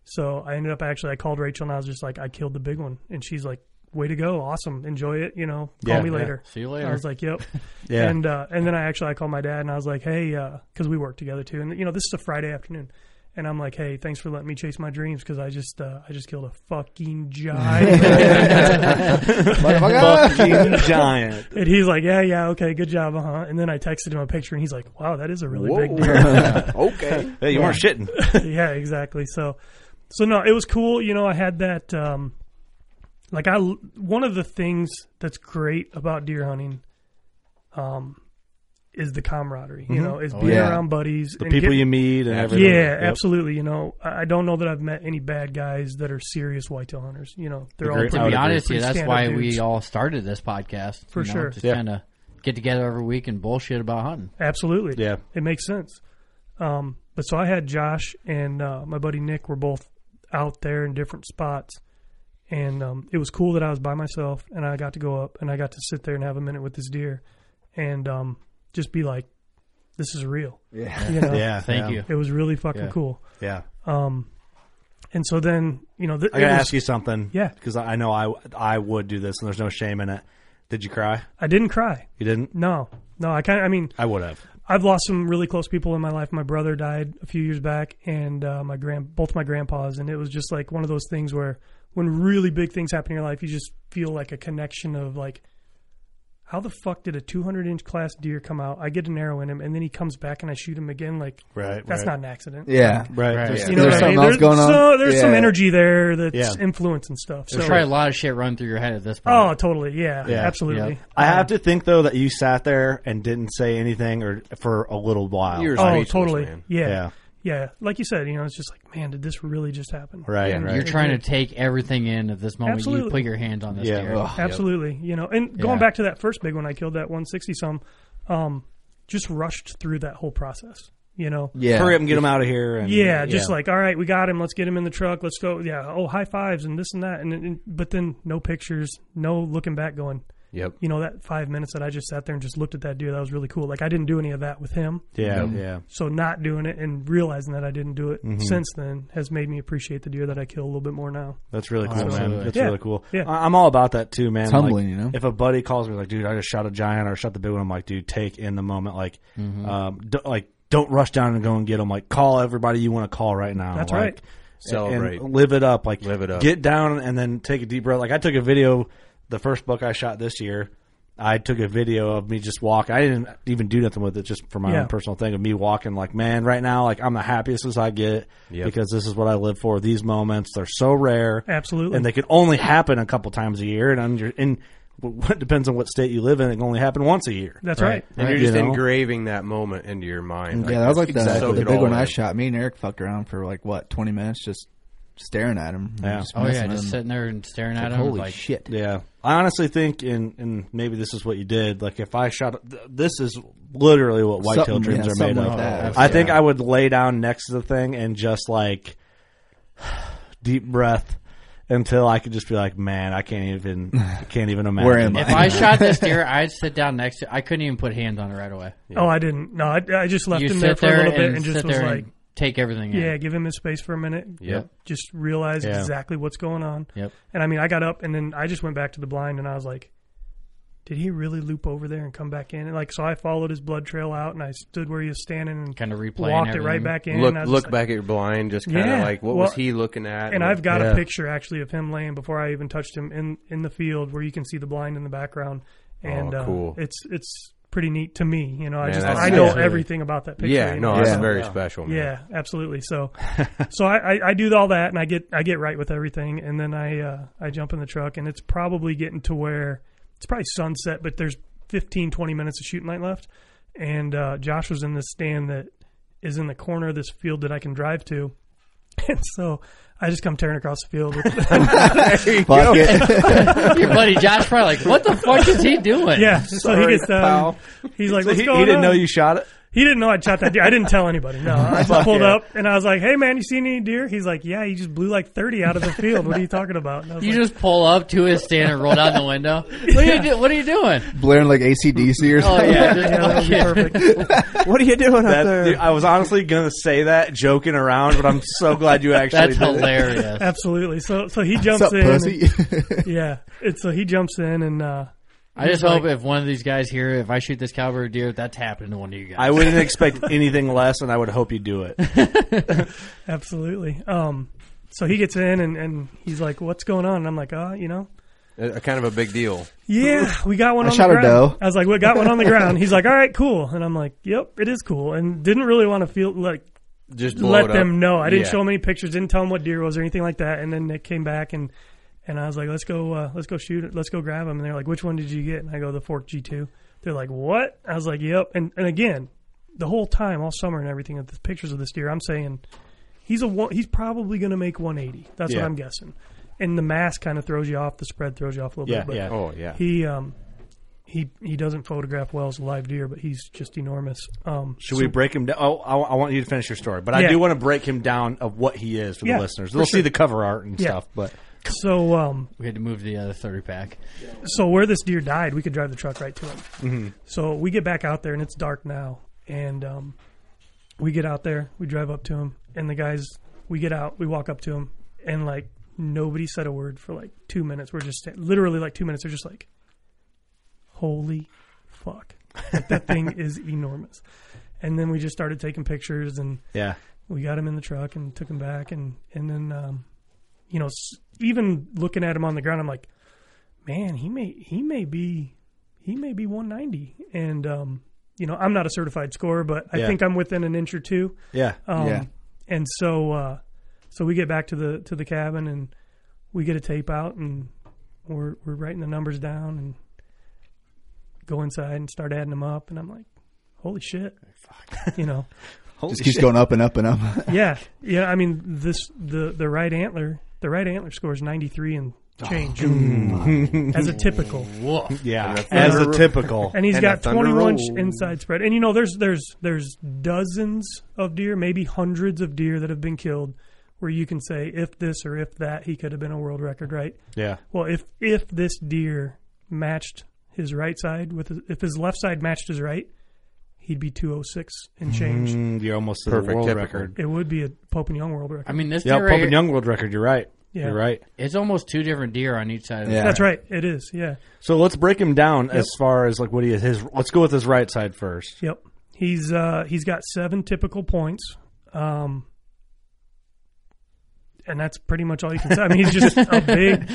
[SPEAKER 9] So I ended up actually I called Rachel and I was just like I killed the big one and she's like way to go awesome enjoy it you know call
[SPEAKER 7] Yeah,
[SPEAKER 9] me
[SPEAKER 7] yeah.
[SPEAKER 9] later
[SPEAKER 6] See you later.
[SPEAKER 9] I was like yep
[SPEAKER 7] Yeah.
[SPEAKER 9] and uh, and then I actually I called my dad and I was like, hey, because we work together too, and you know this is a Friday afternoon, and I'm like, hey, thanks for letting me chase my dreams because I just uh, I just killed a fucking giant,
[SPEAKER 7] Motherfucker. Fucking giant.
[SPEAKER 9] and he's like, yeah, yeah, okay, good job, uh huh. And then I texted him a picture, and he's like, wow, that is a really
[SPEAKER 7] Whoa.
[SPEAKER 9] big deer.
[SPEAKER 7] Okay. Hey, you weren't shitting.
[SPEAKER 9] yeah, exactly. So, so no, it was cool. You know, I had that. Um, like I, l- one of the things that's great about deer hunting, um, is the camaraderie. You
[SPEAKER 7] Mhm.
[SPEAKER 9] know, is
[SPEAKER 7] Oh,
[SPEAKER 9] being
[SPEAKER 7] yeah.
[SPEAKER 9] around buddies,
[SPEAKER 7] The
[SPEAKER 9] and
[SPEAKER 7] people you meet and everything.
[SPEAKER 9] Yeah,
[SPEAKER 7] Yep.
[SPEAKER 9] absolutely. You know, I I don't know that I've met any bad guys that are serious whitetail hunters. You know, they're all
[SPEAKER 6] to
[SPEAKER 9] pretty-
[SPEAKER 6] be honest, with
[SPEAKER 9] pretty
[SPEAKER 6] you, that's
[SPEAKER 9] stand-up
[SPEAKER 6] why
[SPEAKER 9] dudes.
[SPEAKER 6] we all started this podcast.
[SPEAKER 9] For
[SPEAKER 6] you know,
[SPEAKER 9] sure.
[SPEAKER 6] just
[SPEAKER 9] Yeah.
[SPEAKER 6] kind of get together every week and bullshit about hunting.
[SPEAKER 9] Absolutely.
[SPEAKER 6] Yeah.
[SPEAKER 9] It makes sense. Um, but so I had Josh and uh, my buddy Nick were both out there in different spots. And um, it was cool that I was by myself and I got to go up and I got to sit there and have a minute with this deer and um, just be like, this is real.
[SPEAKER 7] Yeah.
[SPEAKER 9] You know?
[SPEAKER 7] Yeah, Thank yeah. you.
[SPEAKER 9] It was really fucking
[SPEAKER 7] Yeah.
[SPEAKER 9] cool.
[SPEAKER 7] Yeah.
[SPEAKER 9] Um, and so then, you know, th-
[SPEAKER 7] I gotta
[SPEAKER 9] it was-
[SPEAKER 7] ask you something.
[SPEAKER 9] Yeah.
[SPEAKER 7] because I I know I I would do this, and there's no shame in it. Did you cry?
[SPEAKER 9] I didn't cry.
[SPEAKER 7] You didn't?
[SPEAKER 9] No, no. I kind of. I mean,
[SPEAKER 7] I would have.
[SPEAKER 9] I've lost some really close people in my life. My brother died a few years back, and uh, my grand, both my grandpas, and it was just like one of those things where when really big things happen in your life, you just feel like a connection of like, how the fuck did a 200 inch class deer come out? I get an arrow in him, and then he comes back, and I shoot him again. Like,
[SPEAKER 7] Right,
[SPEAKER 9] that's
[SPEAKER 7] right.
[SPEAKER 9] not an accident.
[SPEAKER 8] Yeah,
[SPEAKER 9] Like,
[SPEAKER 7] right, right.
[SPEAKER 9] You know
[SPEAKER 8] There's
[SPEAKER 9] what I mean?
[SPEAKER 8] something else
[SPEAKER 9] There's,
[SPEAKER 8] going on.
[SPEAKER 9] so- there's some
[SPEAKER 8] Yeah.
[SPEAKER 9] energy there that's
[SPEAKER 7] Yeah.
[SPEAKER 9] influencing stuff.
[SPEAKER 6] There's
[SPEAKER 9] so,
[SPEAKER 6] probably a lot of shit run through your head at this point.
[SPEAKER 9] oh, totally. Yeah, absolutely.
[SPEAKER 7] I have to think though that you sat there and didn't say anything or for a little while.
[SPEAKER 9] oh, totally. Yeah.
[SPEAKER 7] yeah.
[SPEAKER 9] yeah. Like you said, you know, it's just like, man, did this really just happen?
[SPEAKER 7] Right,
[SPEAKER 9] And
[SPEAKER 7] right.
[SPEAKER 6] You're
[SPEAKER 9] it
[SPEAKER 6] trying to
[SPEAKER 9] did.
[SPEAKER 6] take everything in at this moment. You
[SPEAKER 9] Absolutely.
[SPEAKER 6] put your hands on this
[SPEAKER 7] Yeah.
[SPEAKER 6] deer.
[SPEAKER 7] Ugh.
[SPEAKER 9] Absolutely. You know, and
[SPEAKER 6] Yeah.
[SPEAKER 9] going back to that first big one I killed, that 160 some, um, just rushed through that whole process, you know?
[SPEAKER 7] Yeah. Hurry up and get him out of here and-
[SPEAKER 9] yeah, just
[SPEAKER 7] yeah.
[SPEAKER 9] like, all right, we got him. Let's get him in the truck. Let's go. Yeah. Oh, high fives and this and that. And, and but then no pictures, no looking back going,
[SPEAKER 10] Yep.
[SPEAKER 9] You know, that five minutes that I just sat there and just looked at that deer, that was really cool. Like I didn't do any of that with him.
[SPEAKER 7] Yeah, Nope. yeah.
[SPEAKER 9] So not doing it and realizing that I didn't do it
[SPEAKER 10] Mm-hmm.
[SPEAKER 7] Mhm.
[SPEAKER 9] since then has made me appreciate the deer that I kill a little bit more now.
[SPEAKER 7] That's really cool, man.
[SPEAKER 9] Absolutely.
[SPEAKER 7] That's
[SPEAKER 9] Yeah,
[SPEAKER 7] really cool.
[SPEAKER 9] Yeah.
[SPEAKER 7] I- I'm all about that too, man.
[SPEAKER 8] It's humbling, you
[SPEAKER 7] Like,
[SPEAKER 8] know?
[SPEAKER 7] If a buddy calls me like, "Dude, I just shot a giant," or "Shot the big one," I'm like, "Dude, take in the moment. Like,
[SPEAKER 8] Mhm.
[SPEAKER 7] um, d- like don't rush down and go and get them. Like, call everybody you want to call right now.
[SPEAKER 9] That's
[SPEAKER 7] like,
[SPEAKER 9] right.
[SPEAKER 7] and- and
[SPEAKER 10] Celebrate.
[SPEAKER 7] live it up. Like,
[SPEAKER 10] Live it up.
[SPEAKER 7] Get down and then take a deep breath. Like, I took a video. The first book I shot this year. I took a video of me just walking. I didn't even do nothing with it, just for my
[SPEAKER 10] Yeah.
[SPEAKER 7] own personal thing of me walking. Like, man, right now, like I'm the happiest as I get
[SPEAKER 10] Yep.
[SPEAKER 7] because this is what I live for. These moments, they're so rare.
[SPEAKER 9] Absolutely.
[SPEAKER 7] And they can only happen a couple times a year. And under, and it depends on what state you live in. It can only happen once a year.
[SPEAKER 10] And you're just
[SPEAKER 7] You know?
[SPEAKER 10] engraving that moment into your mind.
[SPEAKER 8] yeah, that was like
[SPEAKER 10] you can
[SPEAKER 8] the,
[SPEAKER 10] soak
[SPEAKER 8] the
[SPEAKER 10] it
[SPEAKER 8] big
[SPEAKER 10] all
[SPEAKER 8] one I
[SPEAKER 10] in.
[SPEAKER 8] shot. Me and Eric fucked around for like what twenty minutes, just staring at him. Just
[SPEAKER 6] Oh yeah,
[SPEAKER 8] messing with
[SPEAKER 6] just
[SPEAKER 8] him.
[SPEAKER 6] sitting there and staring
[SPEAKER 8] It's
[SPEAKER 6] at
[SPEAKER 8] like,
[SPEAKER 6] him.
[SPEAKER 8] holy
[SPEAKER 6] like,
[SPEAKER 8] shit.
[SPEAKER 7] Yeah. I honestly think, and, and maybe this is what you did, like if I shot, th- this is literally what whitetail
[SPEAKER 8] Something-
[SPEAKER 7] dreams
[SPEAKER 8] yeah,
[SPEAKER 7] are made
[SPEAKER 8] something
[SPEAKER 7] of.
[SPEAKER 8] like that.
[SPEAKER 7] I think I would lay down next to the thing and just like deep breath until I could just be like, man, I can't even, I can't even imagine.
[SPEAKER 6] If I shot this deer, I'd sit down next to. I couldn't even put hands on it right away.
[SPEAKER 9] Oh, I didn't. No, I, I just left
[SPEAKER 6] You
[SPEAKER 9] him there
[SPEAKER 6] sit
[SPEAKER 9] for a little bit and
[SPEAKER 6] sit
[SPEAKER 9] just was
[SPEAKER 6] there
[SPEAKER 9] like,
[SPEAKER 6] and take everything. in.
[SPEAKER 9] Yeah, give him his space for a minute.
[SPEAKER 6] Yep.
[SPEAKER 9] Just realize
[SPEAKER 6] Yeah.
[SPEAKER 9] exactly what's going on.
[SPEAKER 6] Yep.
[SPEAKER 9] And I mean, I got up and then I just went back to the blind and I was like, did he really loop over there and come back in? And like, so I followed his blood trail out, and I stood where he was standing, and
[SPEAKER 6] kind of replaying
[SPEAKER 9] walked it
[SPEAKER 6] everything.
[SPEAKER 9] right back in.
[SPEAKER 10] Look,
[SPEAKER 9] and I was
[SPEAKER 10] look
[SPEAKER 9] just like-
[SPEAKER 10] back at your blind, just kind of like, what was
[SPEAKER 9] well,
[SPEAKER 10] he looking at?
[SPEAKER 9] And I've got
[SPEAKER 10] Yeah.
[SPEAKER 9] a picture actually of him laying before I even touched him in in the field, where you can see the blind in the background. And
[SPEAKER 10] Oh, cool.
[SPEAKER 9] uh, it's it's pretty neat to me. You know, I
[SPEAKER 10] Man,
[SPEAKER 9] just
[SPEAKER 10] that's
[SPEAKER 9] I know
[SPEAKER 10] cool.
[SPEAKER 9] everything about that picture.
[SPEAKER 10] Yeah,
[SPEAKER 9] you
[SPEAKER 10] no,
[SPEAKER 9] know?
[SPEAKER 10] that's Yeah. very special, man.
[SPEAKER 9] Yeah, absolutely. So, so I, I, I do all that, and I get I get right with everything, and then I uh, I jump in the truck, and it's probably getting to where it's probably sunset, but there's 15, 20 minutes of shooting light left, and uh, Josh was in this stand that is in the corner of this field that I can drive to. And so I just come tearing across the field. With
[SPEAKER 8] Fuck it.
[SPEAKER 6] Your buddy Josh probably like, "What the fuck is he doing?"
[SPEAKER 9] Yeah, so he
[SPEAKER 6] Sorry,
[SPEAKER 9] gets down.
[SPEAKER 6] pal.
[SPEAKER 9] He's like,
[SPEAKER 6] So
[SPEAKER 9] "What's
[SPEAKER 6] he- he
[SPEAKER 9] going
[SPEAKER 6] didn't
[SPEAKER 9] on?"
[SPEAKER 6] know
[SPEAKER 7] you shot it.
[SPEAKER 9] He didn't know I shot that deer. I didn't tell anybody. No, I just
[SPEAKER 7] Fuck
[SPEAKER 9] pulled
[SPEAKER 7] yeah.
[SPEAKER 9] up and I was like, "Hey man, you seen any deer?" He's like, "Yeah, he just blew like thirty out of the field. What are you talking about?" And I was
[SPEAKER 6] You
[SPEAKER 9] like,
[SPEAKER 6] just pull up to his stand and roll down the window. What are you, do- what are you doing? Oh,
[SPEAKER 8] Blaring like ACDC or something.
[SPEAKER 6] yeah, just- Yeah, that would be
[SPEAKER 9] perfect.
[SPEAKER 8] what are you doing
[SPEAKER 7] That- dude, I was honestly gonna say that joking around, but I'm so glad you actually.
[SPEAKER 6] That's
[SPEAKER 7] did it.
[SPEAKER 6] hilarious.
[SPEAKER 9] Absolutely. So so he
[SPEAKER 7] What's
[SPEAKER 9] jumps
[SPEAKER 7] up,
[SPEAKER 9] in.
[SPEAKER 7] pussy?
[SPEAKER 9] and- yeah. And so he jumps in and uh
[SPEAKER 6] I just
[SPEAKER 9] he's like-
[SPEAKER 6] hope if one of these guys here, if I shoot this cowboy deer, that's happened to one of you guys.
[SPEAKER 7] I wouldn't expect anything less, and I would hope you do it.
[SPEAKER 9] absolutely. Um so he gets in and, and he's like, What's going on? And I'm like, uh, you know,
[SPEAKER 10] A, a kind of a big deal.
[SPEAKER 9] Yeah, we got one
[SPEAKER 10] I
[SPEAKER 9] on
[SPEAKER 10] shot
[SPEAKER 9] the
[SPEAKER 10] a
[SPEAKER 9] ground.
[SPEAKER 10] doe.
[SPEAKER 9] I was like, we got one on the ground. He's like, all right, cool. And I'm like, yep, it is cool. And didn't really want to feel like
[SPEAKER 10] Just blow
[SPEAKER 9] let
[SPEAKER 10] it up.
[SPEAKER 9] them know. I didn't
[SPEAKER 10] Yeah.
[SPEAKER 9] show him any pictures. Didn't tell him what deer it was or anything like that. And then they came back and and I was like, let's go, uh, let's go shoot it. Let's go grab them. And they're like, which one did you get? And I go, the fork G2. They're like, what? I was like, yep. And and again, the whole time, all summer and everything, with the pictures of this deer, I'm saying he's a one, he's probably going to make 180. That's
[SPEAKER 7] Yeah.
[SPEAKER 9] what I'm guessing. And the mass kind of throws you off. The spread throws you off a little
[SPEAKER 7] Yeah,
[SPEAKER 9] bit. But
[SPEAKER 7] yeah. Oh, yeah.
[SPEAKER 9] He um he he doesn't photograph well as a live deer, but he's just enormous. Um,
[SPEAKER 7] Should
[SPEAKER 9] so-
[SPEAKER 7] we break him down? Oh, I, I want you to finish your story, but I
[SPEAKER 9] Yeah.
[SPEAKER 7] do want to break him down of what he is for
[SPEAKER 9] Yeah,
[SPEAKER 7] the listeners.
[SPEAKER 9] for
[SPEAKER 7] They'll see
[SPEAKER 9] sure.
[SPEAKER 7] the cover art and
[SPEAKER 9] Yeah.
[SPEAKER 7] stuff, but
[SPEAKER 9] So um
[SPEAKER 6] we had to move the other thirty pack.
[SPEAKER 9] so where this deer died, we could drive the truck right to him.
[SPEAKER 6] Mhm.
[SPEAKER 9] So we get back out there, and it's dark now. And um, we get out there, we drive up to him, and the guys, we get out, we walk up to him, and like nobody said a word for like two minutes. We're just sta- literally like two minutes. They're just like, holy fuck, like, that thing is enormous. And then we just started taking pictures, and
[SPEAKER 7] Yeah.
[SPEAKER 9] we got him in the truck and took him back, and and then um, you know, s- even looking at him on the ground, I'm like, man, he may he may be he may be 190, and um, you know, I'm not a certified scorer, but I
[SPEAKER 7] Yeah.
[SPEAKER 9] think I'm within an inch or two.
[SPEAKER 7] Yeah.
[SPEAKER 9] um,
[SPEAKER 7] Yeah.
[SPEAKER 9] And so, uh, so we get back to the to the cabin, and we get a tape out, and we're we're writing the numbers down, and go inside and start adding them up, and I'm like, holy shit, you know.
[SPEAKER 8] Just keeps going up and up and up.
[SPEAKER 9] yeah, yeah. I mean, this the the right antler, the right antler scores ninety three and change
[SPEAKER 7] Mm.
[SPEAKER 9] as a typical.
[SPEAKER 7] Woof. Yeah, And a as thunder- a typical.
[SPEAKER 9] And he's
[SPEAKER 7] And a
[SPEAKER 9] got
[SPEAKER 7] thunder
[SPEAKER 9] twenty one
[SPEAKER 7] roll.
[SPEAKER 9] inside spread. And you know, there's there's there's dozens of deer, maybe hundreds of deer that have been killed. Where you can say if this or if that, he could have been a world record, right?
[SPEAKER 7] Yeah.
[SPEAKER 9] Well, if if this deer matched his right side with his, if his left side matched his right, he'd be two oh six and change.
[SPEAKER 7] Mm, you're almost to the
[SPEAKER 10] Perfect
[SPEAKER 7] world
[SPEAKER 10] typical.
[SPEAKER 7] record.
[SPEAKER 9] It would be a Pope and Young world record.
[SPEAKER 6] I mean, this
[SPEAKER 7] Yeah,
[SPEAKER 6] deer
[SPEAKER 7] Pope
[SPEAKER 6] right
[SPEAKER 7] and
[SPEAKER 6] here-
[SPEAKER 7] Young world record. You're right.
[SPEAKER 9] Yeah.
[SPEAKER 7] You're right.
[SPEAKER 6] It's almost two different deer on each side. of
[SPEAKER 7] Yeah.
[SPEAKER 6] it.
[SPEAKER 9] That's
[SPEAKER 7] That's
[SPEAKER 9] right. It is. Yeah.
[SPEAKER 7] So let's break him down
[SPEAKER 9] Yep.
[SPEAKER 7] as far as like what he is. His let's go with his right side first.
[SPEAKER 9] Yep. He's uh, he's got seven typical points. Um, and that's pretty much all you can say. I mean, he's just a big,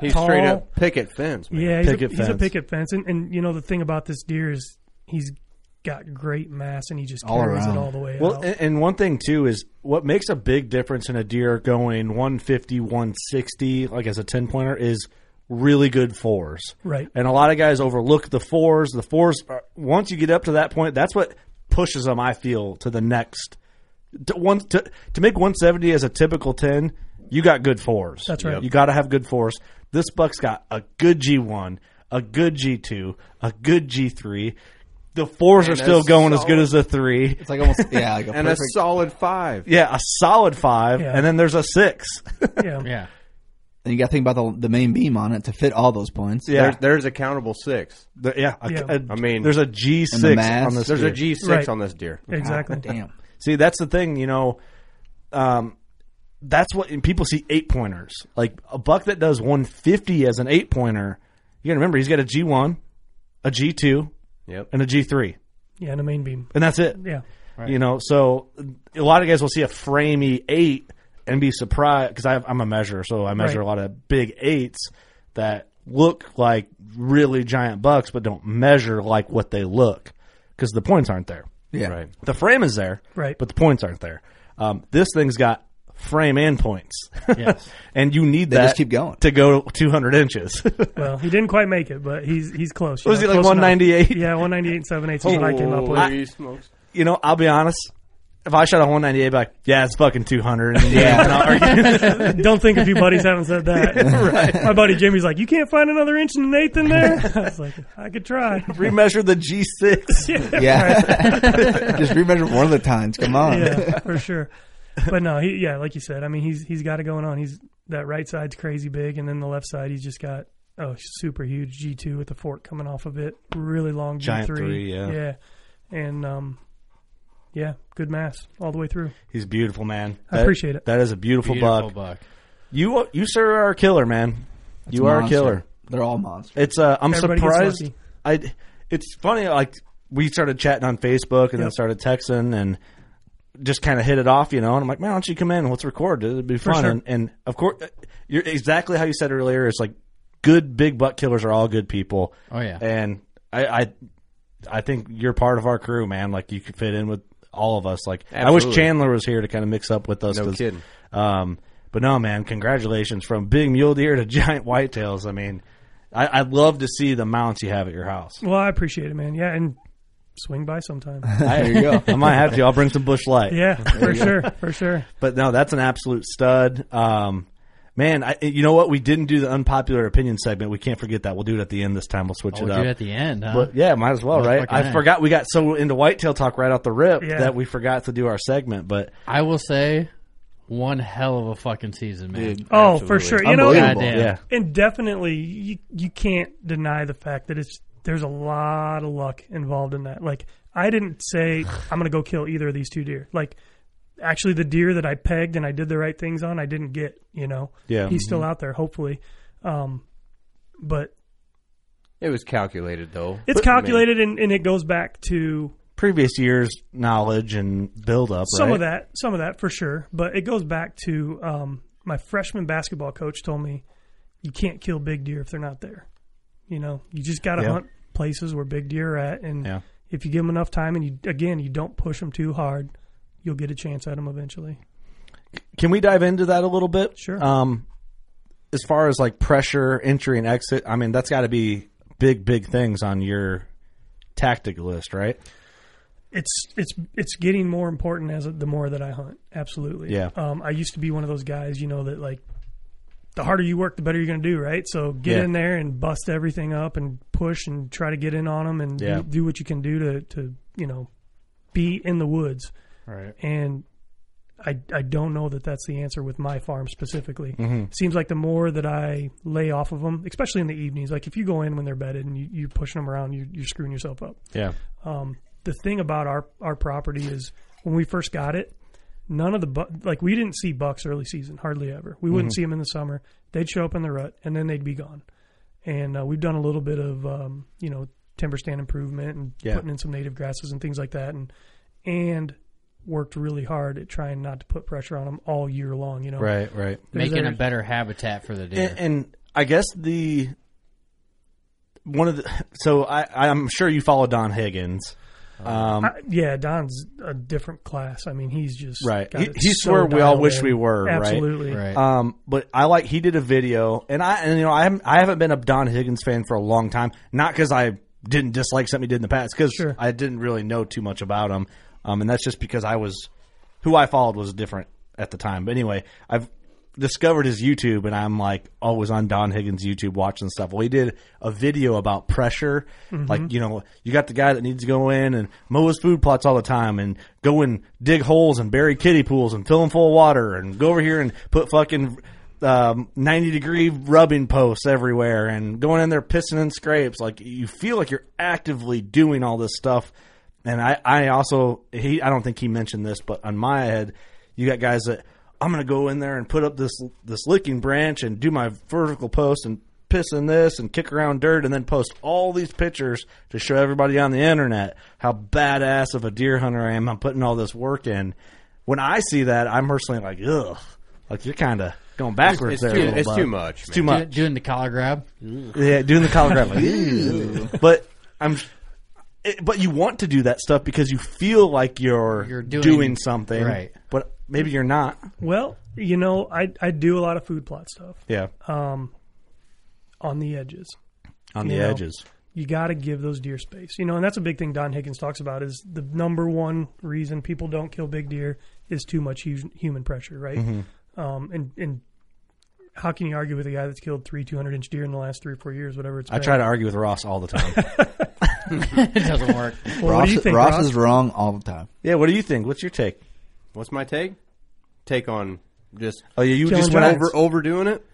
[SPEAKER 10] He's
[SPEAKER 9] tall-
[SPEAKER 10] straight up picket fence, man.
[SPEAKER 9] Yeah, he's,
[SPEAKER 10] Picket
[SPEAKER 9] a, he's a
[SPEAKER 10] fence.
[SPEAKER 9] picket fence, and, and you know the thing about this deer is he's got great mass, and he just
[SPEAKER 7] All
[SPEAKER 9] carries
[SPEAKER 7] around.
[SPEAKER 9] it all the way
[SPEAKER 7] Well,
[SPEAKER 9] out.
[SPEAKER 7] and, and one thing too is what makes a big difference in a deer going 150, 160, like as a 10 pointer, is really good fours.
[SPEAKER 9] Right.
[SPEAKER 7] And a lot of guys overlook the fours. The fours, are, once you get up to that point, that's what pushes them, I feel, to the next. To, one, to, to make 170 as a typical 10, you got good fours.
[SPEAKER 9] That's right.
[SPEAKER 7] You got to have good fours. This buck's got a good G1, a good G2, a good G3. The fours
[SPEAKER 10] And
[SPEAKER 7] are still
[SPEAKER 10] that's
[SPEAKER 7] going as good
[SPEAKER 10] solid.
[SPEAKER 7] as the three. It's
[SPEAKER 8] like almost
[SPEAKER 10] and a solid five.
[SPEAKER 7] Yeah, a solid five,
[SPEAKER 10] Yeah.
[SPEAKER 7] and then there's a six.
[SPEAKER 9] yeah.
[SPEAKER 6] yeah.
[SPEAKER 8] And you got to think about the, the main beam on it to fit all those points.
[SPEAKER 10] There, there's a countable six.
[SPEAKER 7] The- yeah, a- Yeah. a-
[SPEAKER 10] I mean,
[SPEAKER 7] there's a G6 And the mass. on this
[SPEAKER 10] There's a
[SPEAKER 7] deer.
[SPEAKER 10] G6
[SPEAKER 7] Right.
[SPEAKER 10] on this deer.
[SPEAKER 9] Exactly.
[SPEAKER 8] Damn.
[SPEAKER 7] See, that's the thing, you know. Um, that's what and people see eight pointers. Like a buck that does 150 as an eight pointer, You got to remember, he's got a G one, a G two,
[SPEAKER 10] yep.
[SPEAKER 7] and a G three,
[SPEAKER 9] Yeah, and a main beam.
[SPEAKER 7] and that's it.
[SPEAKER 9] Yeah.
[SPEAKER 7] You know, so a lot of guys will see a framey eight and be surprised because I'm a measurer, so I measure
[SPEAKER 9] Right.
[SPEAKER 7] a lot of big eights that look like really giant bucks, but don't measure like what they look because the points aren't there.
[SPEAKER 8] Yeah.
[SPEAKER 10] Right.
[SPEAKER 7] The frame is there,
[SPEAKER 9] Right.
[SPEAKER 7] But the points aren't there. Um, this thing's got frame and points,
[SPEAKER 6] Yes.
[SPEAKER 7] and you need
[SPEAKER 8] They
[SPEAKER 7] that
[SPEAKER 8] just keep going.
[SPEAKER 7] to go 200 inches.
[SPEAKER 9] Well, he didn't quite make it, but he's he's close. you
[SPEAKER 7] Was
[SPEAKER 9] know,
[SPEAKER 7] he like Oh.
[SPEAKER 9] close enough.
[SPEAKER 7] 198?
[SPEAKER 9] Yeah, one ninety eight seven eighths is what I came up with.
[SPEAKER 10] Holy smokes.
[SPEAKER 7] you know, I'll be honest. If I shot a 198, I'd be like, yeah, it's fucking 200. And, yeah, and I'll argue
[SPEAKER 9] Don't think a few buddies haven't said that. My buddy Jimmy's like, you can't find another inch and an eighth in there. I was like, I could try.
[SPEAKER 7] remeasure the G6.
[SPEAKER 8] Yeah. Just remeasure one of the times. Come on.
[SPEAKER 9] yeah, for sure. But no, he yeah, like you said, I mean, he's he's got it going on. He's that right side's crazy big, and then the left side, he's just got oh, super huge G two with the fork coming off of it, really long G
[SPEAKER 7] Giant three, yeah.
[SPEAKER 9] yeah, and um, yeah, good mass all the way through.
[SPEAKER 7] He's beautiful, man.
[SPEAKER 9] I appreciate it.
[SPEAKER 7] That is a beautiful,
[SPEAKER 6] Beautiful
[SPEAKER 7] buck. You you sir are a killer, man. you are a
[SPEAKER 8] Monster.
[SPEAKER 7] killer.
[SPEAKER 8] They're all monsters.
[SPEAKER 7] It's uh, I'm
[SPEAKER 9] Everybody gets
[SPEAKER 7] surprised.
[SPEAKER 9] lucky.
[SPEAKER 7] I it's funny like we started chatting on Facebook and then
[SPEAKER 9] Yep.
[SPEAKER 7] started texting and just kind of hit it off, you know. And I'm like, man, why don't you come in? and Let's record. It'd be fun.
[SPEAKER 9] sure.
[SPEAKER 7] And, and of course, uh, you're exactly how you said earlier. It's like good big buck killers are all good people.
[SPEAKER 6] Oh, yeah.
[SPEAKER 7] And I I, I think you're part of our crew, man. Like you could fit in with all of us. Like I
[SPEAKER 10] Absolutely.
[SPEAKER 7] wish Chandler was here to kind of mix up with us.
[SPEAKER 10] No
[SPEAKER 7] 'cause,
[SPEAKER 10] kidding.
[SPEAKER 7] Um, but no, man, congratulations from big mule deer to giant whitetails. I mean, I, I'd love to see the mounts you have at your house.
[SPEAKER 9] Well, I appreciate it, man. Yeah, and swing by sometime.
[SPEAKER 7] there you go. I might have to. I'll bring some bush light.
[SPEAKER 9] yeah, for sure, for sure.
[SPEAKER 7] But no, that's an absolute stud. Um, man, I, you know what? We didn't do the unpopular opinion segment. We can't forget that. We'll do it at the end this time. We'll switch
[SPEAKER 6] Oh,
[SPEAKER 7] it
[SPEAKER 6] dude,
[SPEAKER 7] up.
[SPEAKER 6] at the end, huh?
[SPEAKER 7] But yeah, might as well,
[SPEAKER 6] Let's
[SPEAKER 7] right?
[SPEAKER 6] fucking
[SPEAKER 7] I
[SPEAKER 6] hang.
[SPEAKER 7] forgot we got so into whitetail talk right out the rip
[SPEAKER 9] Yeah.
[SPEAKER 7] that we forgot to do our segment. But
[SPEAKER 6] I will say, one hell of a fucking season, man.
[SPEAKER 10] Dude,
[SPEAKER 9] Oh,
[SPEAKER 10] absolutely.
[SPEAKER 9] for sure. You know,
[SPEAKER 8] Unbelievable.
[SPEAKER 6] Goddamn.
[SPEAKER 7] yeah,
[SPEAKER 9] and definitely you you can't deny the fact that it's there's a lot of luck involved in that. Like I didn't say I'm going to go kill either of these two deer. Like actually the deer that I pegged and I did the right things on, I didn't get, you know.
[SPEAKER 7] Yeah.
[SPEAKER 9] He's still out there hopefully. Um but
[SPEAKER 10] It was calculated though.
[SPEAKER 9] it's calculated and, and it goes back to
[SPEAKER 7] previous year's knowledge and build up.
[SPEAKER 9] some of that, some of that for sure, but it goes back to um my freshman basketball coach told me you can't kill big deer if they're not there. You know, you just got to
[SPEAKER 7] Yeah.
[SPEAKER 9] hunt places where big deer are at, and
[SPEAKER 7] Yeah.
[SPEAKER 9] if you give them enough time, and you again you don't push them too hard, you'll get a chance at them eventually.
[SPEAKER 7] Can we dive into that a little bit?
[SPEAKER 9] Sure.
[SPEAKER 7] Um, as far as like pressure, entry, and exit, I mean that's got to be big, big things on your tactic list, right?
[SPEAKER 9] It's it's it's getting more important as the more that I hunt. Absolutely.
[SPEAKER 7] Yeah.
[SPEAKER 9] Um, I used to be one of those guys, you know, that like the harder you work, the better you're going to do, right? So get
[SPEAKER 7] Yeah.
[SPEAKER 9] in there and bust everything up and push and try to get in on them and
[SPEAKER 7] Yeah.
[SPEAKER 9] do, do what you can do to to you know be in the woods. Right. And I, I don't know that that's the answer with my farm specifically.
[SPEAKER 7] Mm-hmm.
[SPEAKER 9] Seems like the more that I lay off of them, especially in the evenings, like if you go in when they're bedded and you, you're pushing them around, you, you're screwing yourself up.
[SPEAKER 7] Yeah.
[SPEAKER 9] The thing about our, our property is when we first got it, none of the bu- like we didn't see bucks early season hardly ever. We
[SPEAKER 7] Mm-hmm.
[SPEAKER 9] wouldn't see them in the summer. They'd show up in the rut and then they'd be gone. And uh, we've done a little bit of um, you know timber stand improvement and
[SPEAKER 7] Yeah.
[SPEAKER 9] putting in some native grasses and things like that, and and worked really hard at trying not to put pressure on them all year long. You know,
[SPEAKER 7] Right. Right.
[SPEAKER 9] There's
[SPEAKER 6] Making a
[SPEAKER 9] every-
[SPEAKER 6] better habitat for the deer.
[SPEAKER 7] And, and I guess the one of the so I I'm sure you follow Don Higgins. Um,
[SPEAKER 9] I- yeah, Don's a different class. I mean, he's just
[SPEAKER 7] Right.
[SPEAKER 9] got
[SPEAKER 7] He-
[SPEAKER 9] it
[SPEAKER 7] he's
[SPEAKER 9] so
[SPEAKER 7] where we all
[SPEAKER 9] dialed
[SPEAKER 7] wish
[SPEAKER 9] in.
[SPEAKER 7] we were, right?
[SPEAKER 9] Absolutely.
[SPEAKER 6] right.
[SPEAKER 7] Um, but I like he did a video, and I and you know I haven't I haven't been a Don Higgins fan for a long time. Not because I didn't dislike something he did in the past, because
[SPEAKER 9] Sure.
[SPEAKER 7] I didn't really know too much about him, um, and that's just because I was who I followed was different at the time. But anyway, I've discovered his YouTube, and I'm like always on Don Higgins' YouTube watching stuff. Well, he did a video about pressure, like you know, you got the guy that needs to go in and mow his food plots all the time, and go and dig holes and bury kiddie pools and fill them full of water, and go over here and put fucking. Um, 90 degree rubbing posts everywhere and going in there pissing in scrapes. Like you feel like you're actively doing all this stuff and I, I also he I don't think he mentioned this, but on my head, you got guys that I'm gonna go in there and put up this this licking branch and do my vertical post and
[SPEAKER 4] piss in this and kick around dirt and then post all these pictures to show everybody on the internet how badass of a deer hunter I am. I'm putting all this work in. When I see that, I'm personally like, ugh, like you're kind of going backwards
[SPEAKER 7] It's- it's
[SPEAKER 4] there. a
[SPEAKER 7] too-
[SPEAKER 4] little
[SPEAKER 7] it's
[SPEAKER 4] bud.
[SPEAKER 7] too much,
[SPEAKER 4] It's
[SPEAKER 7] man.
[SPEAKER 4] too much.
[SPEAKER 6] doing the collar grab.
[SPEAKER 4] Yeah, doing the collar grab. Like, "Ew." but I'm, it, but you want to do that stuff because you feel like you're,
[SPEAKER 6] doing-
[SPEAKER 4] doing, something,
[SPEAKER 6] right.
[SPEAKER 4] But maybe you're not.
[SPEAKER 9] Well, you know, I I do a lot of food plot stuff.
[SPEAKER 4] Yeah.
[SPEAKER 9] Um, on the edges.
[SPEAKER 4] On the edges.
[SPEAKER 9] You got to give those deer space. You know, and that's a big thing Don Higgins talks about is the number one reason people don't kill big deer is too much hu- human pressure, right?
[SPEAKER 4] Mhm.
[SPEAKER 9] Um, and and how can you argue with a guy that's killed three 200 inch deer in the last three or four years, whatever it's
[SPEAKER 4] I
[SPEAKER 9] been?
[SPEAKER 4] try to argue with Ross all the time.
[SPEAKER 6] it doesn't work.
[SPEAKER 9] Well, what do you think,
[SPEAKER 8] Ross,
[SPEAKER 9] Ross?
[SPEAKER 8] is wrong all the time.
[SPEAKER 4] Yeah, what do you think? What's your take?
[SPEAKER 7] What's my take? Take on just
[SPEAKER 4] Oh, yeah, you
[SPEAKER 7] Killing
[SPEAKER 4] just went
[SPEAKER 7] over
[SPEAKER 4] out-
[SPEAKER 7] overdoing it.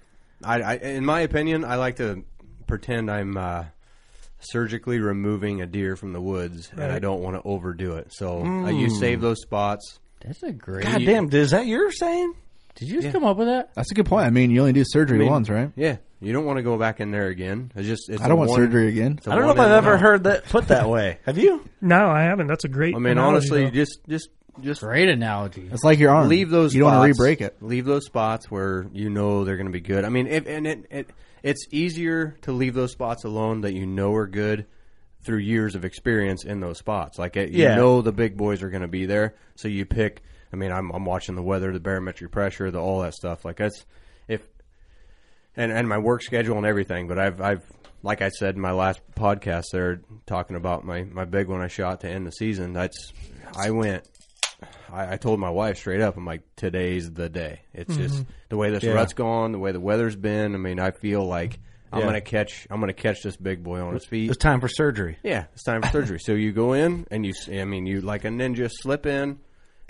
[SPEAKER 7] I, I, in my opinion, I like to pretend I'm uh, surgically removing a deer from the woods, and I
[SPEAKER 4] Right.
[SPEAKER 7] don't want to overdo it. So uh, you
[SPEAKER 4] Mm.
[SPEAKER 7] save those spots.
[SPEAKER 6] That's a great.
[SPEAKER 4] God damn, is that your saying?
[SPEAKER 6] Did you just come up with that?
[SPEAKER 8] That's a good point. I mean, you only do
[SPEAKER 7] I
[SPEAKER 8] surgery
[SPEAKER 7] mean,
[SPEAKER 8] once, right?
[SPEAKER 7] Yeah, you don't want to go back in there again. It's just it's
[SPEAKER 8] I don't
[SPEAKER 7] a
[SPEAKER 8] want
[SPEAKER 7] one-
[SPEAKER 8] surgery again.
[SPEAKER 7] it's a
[SPEAKER 4] I don't know if
[SPEAKER 7] one
[SPEAKER 4] I've
[SPEAKER 7] in and
[SPEAKER 4] ever
[SPEAKER 7] out.
[SPEAKER 4] heard that put that way. Have you?
[SPEAKER 9] No, I haven't. That's a great.
[SPEAKER 7] I mean,
[SPEAKER 9] analogy,
[SPEAKER 7] honestly,
[SPEAKER 9] though.
[SPEAKER 7] just just just
[SPEAKER 6] Great analogy.
[SPEAKER 8] It's like your arm.
[SPEAKER 7] Leave those.
[SPEAKER 8] You don't
[SPEAKER 7] spots,
[SPEAKER 8] want to re-break it.
[SPEAKER 7] Leave those spots where you know they're going to be good. I mean, if, and it, it it's easier to leave those spots alone that you know are good through years of experience in those spots. Like it,
[SPEAKER 4] Yeah.
[SPEAKER 7] you know the big boys are going to be there, so you pick. I mean, I'm I'm watching the weather, the barometric pressure, the all that stuff. Like that's if and and my work schedule and everything. But I've I've like I said in my last podcast, there talking about my my big one I shot to end the season. That's I went. I, I told my wife straight up. I'm like, today's the day. It's just
[SPEAKER 4] Mhm.
[SPEAKER 7] the way this
[SPEAKER 4] Yeah.
[SPEAKER 7] rut's gone, the way the weather's been. I mean, I feel like I'm
[SPEAKER 4] Yeah.
[SPEAKER 7] gonna catch. I'm gonna catch this big boy on his feet.
[SPEAKER 4] It's time for surgery.
[SPEAKER 7] Yeah, it's time for surgery. So you go in and you, s- I mean, you like a ninja slip in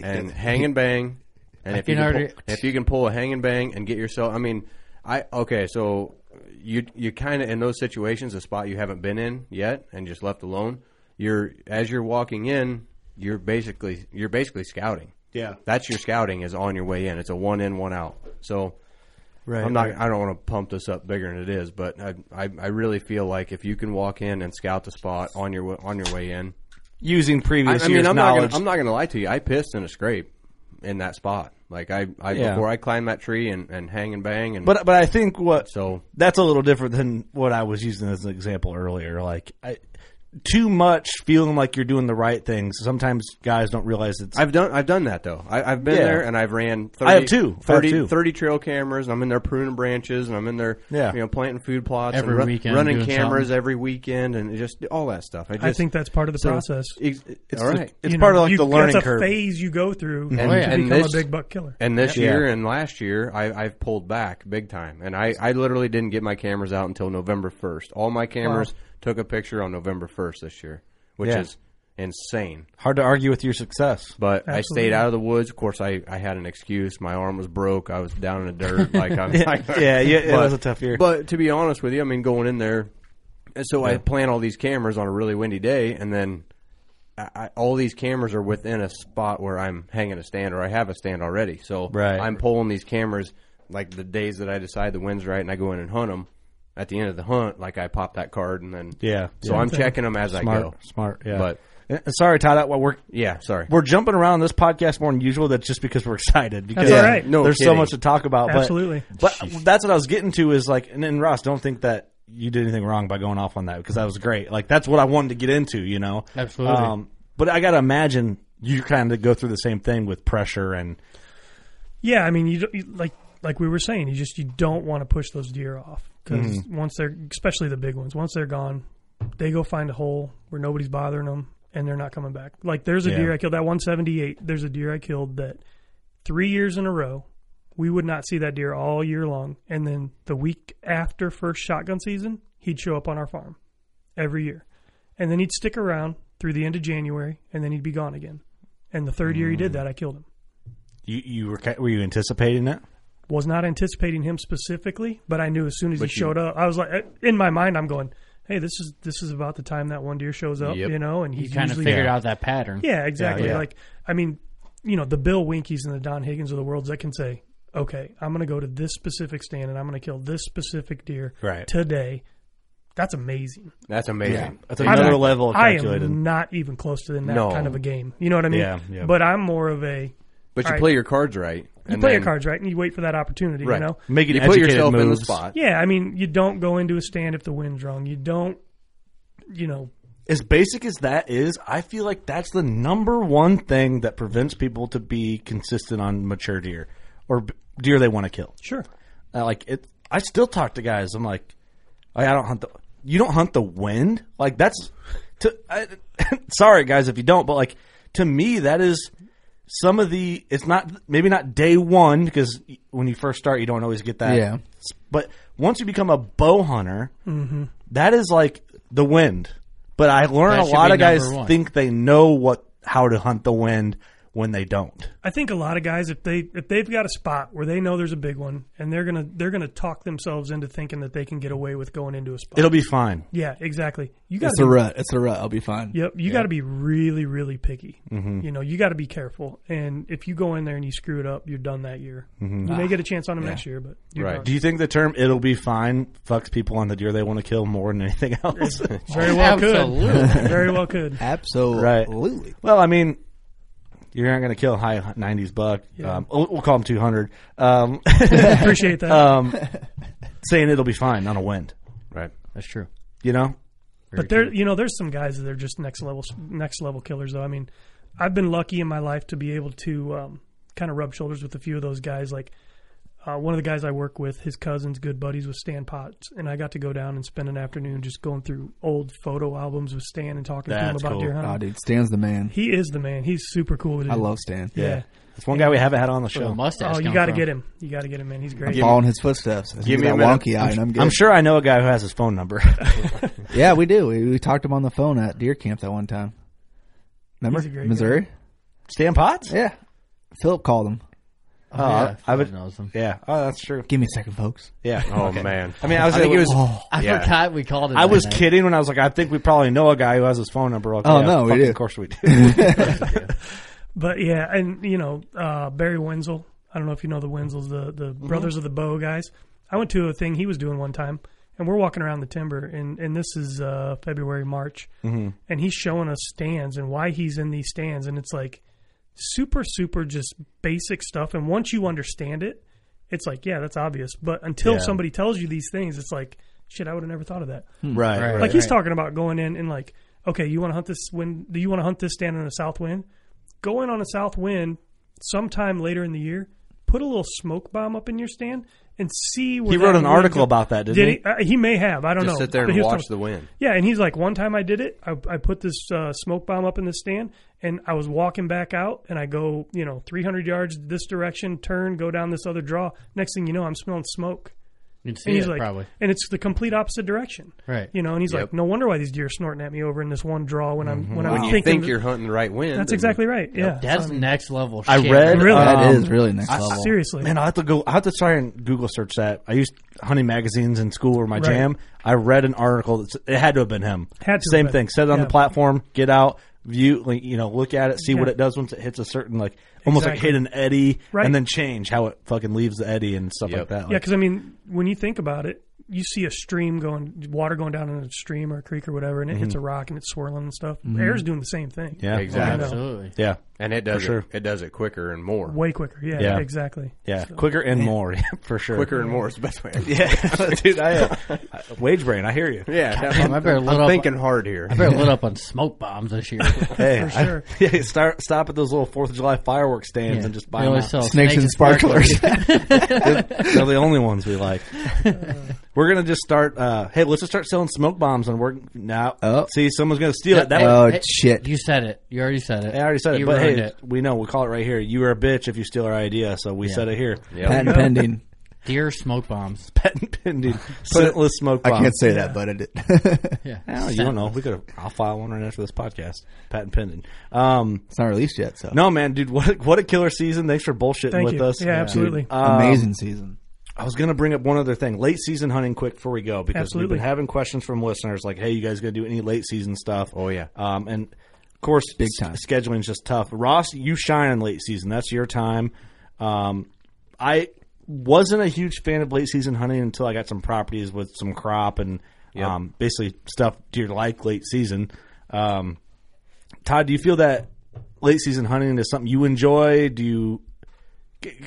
[SPEAKER 7] and hang and bang. And
[SPEAKER 6] I
[SPEAKER 7] if you,
[SPEAKER 6] can
[SPEAKER 7] can
[SPEAKER 6] already-
[SPEAKER 7] pull, if you can pull a hang and bang and get yourself, I mean, I okay, so you you kind of in those situations, a spot you haven't been in yet and just left alone. You're as you're walking in, you're basically you're basically scouting.
[SPEAKER 4] Yeah.
[SPEAKER 7] that's your scouting is on your way in. It's a one in one out. So
[SPEAKER 4] Right,
[SPEAKER 7] I'm not.
[SPEAKER 4] right.
[SPEAKER 7] I don't want to pump this up bigger than it is, but I, I, I really feel like if you can walk in and scout the spot on your wa- on your way in,
[SPEAKER 4] Using
[SPEAKER 7] I,
[SPEAKER 4] previous
[SPEAKER 7] I
[SPEAKER 4] years'
[SPEAKER 7] mean, I'm not,
[SPEAKER 4] knowledge.
[SPEAKER 7] gonna, I'm not gonna lie to you. I pissed in a scrape in that spot. Like I, I
[SPEAKER 4] Yeah.
[SPEAKER 7] before I climbed that tree and, and hang and bang and
[SPEAKER 4] But but I think what
[SPEAKER 7] So-
[SPEAKER 4] that's a little different than what I was using as an example earlier. Like I, too much feeling like you're doing the right things. Sometimes guys don't realize it's.
[SPEAKER 7] I've done I've done that though. I, I've been
[SPEAKER 4] Yeah.
[SPEAKER 7] there and I've ran. 30,
[SPEAKER 4] I have too. I have
[SPEAKER 7] 30,
[SPEAKER 4] too.
[SPEAKER 7] 30 trail cameras. And I'm in there pruning branches and I'm in there.
[SPEAKER 4] Yeah.
[SPEAKER 7] you know, planting food plots
[SPEAKER 6] Every
[SPEAKER 7] and ru-
[SPEAKER 6] weekend
[SPEAKER 7] running
[SPEAKER 6] doing
[SPEAKER 7] cameras
[SPEAKER 6] something.
[SPEAKER 7] every weekend and just all that stuff. I, just,
[SPEAKER 9] I think that's part of the
[SPEAKER 7] so-
[SPEAKER 9] process.
[SPEAKER 7] Ex-
[SPEAKER 4] It's
[SPEAKER 7] all
[SPEAKER 4] the-
[SPEAKER 7] right.
[SPEAKER 4] it's
[SPEAKER 9] You
[SPEAKER 4] part
[SPEAKER 9] know,
[SPEAKER 4] of like
[SPEAKER 9] you-
[SPEAKER 4] the learning
[SPEAKER 9] that's a
[SPEAKER 4] curve. Mm-hmm.
[SPEAKER 9] phase you go through
[SPEAKER 7] And-
[SPEAKER 9] to
[SPEAKER 7] Oh, and
[SPEAKER 9] become
[SPEAKER 7] this-
[SPEAKER 9] a big buck killer.
[SPEAKER 7] And this
[SPEAKER 4] Yeah.
[SPEAKER 7] year and last year, I, I've pulled back big time, and I, I literally didn't get my cameras out until November first. All my cameras took a picture on November first this year, which
[SPEAKER 4] Yeah.
[SPEAKER 7] is insane.
[SPEAKER 4] Hard to argue with your success.
[SPEAKER 7] But I
[SPEAKER 9] Absolutely.
[SPEAKER 7] stayed out of the woods. Of course, I, I had an excuse. My arm was broke. I was down in the dirt. Like I'm, like,
[SPEAKER 4] Yeah, yeah, it was a tough year.
[SPEAKER 7] But to be honest with you, I mean, going in there, and so I
[SPEAKER 4] Yeah.
[SPEAKER 7] plant all these cameras on a really windy day, and then I, I, all these cameras are within a spot where I'm hanging a stand or I have a stand already. So
[SPEAKER 4] Right.
[SPEAKER 7] I'm pulling these cameras like the days that I decide the wind's right, and I go in and hunt them. At the end of the hunt, like I pop that card, and then
[SPEAKER 4] Yeah,
[SPEAKER 7] So
[SPEAKER 4] yeah.
[SPEAKER 7] I'm checking them as I
[SPEAKER 4] smart,
[SPEAKER 7] go.
[SPEAKER 4] smart. Yeah.
[SPEAKER 7] But
[SPEAKER 4] And- and sorry, Todd. That we're
[SPEAKER 7] yeah, sorry.
[SPEAKER 4] we're jumping around this podcast more than usual. That's just because we're excited. Because
[SPEAKER 9] all right.
[SPEAKER 7] No
[SPEAKER 4] there's so
[SPEAKER 7] kidding.
[SPEAKER 4] much to talk about. but-
[SPEAKER 9] Absolutely.
[SPEAKER 4] But, that's what I was getting to is like, and, and Ross, don't think that you did anything wrong by going off on that because that was great. Like that's what I wanted to get into. You know, Um,
[SPEAKER 6] Absolutely.
[SPEAKER 4] but I gotta imagine you kind of go through the same thing with pressure and
[SPEAKER 9] Yeah, I mean, you, don't, you like like we were saying, you just you don't want to push those deer off because once they're especially the big ones, once they're gone, they go find a hole where nobody's bothering them and they're not coming back. Like there's a
[SPEAKER 4] Yeah.
[SPEAKER 9] deer I killed that 178. There's a deer I killed that three years in a row we would not see that deer all year long, and then the week after first shotgun season, he'd show up on our farm every year, and then he'd stick around through the end of January, and then he'd be gone again. And the third year he did that, I killed him
[SPEAKER 4] you you were ki- were you anticipating it?
[SPEAKER 9] was not anticipating him specifically, but I knew as soon as
[SPEAKER 7] But
[SPEAKER 9] he
[SPEAKER 7] you-
[SPEAKER 9] showed up, I was like, in my mind, I'm going, "Hey, this is this is about the time that one deer shows up,
[SPEAKER 7] Yep.
[SPEAKER 9] you know." And
[SPEAKER 6] You
[SPEAKER 9] he's
[SPEAKER 6] kind of
[SPEAKER 9] usually
[SPEAKER 6] figured out that pattern.
[SPEAKER 9] yeah, exactly.
[SPEAKER 4] yeah.
[SPEAKER 9] Like, I mean, you know, the Bill Winkies and the Don Higgins of the worlds that can say, okay, I'm going to go to this specific stand and I'm going to kill this specific deer
[SPEAKER 7] Right.
[SPEAKER 9] today. That's amazing.
[SPEAKER 10] That's amazing. Yeah.
[SPEAKER 7] That's another level of
[SPEAKER 9] I
[SPEAKER 7] calculated.
[SPEAKER 9] am not even close to in that
[SPEAKER 10] No.
[SPEAKER 9] kind of a game. You know what I mean?
[SPEAKER 10] Yeah, yeah.
[SPEAKER 9] But I'm more of a.
[SPEAKER 10] But you
[SPEAKER 9] all right,
[SPEAKER 10] play your cards right.
[SPEAKER 9] You
[SPEAKER 10] and
[SPEAKER 9] play
[SPEAKER 10] then-
[SPEAKER 9] your cards right, and you wait for that opportunity.
[SPEAKER 10] Right.
[SPEAKER 9] You know,
[SPEAKER 10] Make it You put educated yourself in the moves. spot.
[SPEAKER 9] Yeah, I mean, you don't go into a stand if the wind's wrong. You don't, you know,
[SPEAKER 7] as basic as that is, I feel like that's the number one thing that prevents people to be consistent on mature deer or b- deer they want to kill.
[SPEAKER 9] Sure.
[SPEAKER 7] Uh, like it, I still talk to guys. I'm like, I I don't hunt the. You don't hunt the wind. Like that's. To, I, sorry, guys, if you don't, but like to me, that is some of the. It's not maybe not day one because when you first start, you don't always get that.
[SPEAKER 8] Yeah.
[SPEAKER 7] But once you become a bow hunter,
[SPEAKER 8] Mhm.
[SPEAKER 7] that is like the wind. But I learn
[SPEAKER 9] Mm-hmm. That
[SPEAKER 7] a
[SPEAKER 9] should
[SPEAKER 7] lot
[SPEAKER 9] be
[SPEAKER 7] of guys
[SPEAKER 9] number one.
[SPEAKER 7] think they know what how to hunt the wind when they don't.
[SPEAKER 9] I think a lot of guys, if they if they've got a spot where they know there's a big one, and they're gonna they're gonna talk themselves into thinking that they can get away with going into a spot.
[SPEAKER 7] It'll be fine.
[SPEAKER 9] Yeah, exactly. You got
[SPEAKER 8] It's a rut. It's a rut. I'll be fine.
[SPEAKER 9] Yep, you got to be really really picky.
[SPEAKER 8] Mhm.
[SPEAKER 9] You know, you got to be careful. And if you go in there and you screw it up, you're done that year.
[SPEAKER 7] Mhm.
[SPEAKER 9] You may
[SPEAKER 7] Ah,
[SPEAKER 9] get a chance on them
[SPEAKER 7] yeah.
[SPEAKER 9] next year, but you're done.
[SPEAKER 7] Do you think the term "it'll be fine" fucks people on the deer they want to kill more than anything else?
[SPEAKER 9] Very well could. Absolutely. Very well could.
[SPEAKER 8] Absolutely.
[SPEAKER 7] Right. Well, I mean, you're not going to kill a high 90s buck.
[SPEAKER 9] Yeah.
[SPEAKER 7] Um, we'll, we'll call him 200. Um,
[SPEAKER 9] Appreciate that.
[SPEAKER 7] Um, saying it'll be fine on a wind.
[SPEAKER 10] Right.
[SPEAKER 7] That's true. You know?
[SPEAKER 9] But there, you know, there's some guys that are just next level, next level killers. Though I mean, I've been lucky in my life to be able to um, kind of rub shoulders with a few of those guys. Like uh, one of the guys I work with, his cousin's good buddies with Stan Potts, and I got to go down and spend an afternoon just going through old photo albums with Stan and talking to him
[SPEAKER 7] That's
[SPEAKER 9] about
[SPEAKER 7] cool.
[SPEAKER 9] deer hunting.
[SPEAKER 8] Oh, dude, Stan's the man.
[SPEAKER 9] He is the man. He's super cool. Dude.
[SPEAKER 8] I love Stan.
[SPEAKER 9] Yeah.
[SPEAKER 7] Yeah. That's one guy we haven't had on the
[SPEAKER 9] Where'd
[SPEAKER 7] show.
[SPEAKER 9] the mustache Oh, you come gotta from? get him. You gotta get him, man. He's great.
[SPEAKER 8] I'm following his footsteps. He's got wonky eye, and I'm good.
[SPEAKER 7] sure I know a guy who has his phone number.
[SPEAKER 8] yeah, we do. We, we talked to him on the phone at deer camp that one time. Remember
[SPEAKER 7] He's a great guy.
[SPEAKER 8] Missouri?
[SPEAKER 7] Stan Potts?
[SPEAKER 8] Yeah. Philip called him.
[SPEAKER 7] Oh,
[SPEAKER 8] yeah.
[SPEAKER 7] I would. Yeah. Oh, that's true.
[SPEAKER 8] Give me a second, folks.
[SPEAKER 7] Yeah.
[SPEAKER 10] Oh, man.
[SPEAKER 7] I mean, I was.
[SPEAKER 10] I think it was-
[SPEAKER 6] I
[SPEAKER 7] yeah.
[SPEAKER 6] forgot we called it.
[SPEAKER 7] I
[SPEAKER 6] that
[SPEAKER 7] was
[SPEAKER 6] night.
[SPEAKER 7] kidding when I was like, I think we probably know a guy who has his phone number. Like,
[SPEAKER 8] Oh,
[SPEAKER 7] yeah,
[SPEAKER 8] no, we
[SPEAKER 7] fucking
[SPEAKER 8] do.
[SPEAKER 7] Of course we do.
[SPEAKER 9] But yeah, and you know uh, Barry Wenzel. I don't know if you know the Wenzels, the the brothers of the bow guys. I went to a thing he was doing one time, and we're walking around the timber, and and this is uh, February March,
[SPEAKER 7] Mhm.
[SPEAKER 9] and he's showing us stands and why he's in these stands, and it's like super super just basic stuff, and once you understand it, it's like yeah, that's obvious. But until
[SPEAKER 7] Yeah.
[SPEAKER 9] somebody tells you these things, it's like shit, I would have never thought of that.
[SPEAKER 7] Right, right,
[SPEAKER 9] like he's
[SPEAKER 7] right.
[SPEAKER 9] talking about going in and like, okay, you want to hunt this wind? Do you want to hunt this stand in a south wind? Go in on a south wind sometime later in the year. Put a little smoke bomb up in your stand and see. Where
[SPEAKER 7] He
[SPEAKER 9] that
[SPEAKER 7] wrote an
[SPEAKER 9] wind
[SPEAKER 7] article
[SPEAKER 9] go-
[SPEAKER 7] about that, didn't
[SPEAKER 9] Did
[SPEAKER 7] he?
[SPEAKER 9] Uh, he may have. I don't
[SPEAKER 10] Just
[SPEAKER 9] know.
[SPEAKER 10] sit there
[SPEAKER 9] But
[SPEAKER 10] and
[SPEAKER 9] he was
[SPEAKER 10] watch the wind.
[SPEAKER 9] Yeah, and he's like, one time I did it. I, I put this uh, smoke bomb up in the stand, and I was walking back out, and I go, you know, 300 yards this direction, turn, go down this other draw. Next thing you know, I'm smelling smoke.
[SPEAKER 6] You'd see
[SPEAKER 9] and he's
[SPEAKER 6] it,
[SPEAKER 9] like,
[SPEAKER 6] probably.
[SPEAKER 9] and it's the complete opposite direction.
[SPEAKER 6] Right.
[SPEAKER 9] You know, and he's
[SPEAKER 6] Yep.
[SPEAKER 9] like, no wonder why these deer are snorting at me over in this one draw when I'm when
[SPEAKER 10] When
[SPEAKER 9] I'm
[SPEAKER 10] you
[SPEAKER 9] thinking
[SPEAKER 10] think you're hunting the right wind,
[SPEAKER 9] That's
[SPEAKER 10] and-
[SPEAKER 9] exactly right. Yeah.
[SPEAKER 6] That's
[SPEAKER 9] So, I mean,
[SPEAKER 6] next level.
[SPEAKER 7] I
[SPEAKER 6] shit.
[SPEAKER 7] read
[SPEAKER 9] Really?
[SPEAKER 7] um,
[SPEAKER 9] That
[SPEAKER 8] is really next
[SPEAKER 7] I-
[SPEAKER 8] level.
[SPEAKER 9] Seriously.
[SPEAKER 7] man. I have to go. I have to try and Google search that. I used hunting magazines in school were my
[SPEAKER 9] Right.
[SPEAKER 7] jam. I read an article. That's, it had to have been him.
[SPEAKER 9] Had to
[SPEAKER 7] Same
[SPEAKER 9] have been.
[SPEAKER 7] thing. Set it on
[SPEAKER 9] Yeah.
[SPEAKER 7] the platform. Get out. View. Like, you know, look at it. See what
[SPEAKER 9] Yeah.
[SPEAKER 7] it does once it hits a certain like almost
[SPEAKER 9] Exactly.
[SPEAKER 7] like hit an eddy,
[SPEAKER 9] Right.
[SPEAKER 7] and then change how it fucking leaves the eddy and stuff like that.
[SPEAKER 9] yeah,
[SPEAKER 7] Like,
[SPEAKER 9] because I mean, when you think about it, you see a stream going, water going down in a stream or a creek or whatever, and it hits a rock and it's swirling and stuff. Air's doing the same thing.
[SPEAKER 7] yeah,
[SPEAKER 10] Exactly.
[SPEAKER 9] You know,
[SPEAKER 7] Yeah,
[SPEAKER 10] And it does
[SPEAKER 7] For sure.
[SPEAKER 10] it, it does it quicker and more.
[SPEAKER 9] Way quicker. Yeah,
[SPEAKER 7] Yeah.
[SPEAKER 9] exactly.
[SPEAKER 7] Yeah,
[SPEAKER 9] So-
[SPEAKER 7] quicker and more for sure.
[SPEAKER 10] Quicker and more is the best way.
[SPEAKER 7] Yeah, dude, I uh, wage brain. I hear you.
[SPEAKER 10] Yeah,
[SPEAKER 6] God damn, I
[SPEAKER 10] I'm,
[SPEAKER 6] better
[SPEAKER 10] I'm
[SPEAKER 6] load up-
[SPEAKER 10] thinking hard here.
[SPEAKER 6] I better lit up on smoke bombs this year.
[SPEAKER 7] Hey,
[SPEAKER 9] For
[SPEAKER 7] I-
[SPEAKER 9] sure.
[SPEAKER 7] yeah, start stop at those little Fourth of July fireworks stands
[SPEAKER 6] Yeah.
[SPEAKER 7] and just
[SPEAKER 6] They
[SPEAKER 7] buy them.
[SPEAKER 6] only
[SPEAKER 7] out.
[SPEAKER 6] sell
[SPEAKER 8] Snakes and sparklers.
[SPEAKER 7] They're the only ones we like. We're gonna just start. Uh, hey, let's just start selling smoke bombs and we're now.
[SPEAKER 8] Oh.
[SPEAKER 7] See, someone's gonna steal it. That
[SPEAKER 8] Oh,
[SPEAKER 7] way-
[SPEAKER 8] Hey, shit.
[SPEAKER 6] You said it. You already said it.
[SPEAKER 7] I already said it,
[SPEAKER 6] you
[SPEAKER 7] but hey,
[SPEAKER 6] ruined it.
[SPEAKER 7] we know we call it right here. You are a bitch if you steal our idea, so we said it here.
[SPEAKER 8] Patent pending.
[SPEAKER 6] Deer smoke bombs.
[SPEAKER 7] Patent pending. Scentless smoke
[SPEAKER 8] I
[SPEAKER 7] bomb.
[SPEAKER 8] can't say that, but I did.
[SPEAKER 6] Yeah.
[SPEAKER 7] Well, you don't know. We could. have I'll file one right after this podcast. Patent pending. Um,
[SPEAKER 8] it's not released yet, so
[SPEAKER 7] no, man, dude, what a, what a killer season! Thanks for bullshitting
[SPEAKER 9] Thank
[SPEAKER 7] with
[SPEAKER 9] you.
[SPEAKER 7] us.
[SPEAKER 9] Yeah, absolutely.
[SPEAKER 7] Um,
[SPEAKER 8] amazing season.
[SPEAKER 7] I was going to bring up one other thing. Late season hunting, quick before we go, because
[SPEAKER 9] Absolutely.
[SPEAKER 7] we've been having questions from listeners like, "Hey, you guys going to do any late season stuff?"
[SPEAKER 10] Oh, yeah.
[SPEAKER 7] um, and of course,
[SPEAKER 8] Big time.
[SPEAKER 7] scheduling is just tough. Ross, you shine in late season. That's your time. Um, I
[SPEAKER 12] wasn't a huge fan of late season hunting until I got some properties with some crop and
[SPEAKER 7] Yep.
[SPEAKER 12] um, basically stuff deer like late season. Um, Todd, do you feel that late season hunting is something you enjoy? Do you?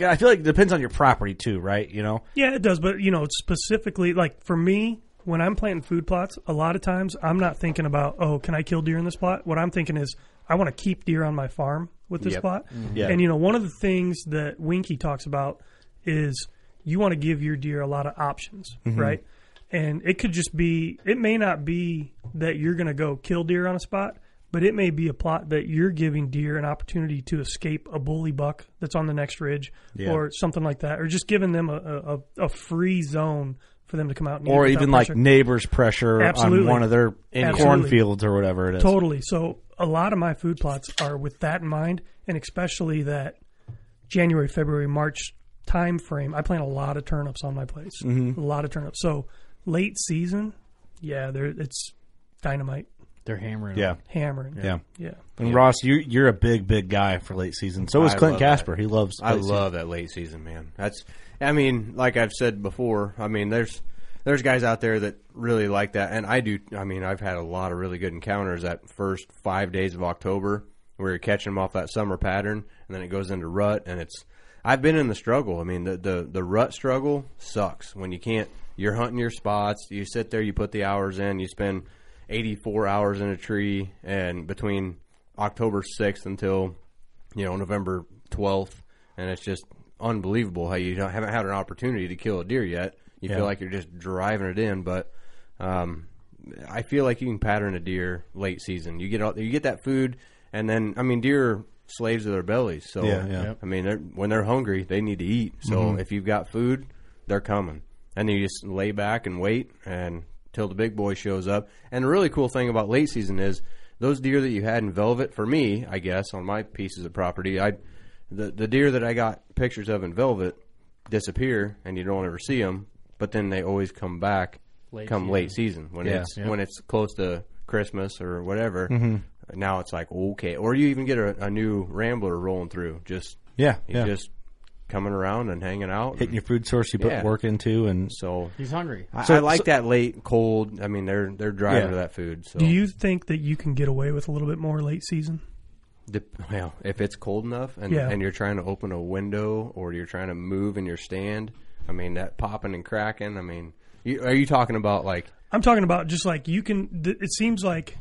[SPEAKER 12] I feel like it depends on your property too, right? You know,
[SPEAKER 9] Yeah, it does, but you know, specifically like for me, when I'm planting food plots, a lot of times I'm not thinking about, oh, can I kill deer in this plot? What I'm thinking is I want to keep deer on my farm with this
[SPEAKER 12] Yep.
[SPEAKER 9] plot.
[SPEAKER 12] Mhm. Yeah.
[SPEAKER 9] And you know, one of the things that Winky talks about is you want to give your deer a lot of options,
[SPEAKER 13] Mhm.
[SPEAKER 12] Mm-hmm.
[SPEAKER 9] right? And it could just be it may not be that you're going to go kill deer on a spot, but it may be a plot that you're giving deer an opportunity to escape a bully buck that's on the next ridge
[SPEAKER 12] Yeah.
[SPEAKER 9] or something like that, or just giving them a, a, a free zone for them to come out and eat
[SPEAKER 12] or
[SPEAKER 9] without
[SPEAKER 12] even like
[SPEAKER 9] pressure.
[SPEAKER 12] neighbors pressure
[SPEAKER 9] Absolutely.
[SPEAKER 12] on one of their
[SPEAKER 9] Absolutely.
[SPEAKER 12] cornfields or whatever it is.
[SPEAKER 9] Totally. So a lot of my food plots are with that in mind, and especially that January, February, March time frame. I plant a lot of turnips on my place,
[SPEAKER 12] Mhm.
[SPEAKER 9] a lot of turnips. So late season, yeah, there it's dynamite.
[SPEAKER 6] They're hammering.
[SPEAKER 12] Yeah,
[SPEAKER 9] hammering.
[SPEAKER 12] Yeah,
[SPEAKER 9] yeah.
[SPEAKER 12] And Ross, you you're a big big guy for late season. So is
[SPEAKER 7] I
[SPEAKER 12] Clint
[SPEAKER 7] love that.
[SPEAKER 12] Casper. He loves.
[SPEAKER 7] I
[SPEAKER 12] late
[SPEAKER 7] love that late season, man. That's. I mean, like I've said before. I mean, there's there's guys out there that really like that, and I do. I mean, I've had a lot of really good encounters that first five days of October where you're catching them off that summer pattern, and then it goes into rut, and it's. I've been in the struggle. I mean, the the the rut struggle sucks when you can't. You're hunting your spots. You sit there. You put the hours in. You spend 84 hours in a tree, and between October 6th until you know November 12th, and it's just unbelievable how you don't, haven't had an opportunity to kill a deer yet. You
[SPEAKER 12] Yeah.
[SPEAKER 7] feel like you're just driving it in, but um, I feel like you can pattern a deer late season. You get out there, you get that food, and then I mean deer are slaves of their bellies. So
[SPEAKER 12] Yeah, yeah. Yep.
[SPEAKER 7] I mean they're, when they're hungry, they need to eat. So
[SPEAKER 12] Mhm.
[SPEAKER 7] if you've got food, they're coming, and then you just lay back and wait and till the big boy shows up. And the really cool thing about late season is those deer that you had in velvet. For me, I guess on my pieces of property, I the the deer that I got pictures of in velvet disappear, and you don't ever see them. But then they always come back,
[SPEAKER 6] Late
[SPEAKER 7] come
[SPEAKER 6] season.
[SPEAKER 7] late season when
[SPEAKER 6] Yeah.
[SPEAKER 7] it's
[SPEAKER 6] Yeah.
[SPEAKER 7] when it's close to Christmas or whatever.
[SPEAKER 12] Mhm.
[SPEAKER 7] Now it's like okay, or you even get a, a new rambler rolling through. Just
[SPEAKER 12] Yeah,
[SPEAKER 7] he's
[SPEAKER 12] yeah.
[SPEAKER 7] just coming around and hanging out,
[SPEAKER 12] Hitting your food source you put work into, and
[SPEAKER 7] so
[SPEAKER 6] He's hungry.
[SPEAKER 7] I,
[SPEAKER 12] So-
[SPEAKER 7] I like
[SPEAKER 12] so-
[SPEAKER 7] that late cold. I mean, they're they're driving
[SPEAKER 12] Yeah.
[SPEAKER 7] to that food. So
[SPEAKER 9] Do you think that you can get away with a little bit more late season?
[SPEAKER 7] Dep- well, if it's cold enough and
[SPEAKER 9] Yeah.
[SPEAKER 7] and you're trying to open a window or you're trying to move in your stand, I mean that popping and cracking. I mean, you, are you talking about like
[SPEAKER 9] I'm talking about just like you can. Th- it seems like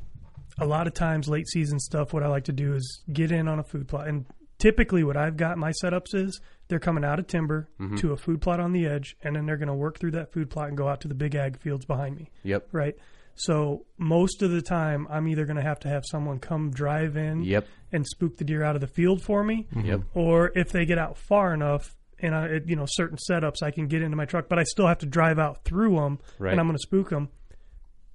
[SPEAKER 9] a lot of times late season stuff. What I like to do is get in on a food plot, and typically what I've got my setups is they're coming out of timber
[SPEAKER 7] Mhm.
[SPEAKER 9] to a food plot on the edge, and then they're going to work through that food plot and go out to the big ag fields behind me.
[SPEAKER 7] Yep.
[SPEAKER 9] Right. So most of the time, I'm either going to have to have someone come drive in.
[SPEAKER 7] Yep. Mm-hmm.
[SPEAKER 9] And spook the deer out of the field for me.
[SPEAKER 7] Yep.
[SPEAKER 9] Or if they get out far enough. And I, it- you know, certain setups I can get into my truck, but I still have to drive out through them,
[SPEAKER 7] Right.
[SPEAKER 9] and I'm going to spook them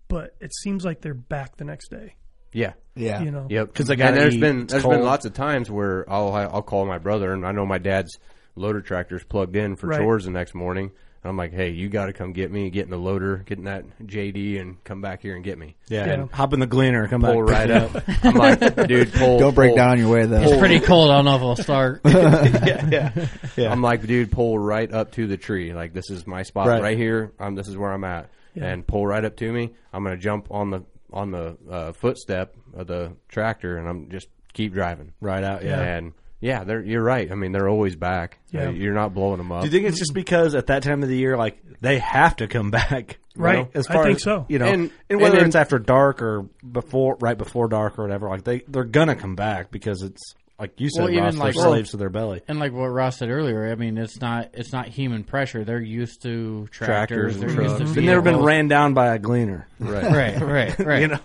[SPEAKER 9] but it seems like they're back the next day.
[SPEAKER 7] Yeah,
[SPEAKER 9] Yeah. You know.
[SPEAKER 7] yep.
[SPEAKER 9] 'Cause they
[SPEAKER 7] and
[SPEAKER 9] gotta
[SPEAKER 7] there's
[SPEAKER 9] eat,
[SPEAKER 7] been
[SPEAKER 9] it's
[SPEAKER 7] there's
[SPEAKER 9] cold.
[SPEAKER 7] been lots of times where I'll I'll call my brother and I know my dad's loader tractor's plugged in for
[SPEAKER 9] Right.
[SPEAKER 7] chores the next morning. And I'm like, hey, you got to come get me, get in the loader, get in that JD, and come back here and get me.
[SPEAKER 12] Yeah,
[SPEAKER 7] And
[SPEAKER 12] hop in the gleaner, come
[SPEAKER 7] pull
[SPEAKER 12] back,
[SPEAKER 7] right up. I'm like, dude, pull.
[SPEAKER 8] Don't break
[SPEAKER 7] pull,
[SPEAKER 8] down on your way, though.
[SPEAKER 6] It's
[SPEAKER 7] pull.
[SPEAKER 6] pretty cold. I don't know if I'll start.
[SPEAKER 7] yeah,
[SPEAKER 12] yeah, yeah.
[SPEAKER 7] I'm like, dude, pull right up to the tree. Like, this is my spot
[SPEAKER 12] Right.
[SPEAKER 7] right, here. Um, this is where I'm at,
[SPEAKER 12] Yeah.
[SPEAKER 7] and pull right up to me. I'm gonna jump on the on the uh, footstep of the tractor, and I'm just keep driving
[SPEAKER 12] right out. Yeah.
[SPEAKER 7] and yeah, they're you're right. I mean, they're always back.
[SPEAKER 12] Yeah.
[SPEAKER 7] Uh, You're not blowing them up.
[SPEAKER 12] Do you think it's just because at that time of the year, like they have to come back, you
[SPEAKER 7] Right.
[SPEAKER 12] know, as
[SPEAKER 7] I
[SPEAKER 12] far
[SPEAKER 7] think
[SPEAKER 12] as,
[SPEAKER 7] so.
[SPEAKER 12] You know,
[SPEAKER 7] And-
[SPEAKER 12] and,
[SPEAKER 7] and
[SPEAKER 12] whether
[SPEAKER 7] whether
[SPEAKER 12] it's
[SPEAKER 7] it-
[SPEAKER 12] after dark or before, right before dark or whatever, like they they're gonna come back because it's like you said, Ross, they're slaves to their belly.
[SPEAKER 6] And like what Ross said earlier, I mean, it's not it's not human pressure. They're used to
[SPEAKER 7] Tractors
[SPEAKER 6] tractors.
[SPEAKER 7] and
[SPEAKER 6] they're
[SPEAKER 7] trucks.
[SPEAKER 6] used to
[SPEAKER 12] They've never been
[SPEAKER 6] vehicles.
[SPEAKER 12] ran down by a gleaner,
[SPEAKER 6] Right, right, right.
[SPEAKER 12] you know,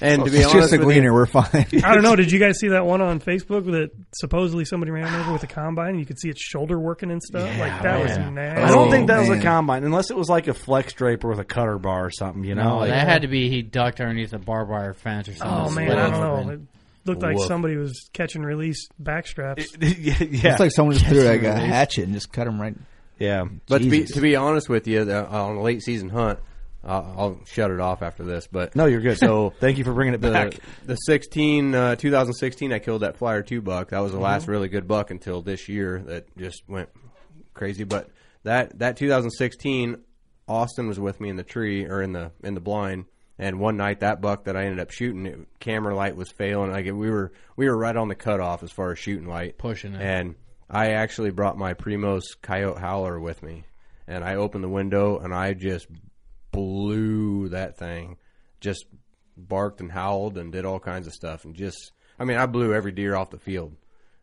[SPEAKER 7] And
[SPEAKER 12] So
[SPEAKER 7] to be
[SPEAKER 12] it's
[SPEAKER 7] honest, with you-
[SPEAKER 9] I don't know. Did you guys see that one on Facebook that supposedly somebody ran over with a combine? and You could see its shoulder working and stuff. like that was nasty.
[SPEAKER 12] I don't think that was a combine, unless it was like a flex draper with a cutter bar or something. You know,
[SPEAKER 6] No,
[SPEAKER 12] like,
[SPEAKER 6] that had to be he ducked underneath a barbed wire fence or
[SPEAKER 9] Oh
[SPEAKER 6] something.
[SPEAKER 9] man,
[SPEAKER 6] Split
[SPEAKER 9] I
[SPEAKER 6] it
[SPEAKER 9] don't
[SPEAKER 6] open.
[SPEAKER 9] know. It looked like
[SPEAKER 6] Woof.
[SPEAKER 9] somebody was catch and release backstraps.
[SPEAKER 8] It's like someone just threw like a hatchet and just cut him right.
[SPEAKER 12] Yeah,
[SPEAKER 7] But to be,
[SPEAKER 8] Jesus.
[SPEAKER 7] to be honest with you, the, on a late season hunt, I'll, I'll shut it off after this. But
[SPEAKER 12] No, you're good.
[SPEAKER 7] So
[SPEAKER 12] Thank you for bringing it
[SPEAKER 7] the,
[SPEAKER 12] back.
[SPEAKER 7] The 16, uh, 2016, I killed that flyer two buck. That was the last really good buck until this year that just went crazy. But
[SPEAKER 10] that that 2016, Austin was with me in the tree or in the in the blind. And one night, that buck that I ended up shooting, it, camera light was failing. Like we were we were right on the cutoff as far as shooting light,
[SPEAKER 6] pushing it.
[SPEAKER 10] And I actually brought my Primos coyote howler with me, and I opened the window and I just blew that thing, just barked and howled and did all kinds of stuff and just I mean I blew every deer off the field.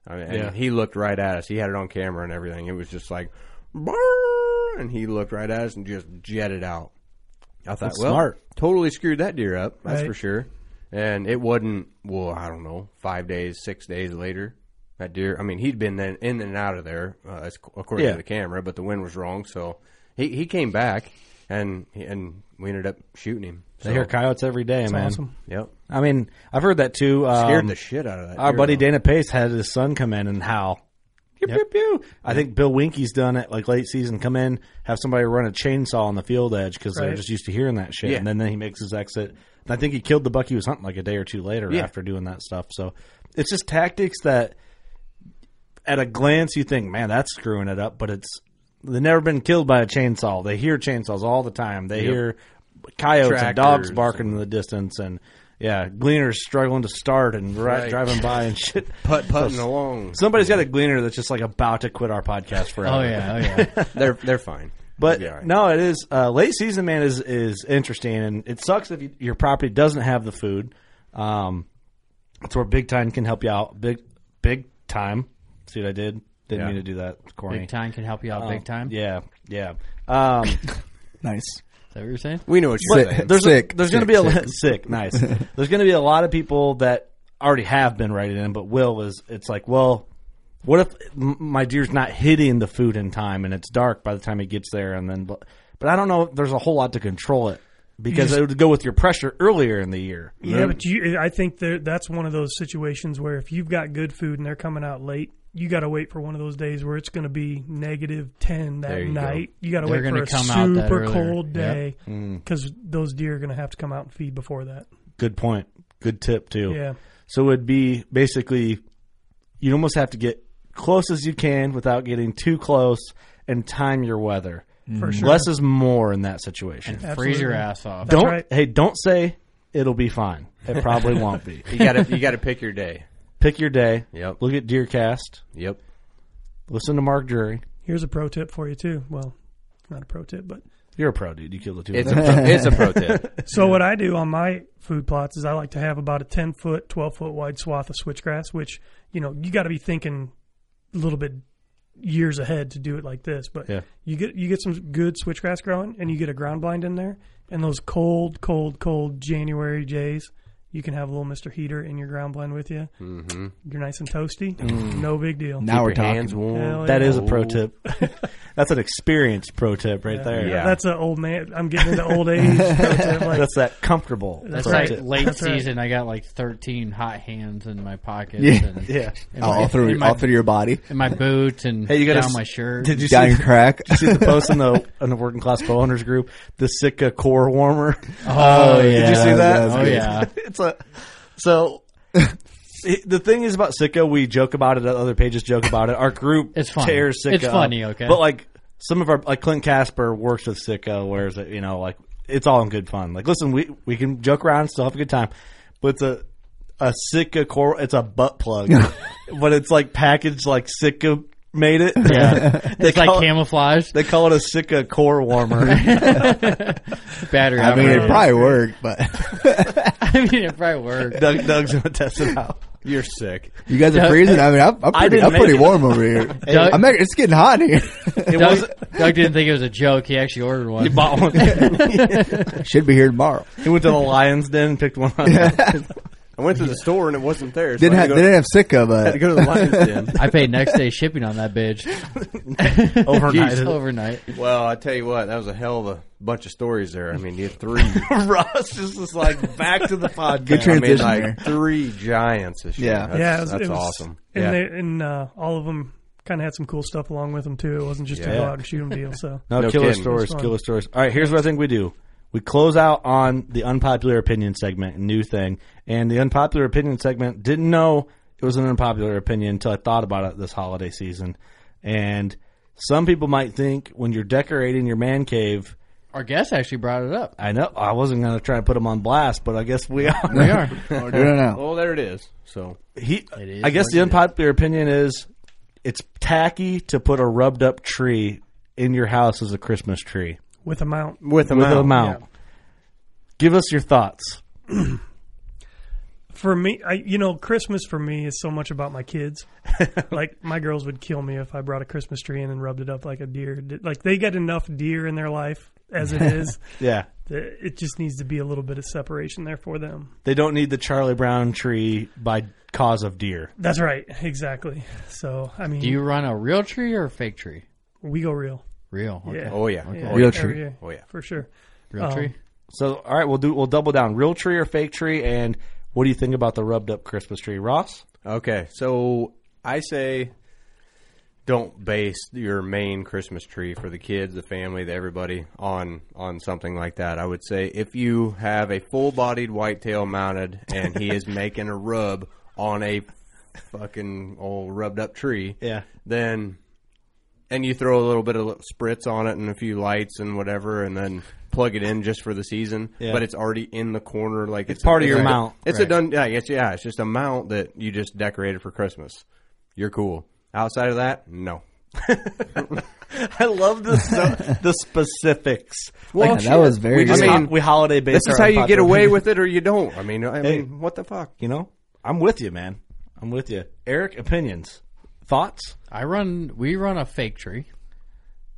[SPEAKER 10] I mean, and
[SPEAKER 7] Yeah.
[SPEAKER 10] he looked right at us. He had it on camera and everything. It was just like, "Brrr," and he looked right at us and just jetted out. I thought,
[SPEAKER 7] That's
[SPEAKER 10] well,
[SPEAKER 7] smart.
[SPEAKER 10] totally screwed that deer up. That's
[SPEAKER 7] Right.
[SPEAKER 10] for sure. And it wasn't. Well, I don't know. Five days, six days later, that deer. I mean, he'd been in, in and out of there, uh, as, according
[SPEAKER 7] Yeah.
[SPEAKER 10] to the camera, but the wind was wrong, so he, he came back and and we ended up shooting him.
[SPEAKER 7] They
[SPEAKER 10] So-
[SPEAKER 7] hear coyotes every day,
[SPEAKER 10] That's
[SPEAKER 7] man.
[SPEAKER 10] awesome. Yep.
[SPEAKER 7] I mean, I've heard that too. Um,
[SPEAKER 10] Scared the shit out of that
[SPEAKER 7] Our
[SPEAKER 10] deer,
[SPEAKER 7] buddy
[SPEAKER 10] though.
[SPEAKER 7] Dana Pace had his son come in and howl. Pew, pew, pew. I think Bill Winky's done it like late season. Come in, have somebody run a chainsaw on the field edge because they're
[SPEAKER 10] Right.
[SPEAKER 7] just used to hearing that shit.
[SPEAKER 10] Yeah.
[SPEAKER 7] And then, then he makes his exit. And I think he killed the buck he was hunting like a day or two later
[SPEAKER 10] Yeah.
[SPEAKER 7] after doing that stuff. So it's just tactics that at a glance you think, man, that's screwing it up, but it's they've never been killed by a chainsaw. They hear chainsaws all the time. They
[SPEAKER 10] Yep.
[SPEAKER 7] hear coyotes and dogs
[SPEAKER 10] Tractors
[SPEAKER 7] barking in the distance and yeah, gleaners struggling to start and ri-
[SPEAKER 10] Right.
[SPEAKER 7] driving by and shit.
[SPEAKER 10] Putt- putting
[SPEAKER 7] So-
[SPEAKER 10] along.
[SPEAKER 7] Somebody's got a gleaner that's just like about to quit our podcast forever.
[SPEAKER 6] Oh, yeah, oh, yeah.
[SPEAKER 10] they're they're fine.
[SPEAKER 7] But
[SPEAKER 10] They'll be all right.
[SPEAKER 7] no, it is uh, late season. Man is is interesting, and it sucks if you, your property doesn't have the food. Um, that's where big time can help you out. Big big time. See what I did? Didn't
[SPEAKER 6] Yeah.
[SPEAKER 7] mean to do that. It's corny.
[SPEAKER 6] Big time can help you out.
[SPEAKER 7] Um,
[SPEAKER 6] big time.
[SPEAKER 7] Yeah, yeah. Um,
[SPEAKER 8] nice.
[SPEAKER 6] Is that what you're saying?
[SPEAKER 10] We know what
[SPEAKER 7] But
[SPEAKER 10] you're saying.
[SPEAKER 7] There's
[SPEAKER 8] Sick,
[SPEAKER 7] A, there's going to
[SPEAKER 8] sick,
[SPEAKER 7] be a
[SPEAKER 8] sick.
[SPEAKER 7] sick. nice. there's going to be a lot of people that already have been writing in, but Will was. It's like, well, what if m- my deer's not hitting the food in time and it's dark by the time it gets there, and then. But, but I don't know. if There's a whole lot to control it because
[SPEAKER 9] just-
[SPEAKER 7] it would go with your pressure earlier in the year.
[SPEAKER 9] Yeah, but you, I think that that's one of those situations where if you've got good food and they're coming out late, you got to wait for one of those days where it's going to be negative ten that
[SPEAKER 6] There you go.
[SPEAKER 9] night. You got to
[SPEAKER 6] They're
[SPEAKER 9] wait
[SPEAKER 6] gonna
[SPEAKER 9] for a
[SPEAKER 6] come out that
[SPEAKER 9] super
[SPEAKER 6] earlier.
[SPEAKER 9] cold
[SPEAKER 6] Yep.
[SPEAKER 9] day
[SPEAKER 7] Mm.
[SPEAKER 9] because those deer are going to have to come out and feed before that.
[SPEAKER 7] Good point. Good tip too.
[SPEAKER 9] Yeah.
[SPEAKER 7] So it'd be basically you almost have to get close as you can without getting too close and time your weather.
[SPEAKER 10] Mm-hmm.
[SPEAKER 9] For sure.
[SPEAKER 7] Less is more in that situation.
[SPEAKER 6] And freeze your Absolutely. ass off. That's
[SPEAKER 7] Don't
[SPEAKER 6] right.
[SPEAKER 7] hey, don't say it'll be fine. It probably won't be.
[SPEAKER 10] you got to you got to pick your day.
[SPEAKER 7] Pick your day.
[SPEAKER 10] Yep.
[SPEAKER 7] Look at Deercast.
[SPEAKER 10] Yep.
[SPEAKER 7] Listen to Mark Drury.
[SPEAKER 9] Here's a pro tip for you too. Well, not a pro tip, but
[SPEAKER 7] You're a pro dude. You killed it too.
[SPEAKER 10] It's a pro- it's a pro tip.
[SPEAKER 9] So what I do on my food plots is I like to have about a ten foot, twelve foot wide swath of switchgrass, which you know you got to be thinking a little bit years ahead to do it like this. But
[SPEAKER 7] Yeah.
[SPEAKER 9] you get you get some good switchgrass growing, and you get a ground blind in there, and those cold, cold, cold January Jays. You can have a little Mister Heater in your ground blind with you.
[SPEAKER 10] Mm-hmm.
[SPEAKER 9] You're nice and toasty.
[SPEAKER 7] Mm.
[SPEAKER 9] No big deal.
[SPEAKER 8] Now we're talking.
[SPEAKER 9] Hell
[SPEAKER 7] That
[SPEAKER 9] yeah.
[SPEAKER 7] is a pro tip. That's an experienced pro tip right there.
[SPEAKER 9] That's an old man. I'm getting into old age. pro tip, like-
[SPEAKER 7] That's that comfortable.
[SPEAKER 6] That's
[SPEAKER 7] pro
[SPEAKER 6] like
[SPEAKER 7] tip.
[SPEAKER 6] late
[SPEAKER 9] That's right.
[SPEAKER 6] season. I got like 13 hot hands in my pockets.
[SPEAKER 8] Yeah.
[SPEAKER 6] And,
[SPEAKER 8] Yeah.
[SPEAKER 7] Oh,
[SPEAKER 6] in
[SPEAKER 8] All through- all through your body.
[SPEAKER 6] In my boots and
[SPEAKER 7] Hey, you got
[SPEAKER 6] down my shirt.
[SPEAKER 7] Did you
[SPEAKER 8] Down
[SPEAKER 7] see,
[SPEAKER 8] your crack.
[SPEAKER 7] Did you see the post in the in the working class bow hunters group? The Sitka core warmer.
[SPEAKER 6] Oh,
[SPEAKER 7] Did you
[SPEAKER 6] yeah.
[SPEAKER 7] see
[SPEAKER 6] That
[SPEAKER 7] that?
[SPEAKER 6] was- that was Oh, good. yeah.
[SPEAKER 7] it's a so. it- the thing is about Sitka, we joke about it. Other pages joke about it. Our group
[SPEAKER 6] It's funny.
[SPEAKER 7] tears Sitka.
[SPEAKER 6] It's funny,
[SPEAKER 7] up.
[SPEAKER 6] okay.
[SPEAKER 7] But like some of our like Clint Casper works with Sitka, whereas you know like it's all in good fun. Like listen, we we can joke around, and still have a good time, but it's a a Sitka core. It's a butt plug, but it's like packaged like Sitka made it.
[SPEAKER 6] Yeah.
[SPEAKER 7] they
[SPEAKER 6] It's like
[SPEAKER 7] call it-
[SPEAKER 6] camouflage.
[SPEAKER 7] they call it a Sitka core warmer.
[SPEAKER 6] Battery.
[SPEAKER 8] I mean, it
[SPEAKER 6] operated.
[SPEAKER 8] probably worked, but
[SPEAKER 6] I mean, it probably worked.
[SPEAKER 7] Doug, Doug's gonna test it out.
[SPEAKER 10] You're sick.
[SPEAKER 8] you guys are
[SPEAKER 6] Doug-
[SPEAKER 8] freezing. I mean, I'm, I'm
[SPEAKER 7] I
[SPEAKER 8] pretty,
[SPEAKER 7] didn't
[SPEAKER 8] I'm pretty
[SPEAKER 7] make it.
[SPEAKER 8] warm over here.
[SPEAKER 6] Doug-
[SPEAKER 8] I'm, act- it's getting hot in here.
[SPEAKER 7] It
[SPEAKER 6] Doug,
[SPEAKER 7] was
[SPEAKER 6] Doug didn't think it was a joke. He actually ordered one.
[SPEAKER 7] he bought one.
[SPEAKER 8] Should be here tomorrow.
[SPEAKER 7] he went to the lion's den, and picked one up.
[SPEAKER 10] I went to the store and it wasn't there. So
[SPEAKER 8] Didn't
[SPEAKER 10] I
[SPEAKER 8] have,
[SPEAKER 10] had
[SPEAKER 8] they
[SPEAKER 10] to
[SPEAKER 8] didn't
[SPEAKER 10] go-
[SPEAKER 8] have uh, Sitka,
[SPEAKER 10] had to
[SPEAKER 8] but
[SPEAKER 10] go to the lion's den.
[SPEAKER 6] I paid next day shipping on that bitch.
[SPEAKER 7] Overnight.
[SPEAKER 6] Jeez, Overnight.
[SPEAKER 10] Well, I tell you what, that was a hell of a bunch of stories there. I mean, you had three.
[SPEAKER 7] Ross just was like back to the podcast.
[SPEAKER 8] Good
[SPEAKER 10] I made
[SPEAKER 8] Transition there.
[SPEAKER 10] like three giants this year.
[SPEAKER 8] Yeah.
[SPEAKER 10] that's,
[SPEAKER 9] yeah, it was,
[SPEAKER 10] that's
[SPEAKER 9] it was-
[SPEAKER 10] awesome.
[SPEAKER 9] And
[SPEAKER 10] yeah.
[SPEAKER 9] they, and uh, all of them kind of had some cool stuff along with them too. It wasn't just to
[SPEAKER 7] Yeah.
[SPEAKER 9] go out and shoot them deal. So
[SPEAKER 7] No,
[SPEAKER 10] No
[SPEAKER 7] killer
[SPEAKER 10] kidding.
[SPEAKER 7] stories,
[SPEAKER 9] It's fun.
[SPEAKER 7] killer stories. All right, here's what I think we do. We close out on the unpopular opinion segment, new thing. And the unpopular opinion segment didn't know it was an unpopular opinion until I thought about it this holiday season. And Some people might think when you're decorating your man cave.
[SPEAKER 6] Our guest actually brought it up.
[SPEAKER 7] I know. I wasn't going to try to put him on blast, but I guess we are.
[SPEAKER 6] We are.
[SPEAKER 7] We're doing it now.
[SPEAKER 10] Well, there it is. So
[SPEAKER 7] He,
[SPEAKER 10] It is
[SPEAKER 7] I guess
[SPEAKER 10] what
[SPEAKER 7] the
[SPEAKER 10] it
[SPEAKER 7] unpopular opinion is it's tacky to put a rubbed up tree in your house as a Christmas tree
[SPEAKER 9] with a mount.
[SPEAKER 10] With
[SPEAKER 7] mount. Give us your thoughts.
[SPEAKER 9] For me, I you know Christmas for me is so much about my kids. like my girls would kill me if I brought a Christmas tree in and rubbed it up like a deer. Like they get enough deer in their life as it is.
[SPEAKER 7] Yeah.
[SPEAKER 9] That It just needs to be a little bit of separation there for them.
[SPEAKER 7] They don't need the Charlie Brown tree by cause of deer.
[SPEAKER 9] That's right. Exactly. So I mean,
[SPEAKER 6] Do you run a real tree or a fake tree?
[SPEAKER 9] we go real.
[SPEAKER 6] Real. Okay.
[SPEAKER 9] Yeah.
[SPEAKER 6] Oh, yeah. Okay.
[SPEAKER 7] Real
[SPEAKER 9] every
[SPEAKER 7] tree.
[SPEAKER 9] year,
[SPEAKER 10] Oh, yeah.
[SPEAKER 9] For sure.
[SPEAKER 6] Real
[SPEAKER 9] Um,
[SPEAKER 6] tree.
[SPEAKER 7] So, all right, we'll do. We'll double down. Real tree or fake tree? And what do you think about the rubbed up Christmas tree, Ross?
[SPEAKER 10] Okay, so I say don't base your main Christmas tree for the kids, the family, the everybody on on something like that. I would say if you have a full-bodied whitetail mounted and he is making a rub on a fucking old rubbed up tree,
[SPEAKER 7] Yeah.
[SPEAKER 10] then and you throw a little bit of li- spritz on it and a few lights and whatever and then plug it in just for the season
[SPEAKER 7] Yeah.
[SPEAKER 10] but it's already in the corner like it's,
[SPEAKER 7] part of
[SPEAKER 10] it's
[SPEAKER 7] your
[SPEAKER 10] a-
[SPEAKER 7] mount.
[SPEAKER 10] it's
[SPEAKER 7] Right.
[SPEAKER 10] a done yeah it's yeah it's just a mount that you just decorated for christmas you're cool outside of that no
[SPEAKER 7] I love the the specifics.
[SPEAKER 10] Well,
[SPEAKER 8] Yeah, that was very
[SPEAKER 7] We just
[SPEAKER 10] I mean,
[SPEAKER 7] we holiday based.
[SPEAKER 10] this is how you get away with it or you don't i mean i mean what the fuck
[SPEAKER 7] You know, I'm with you, man. I'm with you, Eric. Opinions, thoughts.
[SPEAKER 6] I run. We run a fake tree.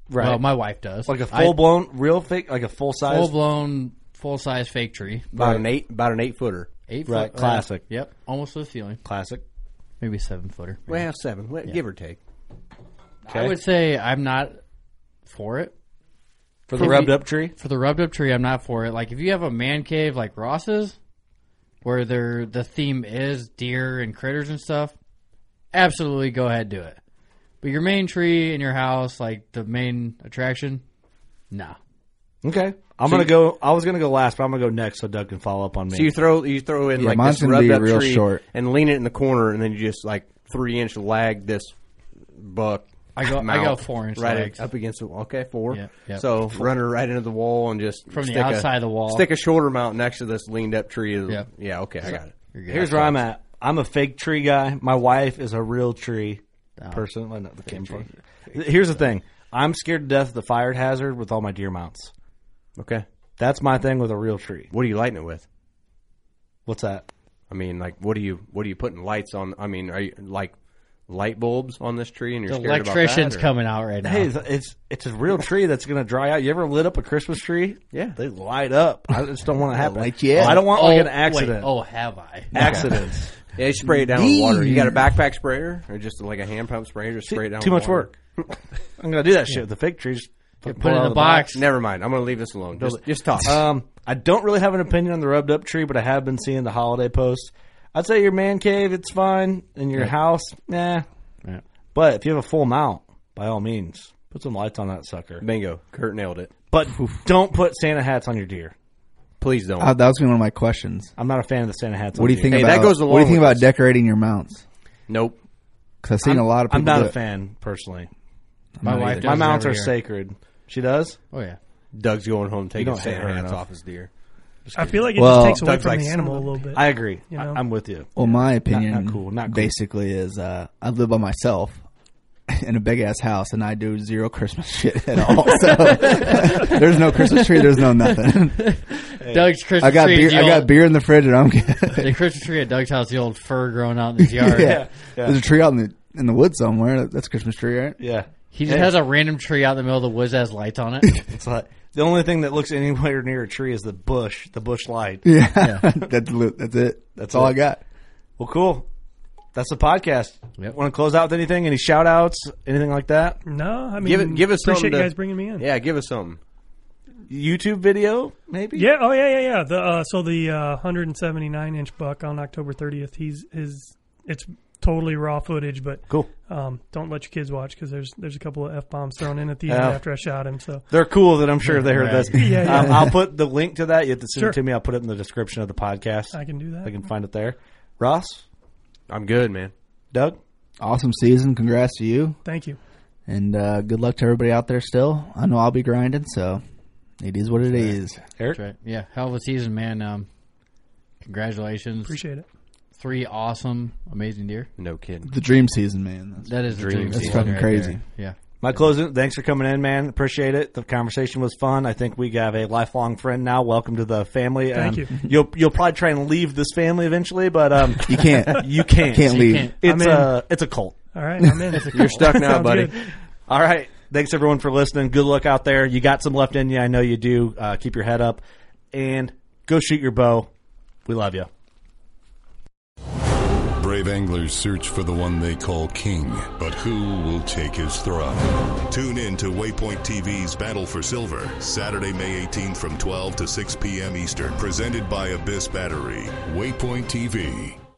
[SPEAKER 7] Right.
[SPEAKER 6] Well, my wife does.
[SPEAKER 7] like a full blown, real fake, like a full size.
[SPEAKER 6] full blown, full size fake tree.
[SPEAKER 10] about an eight about an eight footer
[SPEAKER 6] Eight
[SPEAKER 7] Right,
[SPEAKER 6] foot.
[SPEAKER 7] classic.
[SPEAKER 6] yep. Almost to the ceiling.
[SPEAKER 7] Classic.
[SPEAKER 6] Maybe seven footer.
[SPEAKER 10] well seven let- give or take
[SPEAKER 6] I would say I'm not for it.
[SPEAKER 7] For
[SPEAKER 6] If
[SPEAKER 7] the
[SPEAKER 6] you-
[SPEAKER 7] rubbed up tree.
[SPEAKER 6] For the rubbed up tree, I'm not for it. Like if you have a man cave like Ross's, where their the theme is deer and critters and stuff, absolutely go ahead do it. But your main tree in your house, like the main attraction, nah.
[SPEAKER 7] Okay. I'm gonna go. I was gonna go last, but I'm gonna go next so Doug can follow up on me.
[SPEAKER 10] So you throw you throw in
[SPEAKER 8] Yeah,
[SPEAKER 10] like
[SPEAKER 8] mine's
[SPEAKER 10] this
[SPEAKER 8] gonna
[SPEAKER 10] rubbed
[SPEAKER 8] be
[SPEAKER 10] up
[SPEAKER 8] real
[SPEAKER 10] tree
[SPEAKER 8] short.
[SPEAKER 10] and lean it in the corner, and then you just like three inch lag this buck.
[SPEAKER 6] I go- I
[SPEAKER 10] mount
[SPEAKER 6] go four inch
[SPEAKER 10] right
[SPEAKER 6] lags.
[SPEAKER 10] up against the wall. Okay, four.
[SPEAKER 6] Yep, yep.
[SPEAKER 10] So run her right into the wall and just
[SPEAKER 6] From the
[SPEAKER 10] stick a-
[SPEAKER 6] outside of the wall.
[SPEAKER 10] Stick a shorter mount next to this leaned up tree.
[SPEAKER 6] Yep.
[SPEAKER 10] Yeah. Okay, I got it.
[SPEAKER 6] You're good.
[SPEAKER 7] Here's where I'm at. I'm a fake tree guy. My wife is a real tree person. Well, not the camera. Here's the thing. I'm scared to death of the fire hazard with all my deer mounts.
[SPEAKER 10] Okay.
[SPEAKER 7] That's my thing with a real tree.
[SPEAKER 10] What are you lighting it with?
[SPEAKER 7] What's that?
[SPEAKER 10] I mean, like, what are you what are you putting lights on? I mean, are you like light bulbs on this tree? And you're
[SPEAKER 6] The
[SPEAKER 10] scared
[SPEAKER 6] electrician's
[SPEAKER 10] about that, or-
[SPEAKER 6] coming out right now.
[SPEAKER 7] Hey, it's- it's it's a real tree that's going to dry out. You ever lit up a Christmas tree?
[SPEAKER 10] Yeah.
[SPEAKER 7] they light up. I just don't want to happen.
[SPEAKER 8] light you up.
[SPEAKER 7] I don't want
[SPEAKER 6] oh,
[SPEAKER 7] like an
[SPEAKER 6] wait,
[SPEAKER 7] accident.
[SPEAKER 6] oh, have I?
[SPEAKER 7] Accidents.
[SPEAKER 10] Yeah, you spray it down with water. You got a backpack sprayer or just like a hand pump sprayer? Just spray it down.
[SPEAKER 7] Too
[SPEAKER 10] with
[SPEAKER 7] much
[SPEAKER 10] water?
[SPEAKER 7] work. I'm going to do that shit with the fake trees.
[SPEAKER 6] Put it in the box.
[SPEAKER 10] Never mind. I'm going to leave this alone. Just, just talk.
[SPEAKER 7] Um, I don't really have an opinion on the rubbed up tree, but I have been seeing the holiday posts. I'd say your man cave, it's fine. In your house, nah.
[SPEAKER 6] Yeah.
[SPEAKER 7] But if you have a full mount, by all means, put some lights on that sucker.
[SPEAKER 10] Bingo. Kurt nailed it.
[SPEAKER 7] But don't put Santa hats on your deer.
[SPEAKER 10] Please don't.
[SPEAKER 8] Uh, that was gonna be one of my questions.
[SPEAKER 7] I'm not a fan of the Santa hats.
[SPEAKER 8] What
[SPEAKER 7] on
[SPEAKER 8] do you
[SPEAKER 7] deer.
[SPEAKER 8] think
[SPEAKER 10] Hey,
[SPEAKER 8] about
[SPEAKER 10] that goes along
[SPEAKER 8] What do you think
[SPEAKER 10] with
[SPEAKER 8] about
[SPEAKER 10] this.
[SPEAKER 8] decorating your mounts?
[SPEAKER 10] nope.
[SPEAKER 8] Because I've seen a lot of people.
[SPEAKER 7] I'm not
[SPEAKER 8] do
[SPEAKER 7] a
[SPEAKER 8] it.
[SPEAKER 7] fan personally.
[SPEAKER 6] My wife. does
[SPEAKER 7] My
[SPEAKER 6] it
[SPEAKER 7] mounts are
[SPEAKER 6] every year.
[SPEAKER 7] sacred. She does.
[SPEAKER 6] Oh yeah.
[SPEAKER 10] Doug's going home taking
[SPEAKER 7] don't
[SPEAKER 10] Santa
[SPEAKER 7] hate her
[SPEAKER 10] hats
[SPEAKER 7] enough.
[SPEAKER 10] off his deer.
[SPEAKER 9] I feel like it
[SPEAKER 8] Well,
[SPEAKER 9] just takes away
[SPEAKER 10] Doug's
[SPEAKER 9] from
[SPEAKER 10] like,
[SPEAKER 9] the
[SPEAKER 10] "Son
[SPEAKER 9] animal a little bit.
[SPEAKER 7] I agree.
[SPEAKER 9] You know?
[SPEAKER 7] I, am with you.
[SPEAKER 8] Well, my opinion,
[SPEAKER 7] not cool, not cool.
[SPEAKER 8] basically, is uh, I live by myself in a big ass house, and I do zero Christmas shit at all. So there's no Christmas tree, there's no nothing.
[SPEAKER 6] Doug's Christmas
[SPEAKER 8] I got
[SPEAKER 6] tree.
[SPEAKER 8] beer,
[SPEAKER 6] is the
[SPEAKER 8] I got
[SPEAKER 6] old-
[SPEAKER 8] beer in the fridge, and I'm good.
[SPEAKER 6] The Christmas tree at Doug's house, the old fir growing out in his yard.
[SPEAKER 8] yeah. there's a tree out in the in the woods somewhere. That's a Christmas tree, right?
[SPEAKER 7] Yeah.
[SPEAKER 6] He just has a random tree out in the middle of the woods that has lights on it.
[SPEAKER 7] It's like the only thing that looks anywhere near a tree is the bush, the bush light.
[SPEAKER 8] Yeah, that's li- that's it. That's all I got.
[SPEAKER 7] Well, cool. That's the podcast.
[SPEAKER 6] Yep.
[SPEAKER 7] Want to close out with anything? Any shout outs? Anything like that?
[SPEAKER 9] no, I mean,
[SPEAKER 10] Give it- give us
[SPEAKER 9] appreciate
[SPEAKER 10] something
[SPEAKER 9] you
[SPEAKER 10] to-
[SPEAKER 9] guys bringing me in.
[SPEAKER 10] Yeah, give us something.
[SPEAKER 7] YouTube video, maybe?
[SPEAKER 9] Yeah, oh yeah, yeah, yeah. The uh, so the uh, 179 inch buck on October 30th. He's his. It's totally raw footage, but
[SPEAKER 7] Cool.
[SPEAKER 9] Um, don't let your kids watch because there's there's a couple of f bombs thrown in at the end
[SPEAKER 7] Yeah.
[SPEAKER 9] after I shot him. So
[SPEAKER 7] They're cool that I'm sure if they heard this.
[SPEAKER 9] yeah.
[SPEAKER 7] Um, I'll put the link to that. You have to send
[SPEAKER 9] Sure.
[SPEAKER 7] it to me. I'll put it in the description of the podcast.
[SPEAKER 9] I can do that.
[SPEAKER 7] I can find it there. Ross?
[SPEAKER 10] I'm good, man.
[SPEAKER 7] Doug?
[SPEAKER 8] Awesome season. Congrats to you.
[SPEAKER 9] Thank you.
[SPEAKER 8] And uh, good luck to everybody out there still. I know I'll be grinding, so it is what it is.
[SPEAKER 6] That's right. Yeah, hell of a season, man. Um, congratulations.
[SPEAKER 9] Appreciate it.
[SPEAKER 6] Three awesome, amazing deer.
[SPEAKER 10] No kidding.
[SPEAKER 8] The dream season, man. That's,
[SPEAKER 6] That is the dream
[SPEAKER 8] That's
[SPEAKER 6] season
[SPEAKER 8] fucking
[SPEAKER 6] right
[SPEAKER 8] crazy.
[SPEAKER 6] there. Yeah.
[SPEAKER 7] My closing. Thanks for coming in, man. Appreciate it. The conversation was fun. I think we have a lifelong friend now. Welcome to the family.
[SPEAKER 9] Thank
[SPEAKER 7] Um,
[SPEAKER 9] you.
[SPEAKER 7] You'll you'll probably try and leave this family eventually, but um,
[SPEAKER 8] You can't.
[SPEAKER 7] you can't.
[SPEAKER 8] Can't leave.
[SPEAKER 7] It's
[SPEAKER 9] I'm in.
[SPEAKER 7] a it's a cult.
[SPEAKER 9] All right, I'm in.
[SPEAKER 10] You're stuck now,
[SPEAKER 9] Sounds
[SPEAKER 10] buddy.
[SPEAKER 9] good.
[SPEAKER 7] All right. Thanks everyone for listening. Good luck out there. You got some left in you. I know you do. Uh, keep your head up and go shoot your bow. We love you.
[SPEAKER 11] Brave anglers search for the one they call king, but who will take his throne?
[SPEAKER 14] Tune in to Waypoint TV's Battle for Silver, Saturday, May 18th from 12 to 6 p.m. Eastern, presented by Abyss Battery.
[SPEAKER 11] Waypoint TV.